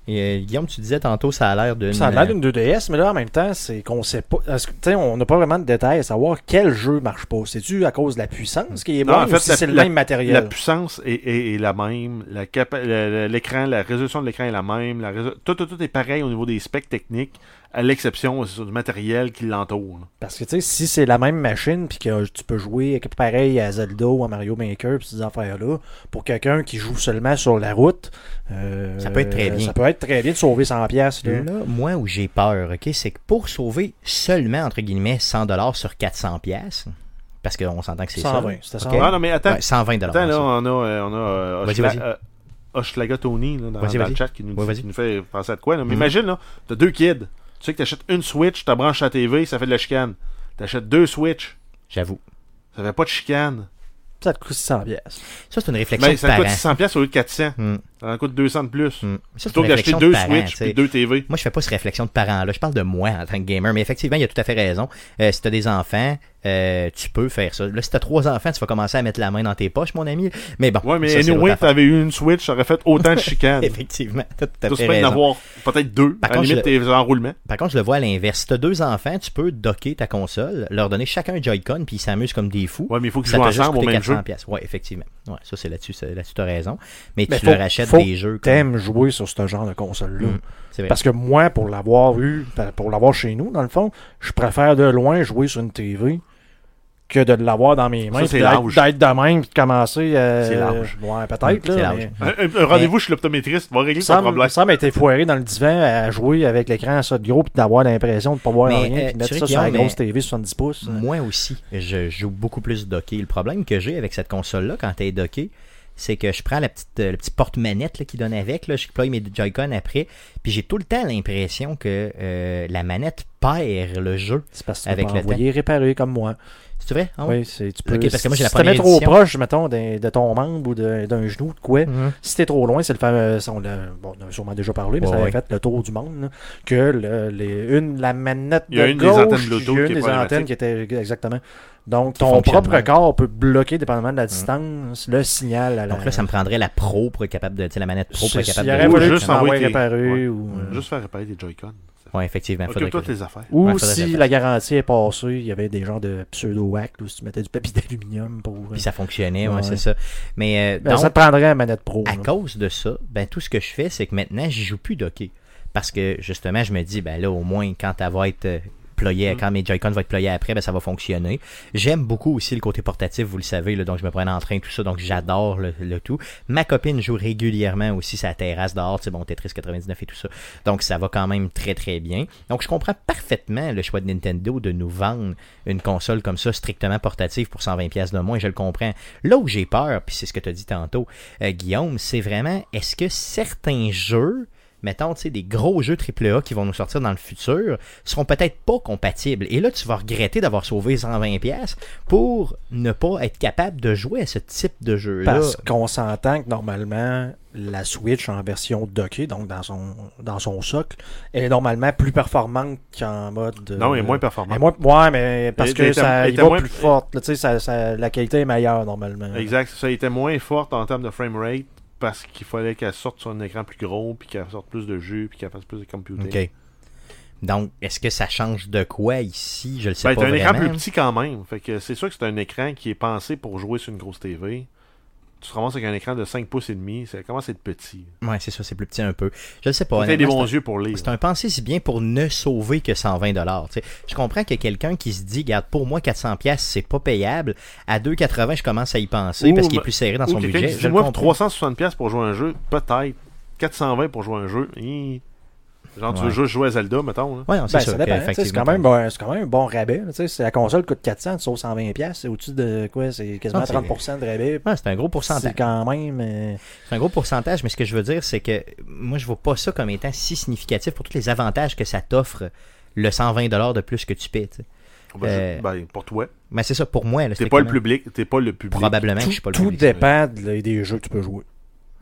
Speaker 1: Et, euh, Guillaume, tu disais tantôt, ça a l'air d'une...
Speaker 2: Ça a l'air d'une 2DS, mais là, en même temps, c'est qu'on sait pas. parce que, Tu sais, on n'a pas vraiment de détails à savoir quel jeu marche pas. C'est-tu à cause de la puissance qui est
Speaker 3: Non,
Speaker 2: bonne
Speaker 3: en fait,
Speaker 2: ou si
Speaker 3: la-
Speaker 2: c'est le
Speaker 3: la-
Speaker 2: même
Speaker 3: La
Speaker 2: matériel?
Speaker 3: puissance est, est- est la même, la capa- le- le- l'écran, la résolution de l'écran est la même, la résol- tout, tout, tout est pareil au niveau des specs techniques, à l'exception c'est sûr, du matériel qui l'entoure. là.
Speaker 2: Parce que, tu sais, si c'est la même machine, puis que euh, tu peux jouer avec- pareil à Zelda ou à Mario Maker, puis ces affaires-là, pour quelqu'un qui joue seulement sur la route, euh,
Speaker 1: Ça peut être très bien. Mm.
Speaker 2: Ça peut être très bien de sauver 100$. piastres,
Speaker 3: Mm.
Speaker 2: là.
Speaker 1: Là, moi, où j'ai peur, ok, c'est que pour sauver seulement, entre guillemets, 100 sur 400 pièces, parce qu'on s'entend que c'est
Speaker 2: 120,
Speaker 1: ça.
Speaker 2: c'était
Speaker 1: ok?
Speaker 2: 120.
Speaker 3: Ah non, mais attends,
Speaker 1: Ouais, 120
Speaker 3: attends là,
Speaker 1: ça.
Speaker 3: on a, euh, on a euh,
Speaker 1: Vas-y,
Speaker 3: Hoshla-
Speaker 1: vas-y.
Speaker 3: euh, Hoshlaga Tony là, dans,
Speaker 1: Vas-y,
Speaker 3: dans
Speaker 1: vas-y.
Speaker 3: le chat qui nous,
Speaker 1: Ouais, vas-y.
Speaker 3: qui nous fait penser à de quoi. là. Mais
Speaker 1: Mhm.
Speaker 3: imagine, là, t'as deux kids, tu sais que t'achètes une Switch, ta branche à TV, ça fait de la chicane. T'achètes deux Switch,
Speaker 1: J'avoue.
Speaker 3: ça fait pas de chicane.
Speaker 2: Ça te coûte 600$. piastres.
Speaker 1: Ça, c'est une réflexion
Speaker 3: Ben,
Speaker 1: de
Speaker 3: ça coûte
Speaker 1: parents.
Speaker 3: 600$ piastres au lieu de 400.
Speaker 1: Mm,
Speaker 3: Ça en coûte 200 de plus.
Speaker 1: mm. Ça, c'est
Speaker 3: Plutôt
Speaker 1: une
Speaker 3: que d'acheter
Speaker 1: réflexion
Speaker 3: deux
Speaker 1: de parents,
Speaker 3: Switch
Speaker 1: tu sais.
Speaker 3: puis deux TV.
Speaker 1: Moi, je fais pas cette réflexion de parents. Là. Je parle de moi en tant que gamer. Mais effectivement, il y a tout à fait raison. Euh, si tu as des enfants, euh, tu peux faire ça. Là, si tu as trois enfants, tu vas commencer à mettre la main dans tes poches, mon ami. Mais bon.
Speaker 3: Ouais, mais
Speaker 1: ça, c'est l'autre
Speaker 3: anyway,
Speaker 1: affaire.
Speaker 3: t'avais eu une Switch, ça aurait fait autant de chicanes.
Speaker 1: Effectivement, t'as tout à
Speaker 3: Tu
Speaker 1: fait
Speaker 3: peux en
Speaker 1: raison.
Speaker 3: avoir peut-être deux.
Speaker 1: Par
Speaker 3: à la
Speaker 1: contre,
Speaker 3: limite,
Speaker 1: je
Speaker 3: tes enroulements.
Speaker 1: Par contre, je le vois à l'inverse. Si t'as deux enfants, tu peux docker ta console, leur donner chacun un Joy-Con, puis ils s'amusent comme des fous.
Speaker 3: Ouais, mais il faut qu'ils
Speaker 1: Ça
Speaker 3: jouent
Speaker 1: t'a juste
Speaker 3: ensemble au
Speaker 1: coûté
Speaker 3: même
Speaker 1: 400
Speaker 3: jeu.
Speaker 1: pièces. Ouais, effectivement. Ouais, ça c'est là-dessus, c'est- là-dessus t'as raison. Mais,
Speaker 2: Mais
Speaker 1: tu
Speaker 2: faut-
Speaker 1: leur achètes
Speaker 2: faut
Speaker 1: des jeux. comme-
Speaker 2: T'aimes jouer sur ce genre de console-là.
Speaker 1: Mm. C'est vrai.
Speaker 2: Parce que moi, pour l'avoir eu, ben, pour l'avoir chez nous, dans le fond, je préfère de loin jouer sur une TV que de l'avoir dans mes mains.
Speaker 3: Ça, c'est
Speaker 2: puis d'être-
Speaker 3: l'âge.
Speaker 2: D'être de même puis de commencer. euh,
Speaker 3: C'est l'âge.
Speaker 2: Ouais,
Speaker 1: Mm,
Speaker 2: peut-être.
Speaker 1: c'est
Speaker 2: là,
Speaker 1: l'âge.
Speaker 2: mais
Speaker 3: Un, un- un rendez-vous chez l'optométriste va régler son
Speaker 2: Sam,
Speaker 3: problème.
Speaker 2: Sam a été foiré dans le divan à jouer avec l'écran à ça de gros puis d'avoir l'impression de ne pas voir
Speaker 1: Mais,
Speaker 2: rien
Speaker 1: euh,
Speaker 2: puis de mettre
Speaker 1: tu sais
Speaker 2: ça sur
Speaker 1: qu'il y a-
Speaker 2: une grosse
Speaker 1: mais-
Speaker 2: TV 70 pouces.
Speaker 1: Moi aussi, je joue beaucoup plus docké. Le problème que j'ai avec cette console-là, quand elle est dockée, c'est que je prends la petite, euh, le petit porte-manette là, qui donne avec, là, je déploie mes Joy-Con après, puis j'ai tout le temps l'impression que euh, la manette perd le jeu.
Speaker 2: C'est parce que tu
Speaker 1: Avec
Speaker 2: peux
Speaker 1: le
Speaker 2: envoyer réparer comme moi.
Speaker 1: C'est vrai? Ah ouais?
Speaker 2: Oui, c'est tu peux.
Speaker 1: Ok, parce que moi, j'ai la
Speaker 2: si tu te mets
Speaker 1: première
Speaker 2: trop
Speaker 1: édition.
Speaker 2: proche, mettons, d'un- de, ton membre ou de- d'un genou, de quoi,
Speaker 1: Mhm.
Speaker 2: si t'es trop loin, c'est le fameux. ça, on l'a- bon, on a sûrement déjà parlé, mais
Speaker 1: Ouais,
Speaker 2: ça avait
Speaker 1: ouais.
Speaker 2: fait le tour du monde. là, que le- les- une, la manette
Speaker 3: Il y a
Speaker 2: de
Speaker 3: une des
Speaker 2: gauche,
Speaker 3: antennes Bluetooth
Speaker 2: il y a
Speaker 3: qui est
Speaker 2: une des
Speaker 3: problématique.
Speaker 2: antennes qui était exactement. Donc,
Speaker 1: Qui
Speaker 2: ton
Speaker 1: fonctionne
Speaker 2: propre
Speaker 1: mal.
Speaker 2: corps peut bloquer, dépendamment
Speaker 3: Hum.
Speaker 2: de la distance, le signal à la.
Speaker 1: Donc là, ça me prendrait la pro pour être capable de. Tu sais, la manette pro pour être
Speaker 2: C'est-
Speaker 1: capable
Speaker 2: il
Speaker 1: de.
Speaker 2: aurait
Speaker 3: Ou
Speaker 2: fallu que
Speaker 3: juste
Speaker 2: tu l'envoies
Speaker 3: envoyer tes-
Speaker 2: réparer
Speaker 3: ouais.
Speaker 2: ou. euh,
Speaker 3: Juste faire réparer tes Joy-Con.
Speaker 1: Ouais, effectivement. faudrait
Speaker 3: Occupe-toi de
Speaker 1: que-
Speaker 3: tes affaires.
Speaker 2: Ou
Speaker 1: Ouais, faudrait
Speaker 2: si
Speaker 1: faire
Speaker 2: la garantie est passée, il y avait des genres de pseudo-hack, là, où si tu mettais du papier d'aluminium pour. euh,
Speaker 1: Puis ça fonctionnait, ouais,
Speaker 2: Ouais.
Speaker 1: c'est ça. Mais euh,
Speaker 2: ben,
Speaker 1: donc,
Speaker 2: ça te prendrait la manette pro.
Speaker 1: à
Speaker 2: là.
Speaker 1: cause de ça, ben tout ce que je fais, c'est que maintenant, je joue plus de hockey. Parce que justement, je me dis, ben là, au moins, quand elle va être euh,
Speaker 2: Mm.
Speaker 1: ployée, quand mes Joy-Con vont être ployés après, ben ça va fonctionner. J'aime beaucoup aussi le côté portatif, vous le savez, là, donc je me prends en train, tout ça, donc j'adore le, le tout. Ma copine joue régulièrement aussi sa terrasse dehors, tu sais, bon, Tetris 99 et tout ça. Donc ça va quand même très très bien. Donc je comprends parfaitement le choix de Nintendo de nous vendre une console comme ça strictement portative pour 120 pièces de moins, je le comprends. Là où j'ai peur, puis c'est ce que tu as dit tantôt, euh, Guillaume, c'est vraiment est-ce que certains jeux Mettons, tu sais, des gros jeux AAA qui vont nous sortir dans le futur seront peut-être pas compatibles. Et là, tu vas regretter d'avoir sauvé 120$ piastres pour ne pas être capable de jouer à ce type de jeu-là.
Speaker 2: Parce qu'on s'entend que normalement, la Switch en version dockée, donc dans son, dans son socle, elle est normalement plus performante qu'en mode. euh,
Speaker 3: Non, elle est moins performante.
Speaker 2: elle est moins- ouais, mais parce
Speaker 3: Elle
Speaker 2: que
Speaker 3: était-
Speaker 2: ça
Speaker 3: elle
Speaker 2: il
Speaker 3: était
Speaker 2: va
Speaker 3: moins-
Speaker 2: plus forte. là, tu sais, ça- ça- la qualité est meilleure normalement.
Speaker 3: Exact, ça était moins forte en termes de framerate parce qu'il fallait qu'elle sorte sur un écran plus gros, puis qu'elle sorte plus de jus, puis qu'elle fasse plus de computing.
Speaker 1: OK. Donc, est-ce que ça change de quoi ici Je le sais
Speaker 3: Ben,
Speaker 1: pas.
Speaker 3: t'as un écran
Speaker 1: vraiment.
Speaker 3: plus petit quand même. Fait que c'est sûr que c'est un écran qui est pensé pour jouer sur une grosse TV. tu te ramasses avec un écran de 5 pouces et demi, ça commence à être petit.
Speaker 1: Ouais, c'est ça, c'est plus petit un peu. Je le sais pas.
Speaker 3: T'as des
Speaker 1: honnêtement,
Speaker 3: bons
Speaker 1: c'est-
Speaker 3: yeux pour lire.
Speaker 1: C'est un pensée si bien pour ne sauver que 120 dollars. Je comprends que quelqu'un qui se dit, garde pour moi 400 pièces, c'est pas payable. À 2,80, je commence à y penser
Speaker 3: Ou,
Speaker 1: parce qu'il est
Speaker 3: ben,
Speaker 1: plus serré dans
Speaker 3: Ou
Speaker 1: son
Speaker 3: quelqu'un
Speaker 1: budget.
Speaker 3: qui dit,
Speaker 1: Je le
Speaker 3: moi,
Speaker 1: comprends.
Speaker 3: 360 pièces pour jouer à un jeu, peut-être. 420 pour jouer à un jeu, hi. genre tu veux
Speaker 1: Ouais.
Speaker 3: juste jouer à Zelda, mettons. là.
Speaker 1: Ouais, non, c'est
Speaker 2: Ben,
Speaker 1: sûr
Speaker 2: ça
Speaker 1: que,
Speaker 2: dépend, tu sais, c'est quand,
Speaker 1: effectivement,
Speaker 2: même un- c'est quand même un bon rabais. tu sais, c'est- La console coûte 400, tu sauves 120$, piastres, c'est au-dessus de quoi C'est quasiment
Speaker 1: Ah, c'est-
Speaker 2: 30% de rabais.
Speaker 1: Ouais, c'est un gros pourcentage.
Speaker 2: C'est quand même. euh,
Speaker 1: C'est un gros pourcentage, mais ce que je veux dire, c'est que moi, je vois pas ça comme étant si significatif pour tous les avantages que ça t'offre, le 120$ de plus que tu paies. tu sais.
Speaker 3: Ben, je-
Speaker 1: Euh,
Speaker 3: ben, pour toi.
Speaker 1: Mais c'est ça, pour moi. là,
Speaker 3: T'es pas le
Speaker 1: strictement.
Speaker 3: public. T'es pas le public.
Speaker 1: Probablement que
Speaker 2: Tout,
Speaker 1: je suis pas le
Speaker 2: tout
Speaker 1: public.
Speaker 2: dépend de- des jeux que tu peux jouer.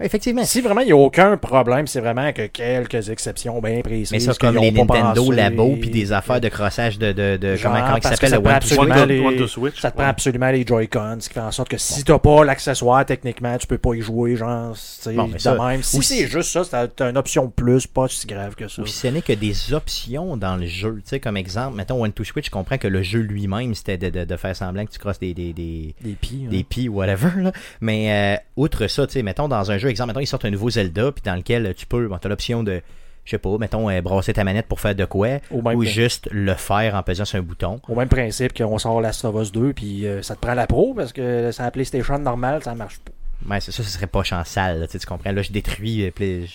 Speaker 1: Effectivement.
Speaker 2: Si vraiment il n'y a aucun problème, c'est vraiment que quelques exceptions bien précises.
Speaker 1: Mais ça,
Speaker 2: qu'ils
Speaker 1: comme
Speaker 2: ont
Speaker 1: les
Speaker 2: pas
Speaker 1: Nintendo
Speaker 2: pensé.
Speaker 1: Labo, puis des affaires de crossage de. de, de
Speaker 2: Genre,
Speaker 1: comment comment il
Speaker 2: parce que
Speaker 1: s'appelle
Speaker 2: ça
Speaker 1: le One
Speaker 2: prend
Speaker 1: Plus
Speaker 2: absolument
Speaker 3: One to-
Speaker 2: les-
Speaker 3: One to Switch,
Speaker 2: Ça te
Speaker 3: ouais.
Speaker 2: prend absolument les Joy-Con, ce qui fait en sorte que si t'as pas l'accessoire, techniquement, tu peux pas y jouer, genre, tu sais,
Speaker 1: Bon, ben
Speaker 2: de
Speaker 1: ça-
Speaker 2: même. Si
Speaker 1: ou si-
Speaker 2: c'est juste ça, c'est- t'as une option plus, pas si grave que ça.
Speaker 1: Ou si ce n'est que des options dans le jeu. Tu sais, comme exemple, mettons One to Switch, je comprends que le jeu lui-même, c'était de, de- de faire semblant que tu crosses des- des- des,
Speaker 2: Des pis, hein.
Speaker 1: des pis whatever là. mais euh, outre ça tu sais mettons dans un jeu exemple mettons ils sortent un nouveau Zelda puis dans lequel tu peux bon, t'as l'option de je sais pas mettons euh, brasser ta manette pour faire de quoi
Speaker 2: Ou même-
Speaker 1: juste le faire en pesant sur un bouton
Speaker 2: Au même principe qu'on sort Last of Us 2, puis euh, ça te prend la pro, parce que sans la PlayStation normale, ça marche pas.
Speaker 1: ouais c'est ça ce serait pas chancel là, tu sais, tu comprends là je détruis euh, puis je-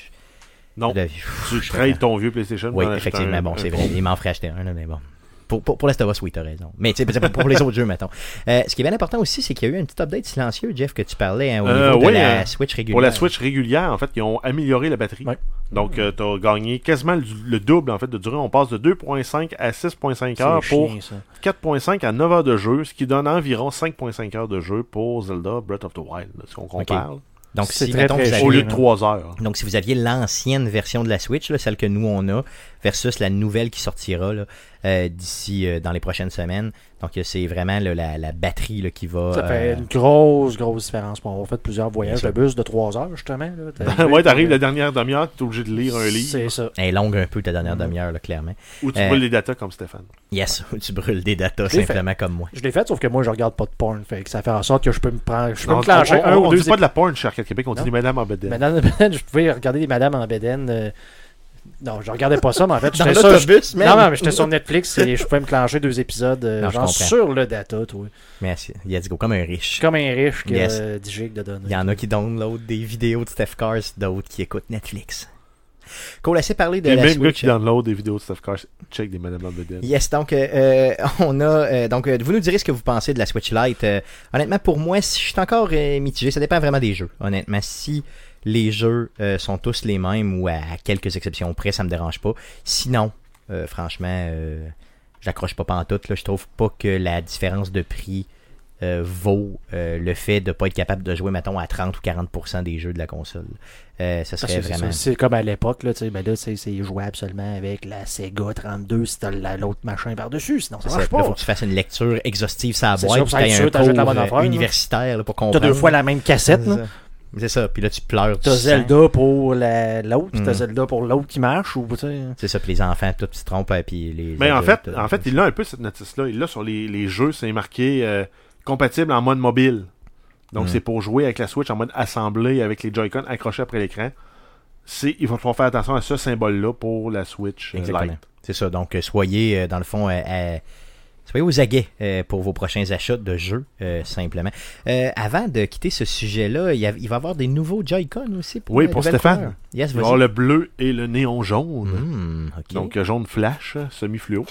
Speaker 3: Non.
Speaker 1: je-
Speaker 3: Tu
Speaker 1: je-
Speaker 3: trades ton vieux PlayStation.
Speaker 1: oui
Speaker 3: pour en acheter
Speaker 1: effectivement
Speaker 3: un-
Speaker 1: bon c'est
Speaker 3: un-
Speaker 1: vrai il m'en ferait acheter un là, mais bon pour, pour, pour Last of Us, oui, t'as raison. Mais tu sais, peut-être pour les autres jeux, mettons. Euh, ce qui est bien important aussi, c'est qu'il y a eu un petit update silencieux, Jeff, que tu parlais hein, au
Speaker 3: Euh,
Speaker 1: niveau de
Speaker 3: oui,
Speaker 1: la
Speaker 3: euh,
Speaker 1: Switch régulière.
Speaker 3: Pour la Switch régulière, en fait, ils ont amélioré la batterie.
Speaker 2: Ouais.
Speaker 3: Donc, euh, t'as gagné quasiment le, le double en fait de durée. On passe de 2.5 à 6.5 heures
Speaker 2: C'est
Speaker 3: pour
Speaker 2: chiant, ça.
Speaker 3: 4.5 à 9 heures de jeu, ce qui donne environ 5.5 heures de jeu pour Zelda Breath of the Wild, là, si on compare.
Speaker 1: Donc,
Speaker 2: C'est
Speaker 1: si,
Speaker 2: très,
Speaker 1: mettons,
Speaker 2: très
Speaker 1: vous
Speaker 2: chaud.
Speaker 1: aviez-
Speaker 3: Au lieu de 3 heures.
Speaker 1: Donc, si vous aviez l'ancienne version de la Switch, là, celle que nous on a, versus la nouvelle qui sortira là, euh, d'ici euh, dans les prochaines semaines, donc euh, c'est vraiment là, la, la batterie là, qui va.
Speaker 2: Ça fait
Speaker 1: euh,
Speaker 2: une grosse, grosse différence. Bon, on a fait plusieurs voyages
Speaker 1: sûr.
Speaker 2: de bus de 3 heures, justement. là. T'as-
Speaker 3: ouais, t'arrives la dernière demi-heure, t'es obligé de lire un livre.
Speaker 2: C'est ça.
Speaker 1: Elle est longue un peu ta dernière demi-heure, là, clairement.
Speaker 3: Ou tu
Speaker 1: Euh,
Speaker 3: brûles les datas comme Stéphane.
Speaker 1: Yes, tu brûles des datas
Speaker 2: J'ai fait.
Speaker 1: simplement comme moi.
Speaker 2: Je l'ai fait, sauf que moi, je regarde pas de porn. Fait que ça fait en sorte que je peux me prendre. Je peux
Speaker 3: Non,
Speaker 2: me clencher
Speaker 3: on,
Speaker 2: un
Speaker 3: on- on
Speaker 2: ou deux.
Speaker 3: dit pas de la porn chez Arcade Québec, on
Speaker 2: Non.
Speaker 3: dit Madame en bedaine.
Speaker 2: Madame, madame, je pouvais regarder des madames en bédaine. euh, Non, je regardais pas ça, mais en fait,
Speaker 1: Dans
Speaker 2: j'étais sur...
Speaker 1: l'autobus, man.
Speaker 2: Non, non, mais j'étais sur Netflix et je pouvais me clencher deux épisodes euh,
Speaker 1: Non, je
Speaker 2: genre
Speaker 1: comprends.
Speaker 2: sur le data, toi.
Speaker 1: Merci. Let's go, comme un riche.
Speaker 2: Comme un riche qui
Speaker 1: Yes.
Speaker 2: a 10 gigs de données.
Speaker 1: Il y en a qui download des vidéos de Steph Cars, d'autres qui écoutent Netflix. Cool, assez parlé de
Speaker 3: Les
Speaker 1: la
Speaker 3: mêmes gars
Speaker 1: Switch.
Speaker 3: qui
Speaker 2: hein.
Speaker 3: download des vidéos de Steph Cars, check des Madame en bedaine.
Speaker 1: Yes, donc euh, euh, on a euh, donc euh, vous nous direz ce que vous pensez de la Switch Lite. Euh, honnêtement, pour moi, si je suis encore euh, mitigé, ça dépend vraiment des jeux. Honnêtement, si les jeux euh, sont tous les mêmes ou à quelques exceptions près, ça me dérange pas. Sinon, euh, franchement, euh, j'accroche pas pantoute. Là, je trouve pas que la différence de prix euh, vaut euh, le fait de pas être capable de jouer, mettons, à 30 ou 40% des jeux de la console. Euh, ça
Speaker 2: Parce
Speaker 1: serait
Speaker 2: que Ah, c'est
Speaker 1: vraiment...
Speaker 2: ça, C'est comme à l'époque, là, tu sais, ben là, tu sais, c'est jouable seulement avec la Sega 32 si t'as la- l'autre machin par-dessus, sinon ça
Speaker 1: Il
Speaker 2: marche
Speaker 1: faut
Speaker 2: pas.
Speaker 1: que tu fasses une lecture exhaustive ça la
Speaker 2: C'est
Speaker 1: boîte,
Speaker 2: sûr,
Speaker 1: puis
Speaker 2: pour être
Speaker 1: t'aies
Speaker 2: sûr,
Speaker 1: un
Speaker 2: t'achètes la
Speaker 1: cours,
Speaker 2: bonne
Speaker 1: euh,
Speaker 2: affaire, là.
Speaker 1: universitaire là, pour
Speaker 2: T'as
Speaker 1: comprendre.
Speaker 2: deux fois la même cassette, là.
Speaker 1: C'est ça, puis là tu pleures.
Speaker 2: T'as
Speaker 1: tu sens.
Speaker 2: Zelda pour la- l'autre, puis t'as
Speaker 1: Mm.
Speaker 2: Zelda pour l'autre qui marche, ou tu sais.
Speaker 1: C'est ça, puis les enfants, tout se trompent, hein, puis les.
Speaker 3: Mais Ben, en
Speaker 1: adultes,
Speaker 3: fait,
Speaker 1: euh,
Speaker 3: en fait, il l'a un peu cette notice-là. Il l'a sur les, les jeux, c'est marqué euh, compatible en mode mobile. Donc
Speaker 1: Hmm.
Speaker 3: c'est pour jouer avec la Switch en mode assemblée avec les Joy-Con accrochés après l'écran. C'est, il va falloir faire attention à ce symbole-là pour la Switch euh,
Speaker 1: Exactement.
Speaker 3: Lite.
Speaker 1: C'est ça, donc euh, soyez, euh, dans le fond, euh, à- soyez aux aguets euh, pour vos prochains achats de jeux, euh, simplement. Euh, avant de quitter ce sujet-là, il, y a- il va y avoir des nouveaux Joy-Con aussi. Pour
Speaker 3: Oui,
Speaker 1: la
Speaker 3: pour
Speaker 1: nouvelle
Speaker 3: Stéphane.
Speaker 1: couleur. Yes,
Speaker 3: Il va y avoir
Speaker 1: vas-y.
Speaker 3: le bleu et le néon jaune.
Speaker 1: Hmm, ok.
Speaker 3: Donc euh, jaune flash, euh, semi-fluo.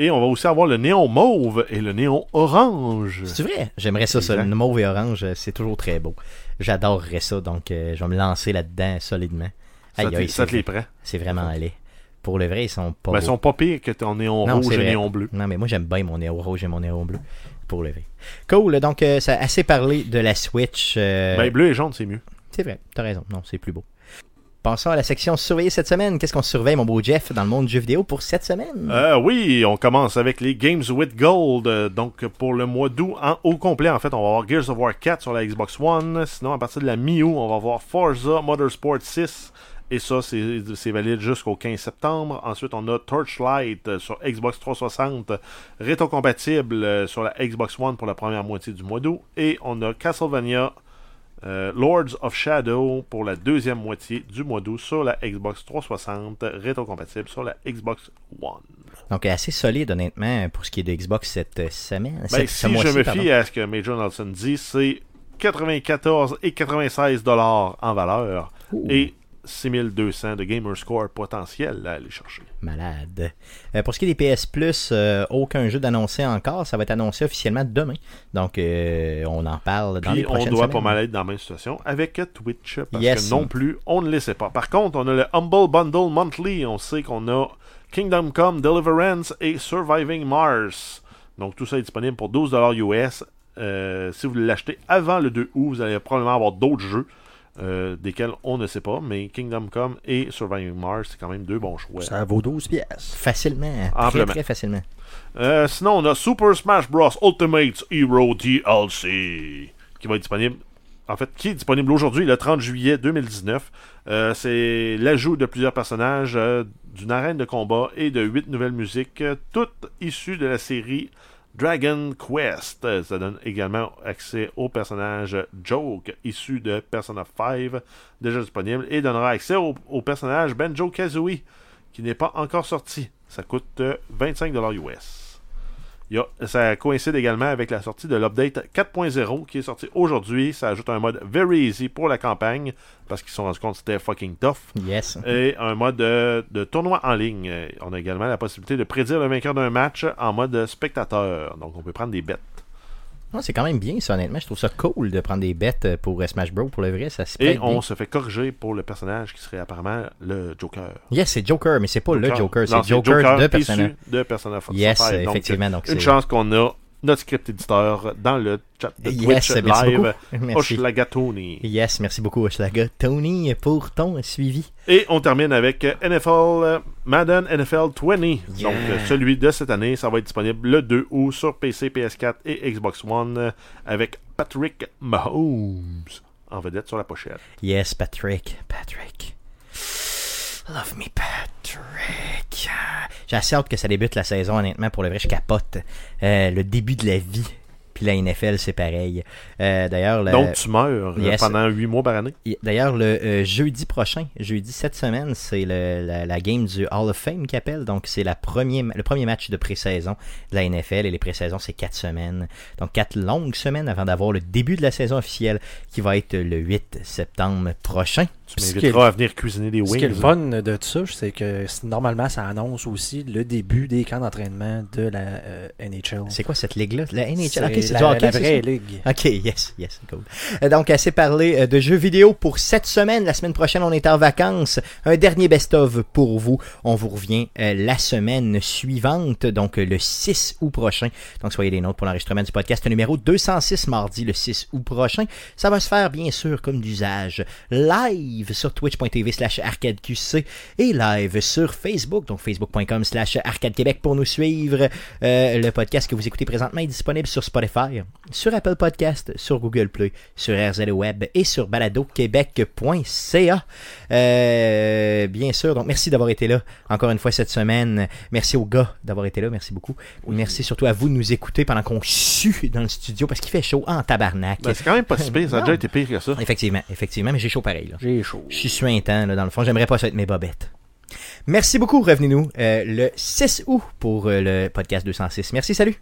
Speaker 3: Et on va aussi avoir le néon mauve et le néon orange.
Speaker 1: C'est vrai, j'aimerais ça, ça,
Speaker 3: Exact.
Speaker 1: le mauve et orange, euh, c'est toujours très beau. J'adorerais ça, donc euh, je vais me lancer là-dedans solidement.
Speaker 3: Ça,
Speaker 1: Aïe,
Speaker 3: te,
Speaker 1: aïe,
Speaker 3: ça te
Speaker 1: c'est-
Speaker 3: les prend.
Speaker 1: C'est vraiment laid. Pour le vrai, ils sont pas.
Speaker 3: Ben,
Speaker 1: beaux.
Speaker 3: ils sont pas pires que ton néon
Speaker 1: Non,
Speaker 3: rouge
Speaker 1: c'est
Speaker 3: et
Speaker 1: vrai.
Speaker 3: néon bleu.
Speaker 1: Non, mais moi j'aime bien mon néon rouge et mon néon bleu. Pour le vrai. Cool, donc euh, ça a assez parlé de la Switch. euh,
Speaker 3: Ben, bleu et jaune, c'est mieux.
Speaker 1: C'est vrai, t'as raison. Non, c'est plus beau. Passons à la section surveillée cette semaine. Qu'est-ce qu'on surveille, mon beau Jeff, dans le monde du jeu vidéo pour cette semaine
Speaker 3: Euh, oui, on commence avec les Games with Gold. euh, donc, pour le mois d'août, en, au complet, en fait, on va avoir Gears of War 4 sur la Xbox One. Sinon, à partir de la mi-août, on va avoir Forza Motorsport 6. Et ça, c'est c'est valide jusqu'au 15 septembre. Ensuite, on a Torchlight euh, sur Xbox 360, rétrocompatible euh, sur la Xbox One pour la première moitié du mois d'août. Et on a Castlevania euh, Lords of Shadow pour la deuxième moitié du mois d'août sur la Xbox 360, rétrocompatible sur la Xbox One.
Speaker 1: Donc, euh, assez solide, honnêtement, pour ce qui est de Xbox cette euh, semaine.
Speaker 3: Ben,
Speaker 1: cette- ce
Speaker 3: si je
Speaker 1: mois-ci,
Speaker 3: me
Speaker 1: pardon.
Speaker 3: fie à ce que Major Nelson dit, c'est 94 et 96 dollars en valeur et 6200 de gamer score potentiel à aller chercher.
Speaker 1: Malade. Euh, pour ce qui est des PS Plus, euh, aucun jeu d'annoncé encore. Ça va être annoncé officiellement demain. Donc, euh, on en parle dans
Speaker 3: Puis
Speaker 1: les
Speaker 3: on
Speaker 1: prochaines
Speaker 3: doit
Speaker 1: semaines.
Speaker 3: pas mal être dans la même situation avec Twitch parce
Speaker 1: Yes.
Speaker 3: que non plus on ne le sait pas. Par contre, on a le Humble Bundle Monthly. On sait qu'on a Kingdom Come, Deliverance et Surviving Mars. Donc tout ça est disponible pour 12$ US. Euh, si vous l'achetez avant le 2 août, vous allez probablement avoir d'autres jeux euh, desquels on ne sait pas. Mais Kingdom Come et Surviving Mars, c'est quand même deux bons choix.
Speaker 2: Ça vaut 12 pièces.
Speaker 1: Facilement. Très,
Speaker 3: Amplement.
Speaker 1: très facilement.
Speaker 3: Euh, sinon, on a Super Smash Bros. Ultimate Hero DLC qui va être disponible. En fait, qui est disponible aujourd'hui, le 30 juillet 2019. Euh, c'est l'ajout de plusieurs personnages euh, d'une arène de combat et de huit nouvelles musiques, euh, toutes issues de la série Dragon Quest. Euh, Ça donne également accès aux personnages Joke, issus de Persona 5, déjà disponible, et donnera accès au, au personnage Benjo Kazooie, qui n'est pas encore sorti. Ça coûte euh, 25$ US. Il y a- ça coïncide également avec la sortie de l'update 4.0 qui est sorti aujourd'hui. Ça ajoute un mode Very Easy pour la campagne parce qu'ils se sont rendus compte que c'était fucking tough.
Speaker 1: Yes.
Speaker 3: Et un mode euh, de tournoi en ligne. Euh, On a également la possibilité de prédire le vainqueur d'un match en mode spectateur. Donc on peut prendre des bêtes.
Speaker 1: Non, c'est quand même bien, ça, honnêtement. Je trouve ça cool de prendre des bêtes pour euh, Smash Bros. Pour le vrai, ça se
Speaker 3: Et
Speaker 1: prête
Speaker 3: on
Speaker 1: bien.
Speaker 3: se fait corriger pour le personnage qui serait apparemment le Joker.
Speaker 1: Yes, c'est Joker, mais c'est pas le Joker.
Speaker 3: Non,
Speaker 1: C'est Joker, de Persona.
Speaker 3: issu de Persona Fox
Speaker 1: Yes,
Speaker 3: Sapphire. Donc,
Speaker 1: effectivement, donc
Speaker 3: une
Speaker 1: c'est-
Speaker 3: chance qu'on a notre script éditeur dans le chat de Twitch
Speaker 1: Yes, merci
Speaker 3: live,
Speaker 1: beaucoup. Merci.
Speaker 3: Oshlagatoni.
Speaker 1: Yes, merci beaucoup, Oshlaga. Tony, pour ton suivi.
Speaker 3: Et on termine avec euh, NFL, euh, Madden NFL 20. Donc, euh, celui de cette année, ça va être disponible le 2 août sur PC, PS4 et Xbox One euh, avec Patrick Mahomes en vedette sur la pochette.
Speaker 1: Yes, Patrick. Patrick. Love me, Patrick. J'ai assez hâte que ça débute la saison, honnêtement. Pour le vrai, je capote. Euh, le début de la vie. Puis la NFL, c'est pareil. Euh, D'ailleurs, le...
Speaker 3: Donc, tu meurs euh,
Speaker 1: yes.
Speaker 3: pendant 8 mois par année.
Speaker 1: Et D'ailleurs, le euh, jeudi prochain, jeudi cette semaine, c'est le- la, la game du Hall of Fame qui appelle. Donc, c'est la premier, le premier match de pré-saison de la NFL. Et les pré-saisons, c'est quatre semaines. Donc, quatre longues semaines avant d'avoir le début de la saison officielle qui va être le 8 septembre prochain.
Speaker 3: Tu
Speaker 1: Ce
Speaker 3: m'inviteras à venir cuisiner des
Speaker 2: Ce qui est le
Speaker 3: wings.
Speaker 2: fun de tout ça, c'est que c- normalement, ça annonce aussi le début des camps d'entraînement de la euh, NHL.
Speaker 1: C'est quoi cette ligue-là? La NHL? Ok, c'est
Speaker 2: la,
Speaker 1: du hockey,
Speaker 2: la
Speaker 1: c'est
Speaker 2: vraie
Speaker 1: ça?
Speaker 2: ligue.
Speaker 1: Ok, yes, yes, cool. Euh, Donc, assez parlé euh, de jeux vidéo pour cette semaine. La semaine prochaine, on est en vacances. Un dernier best-of pour vous. On vous revient euh, la semaine suivante, donc euh, le 6 août prochain. Donc, soyez les nôtres pour l'enregistrement du podcast numéro 206, mardi le 6 août prochain. Ça va se faire, bien sûr, comme d'usage, live sur twitch.tv slash arcadeqc et live sur Facebook, donc facebook.com slash arcadequebec pour nous suivre. Euh, le podcast que vous écoutez présentement est disponible sur Spotify, sur Apple Podcast, sur Google Play, sur RZWeb Web et sur baladoquebec.ca. Euh, bien sûr, donc merci d'avoir été là encore une fois cette semaine. Merci aux gars d'avoir été là, merci beaucoup. Merci surtout à vous de nous écouter pendant qu'on sue dans le studio parce qu'il fait chaud en tabarnak.
Speaker 3: Ben, c'est quand même pas si pire, ça a
Speaker 1: Non.
Speaker 3: déjà été pire que ça.
Speaker 1: Effectivement, effectivement, mais j'ai chaud pareil. Là.
Speaker 2: J'ai chaud.
Speaker 1: Je suis suintant, là, dans le fond. J'aimerais pas ça être mes bobettes. Merci beaucoup. Revenez-nous euh, le 6 août pour euh, le podcast 206. Merci, salut.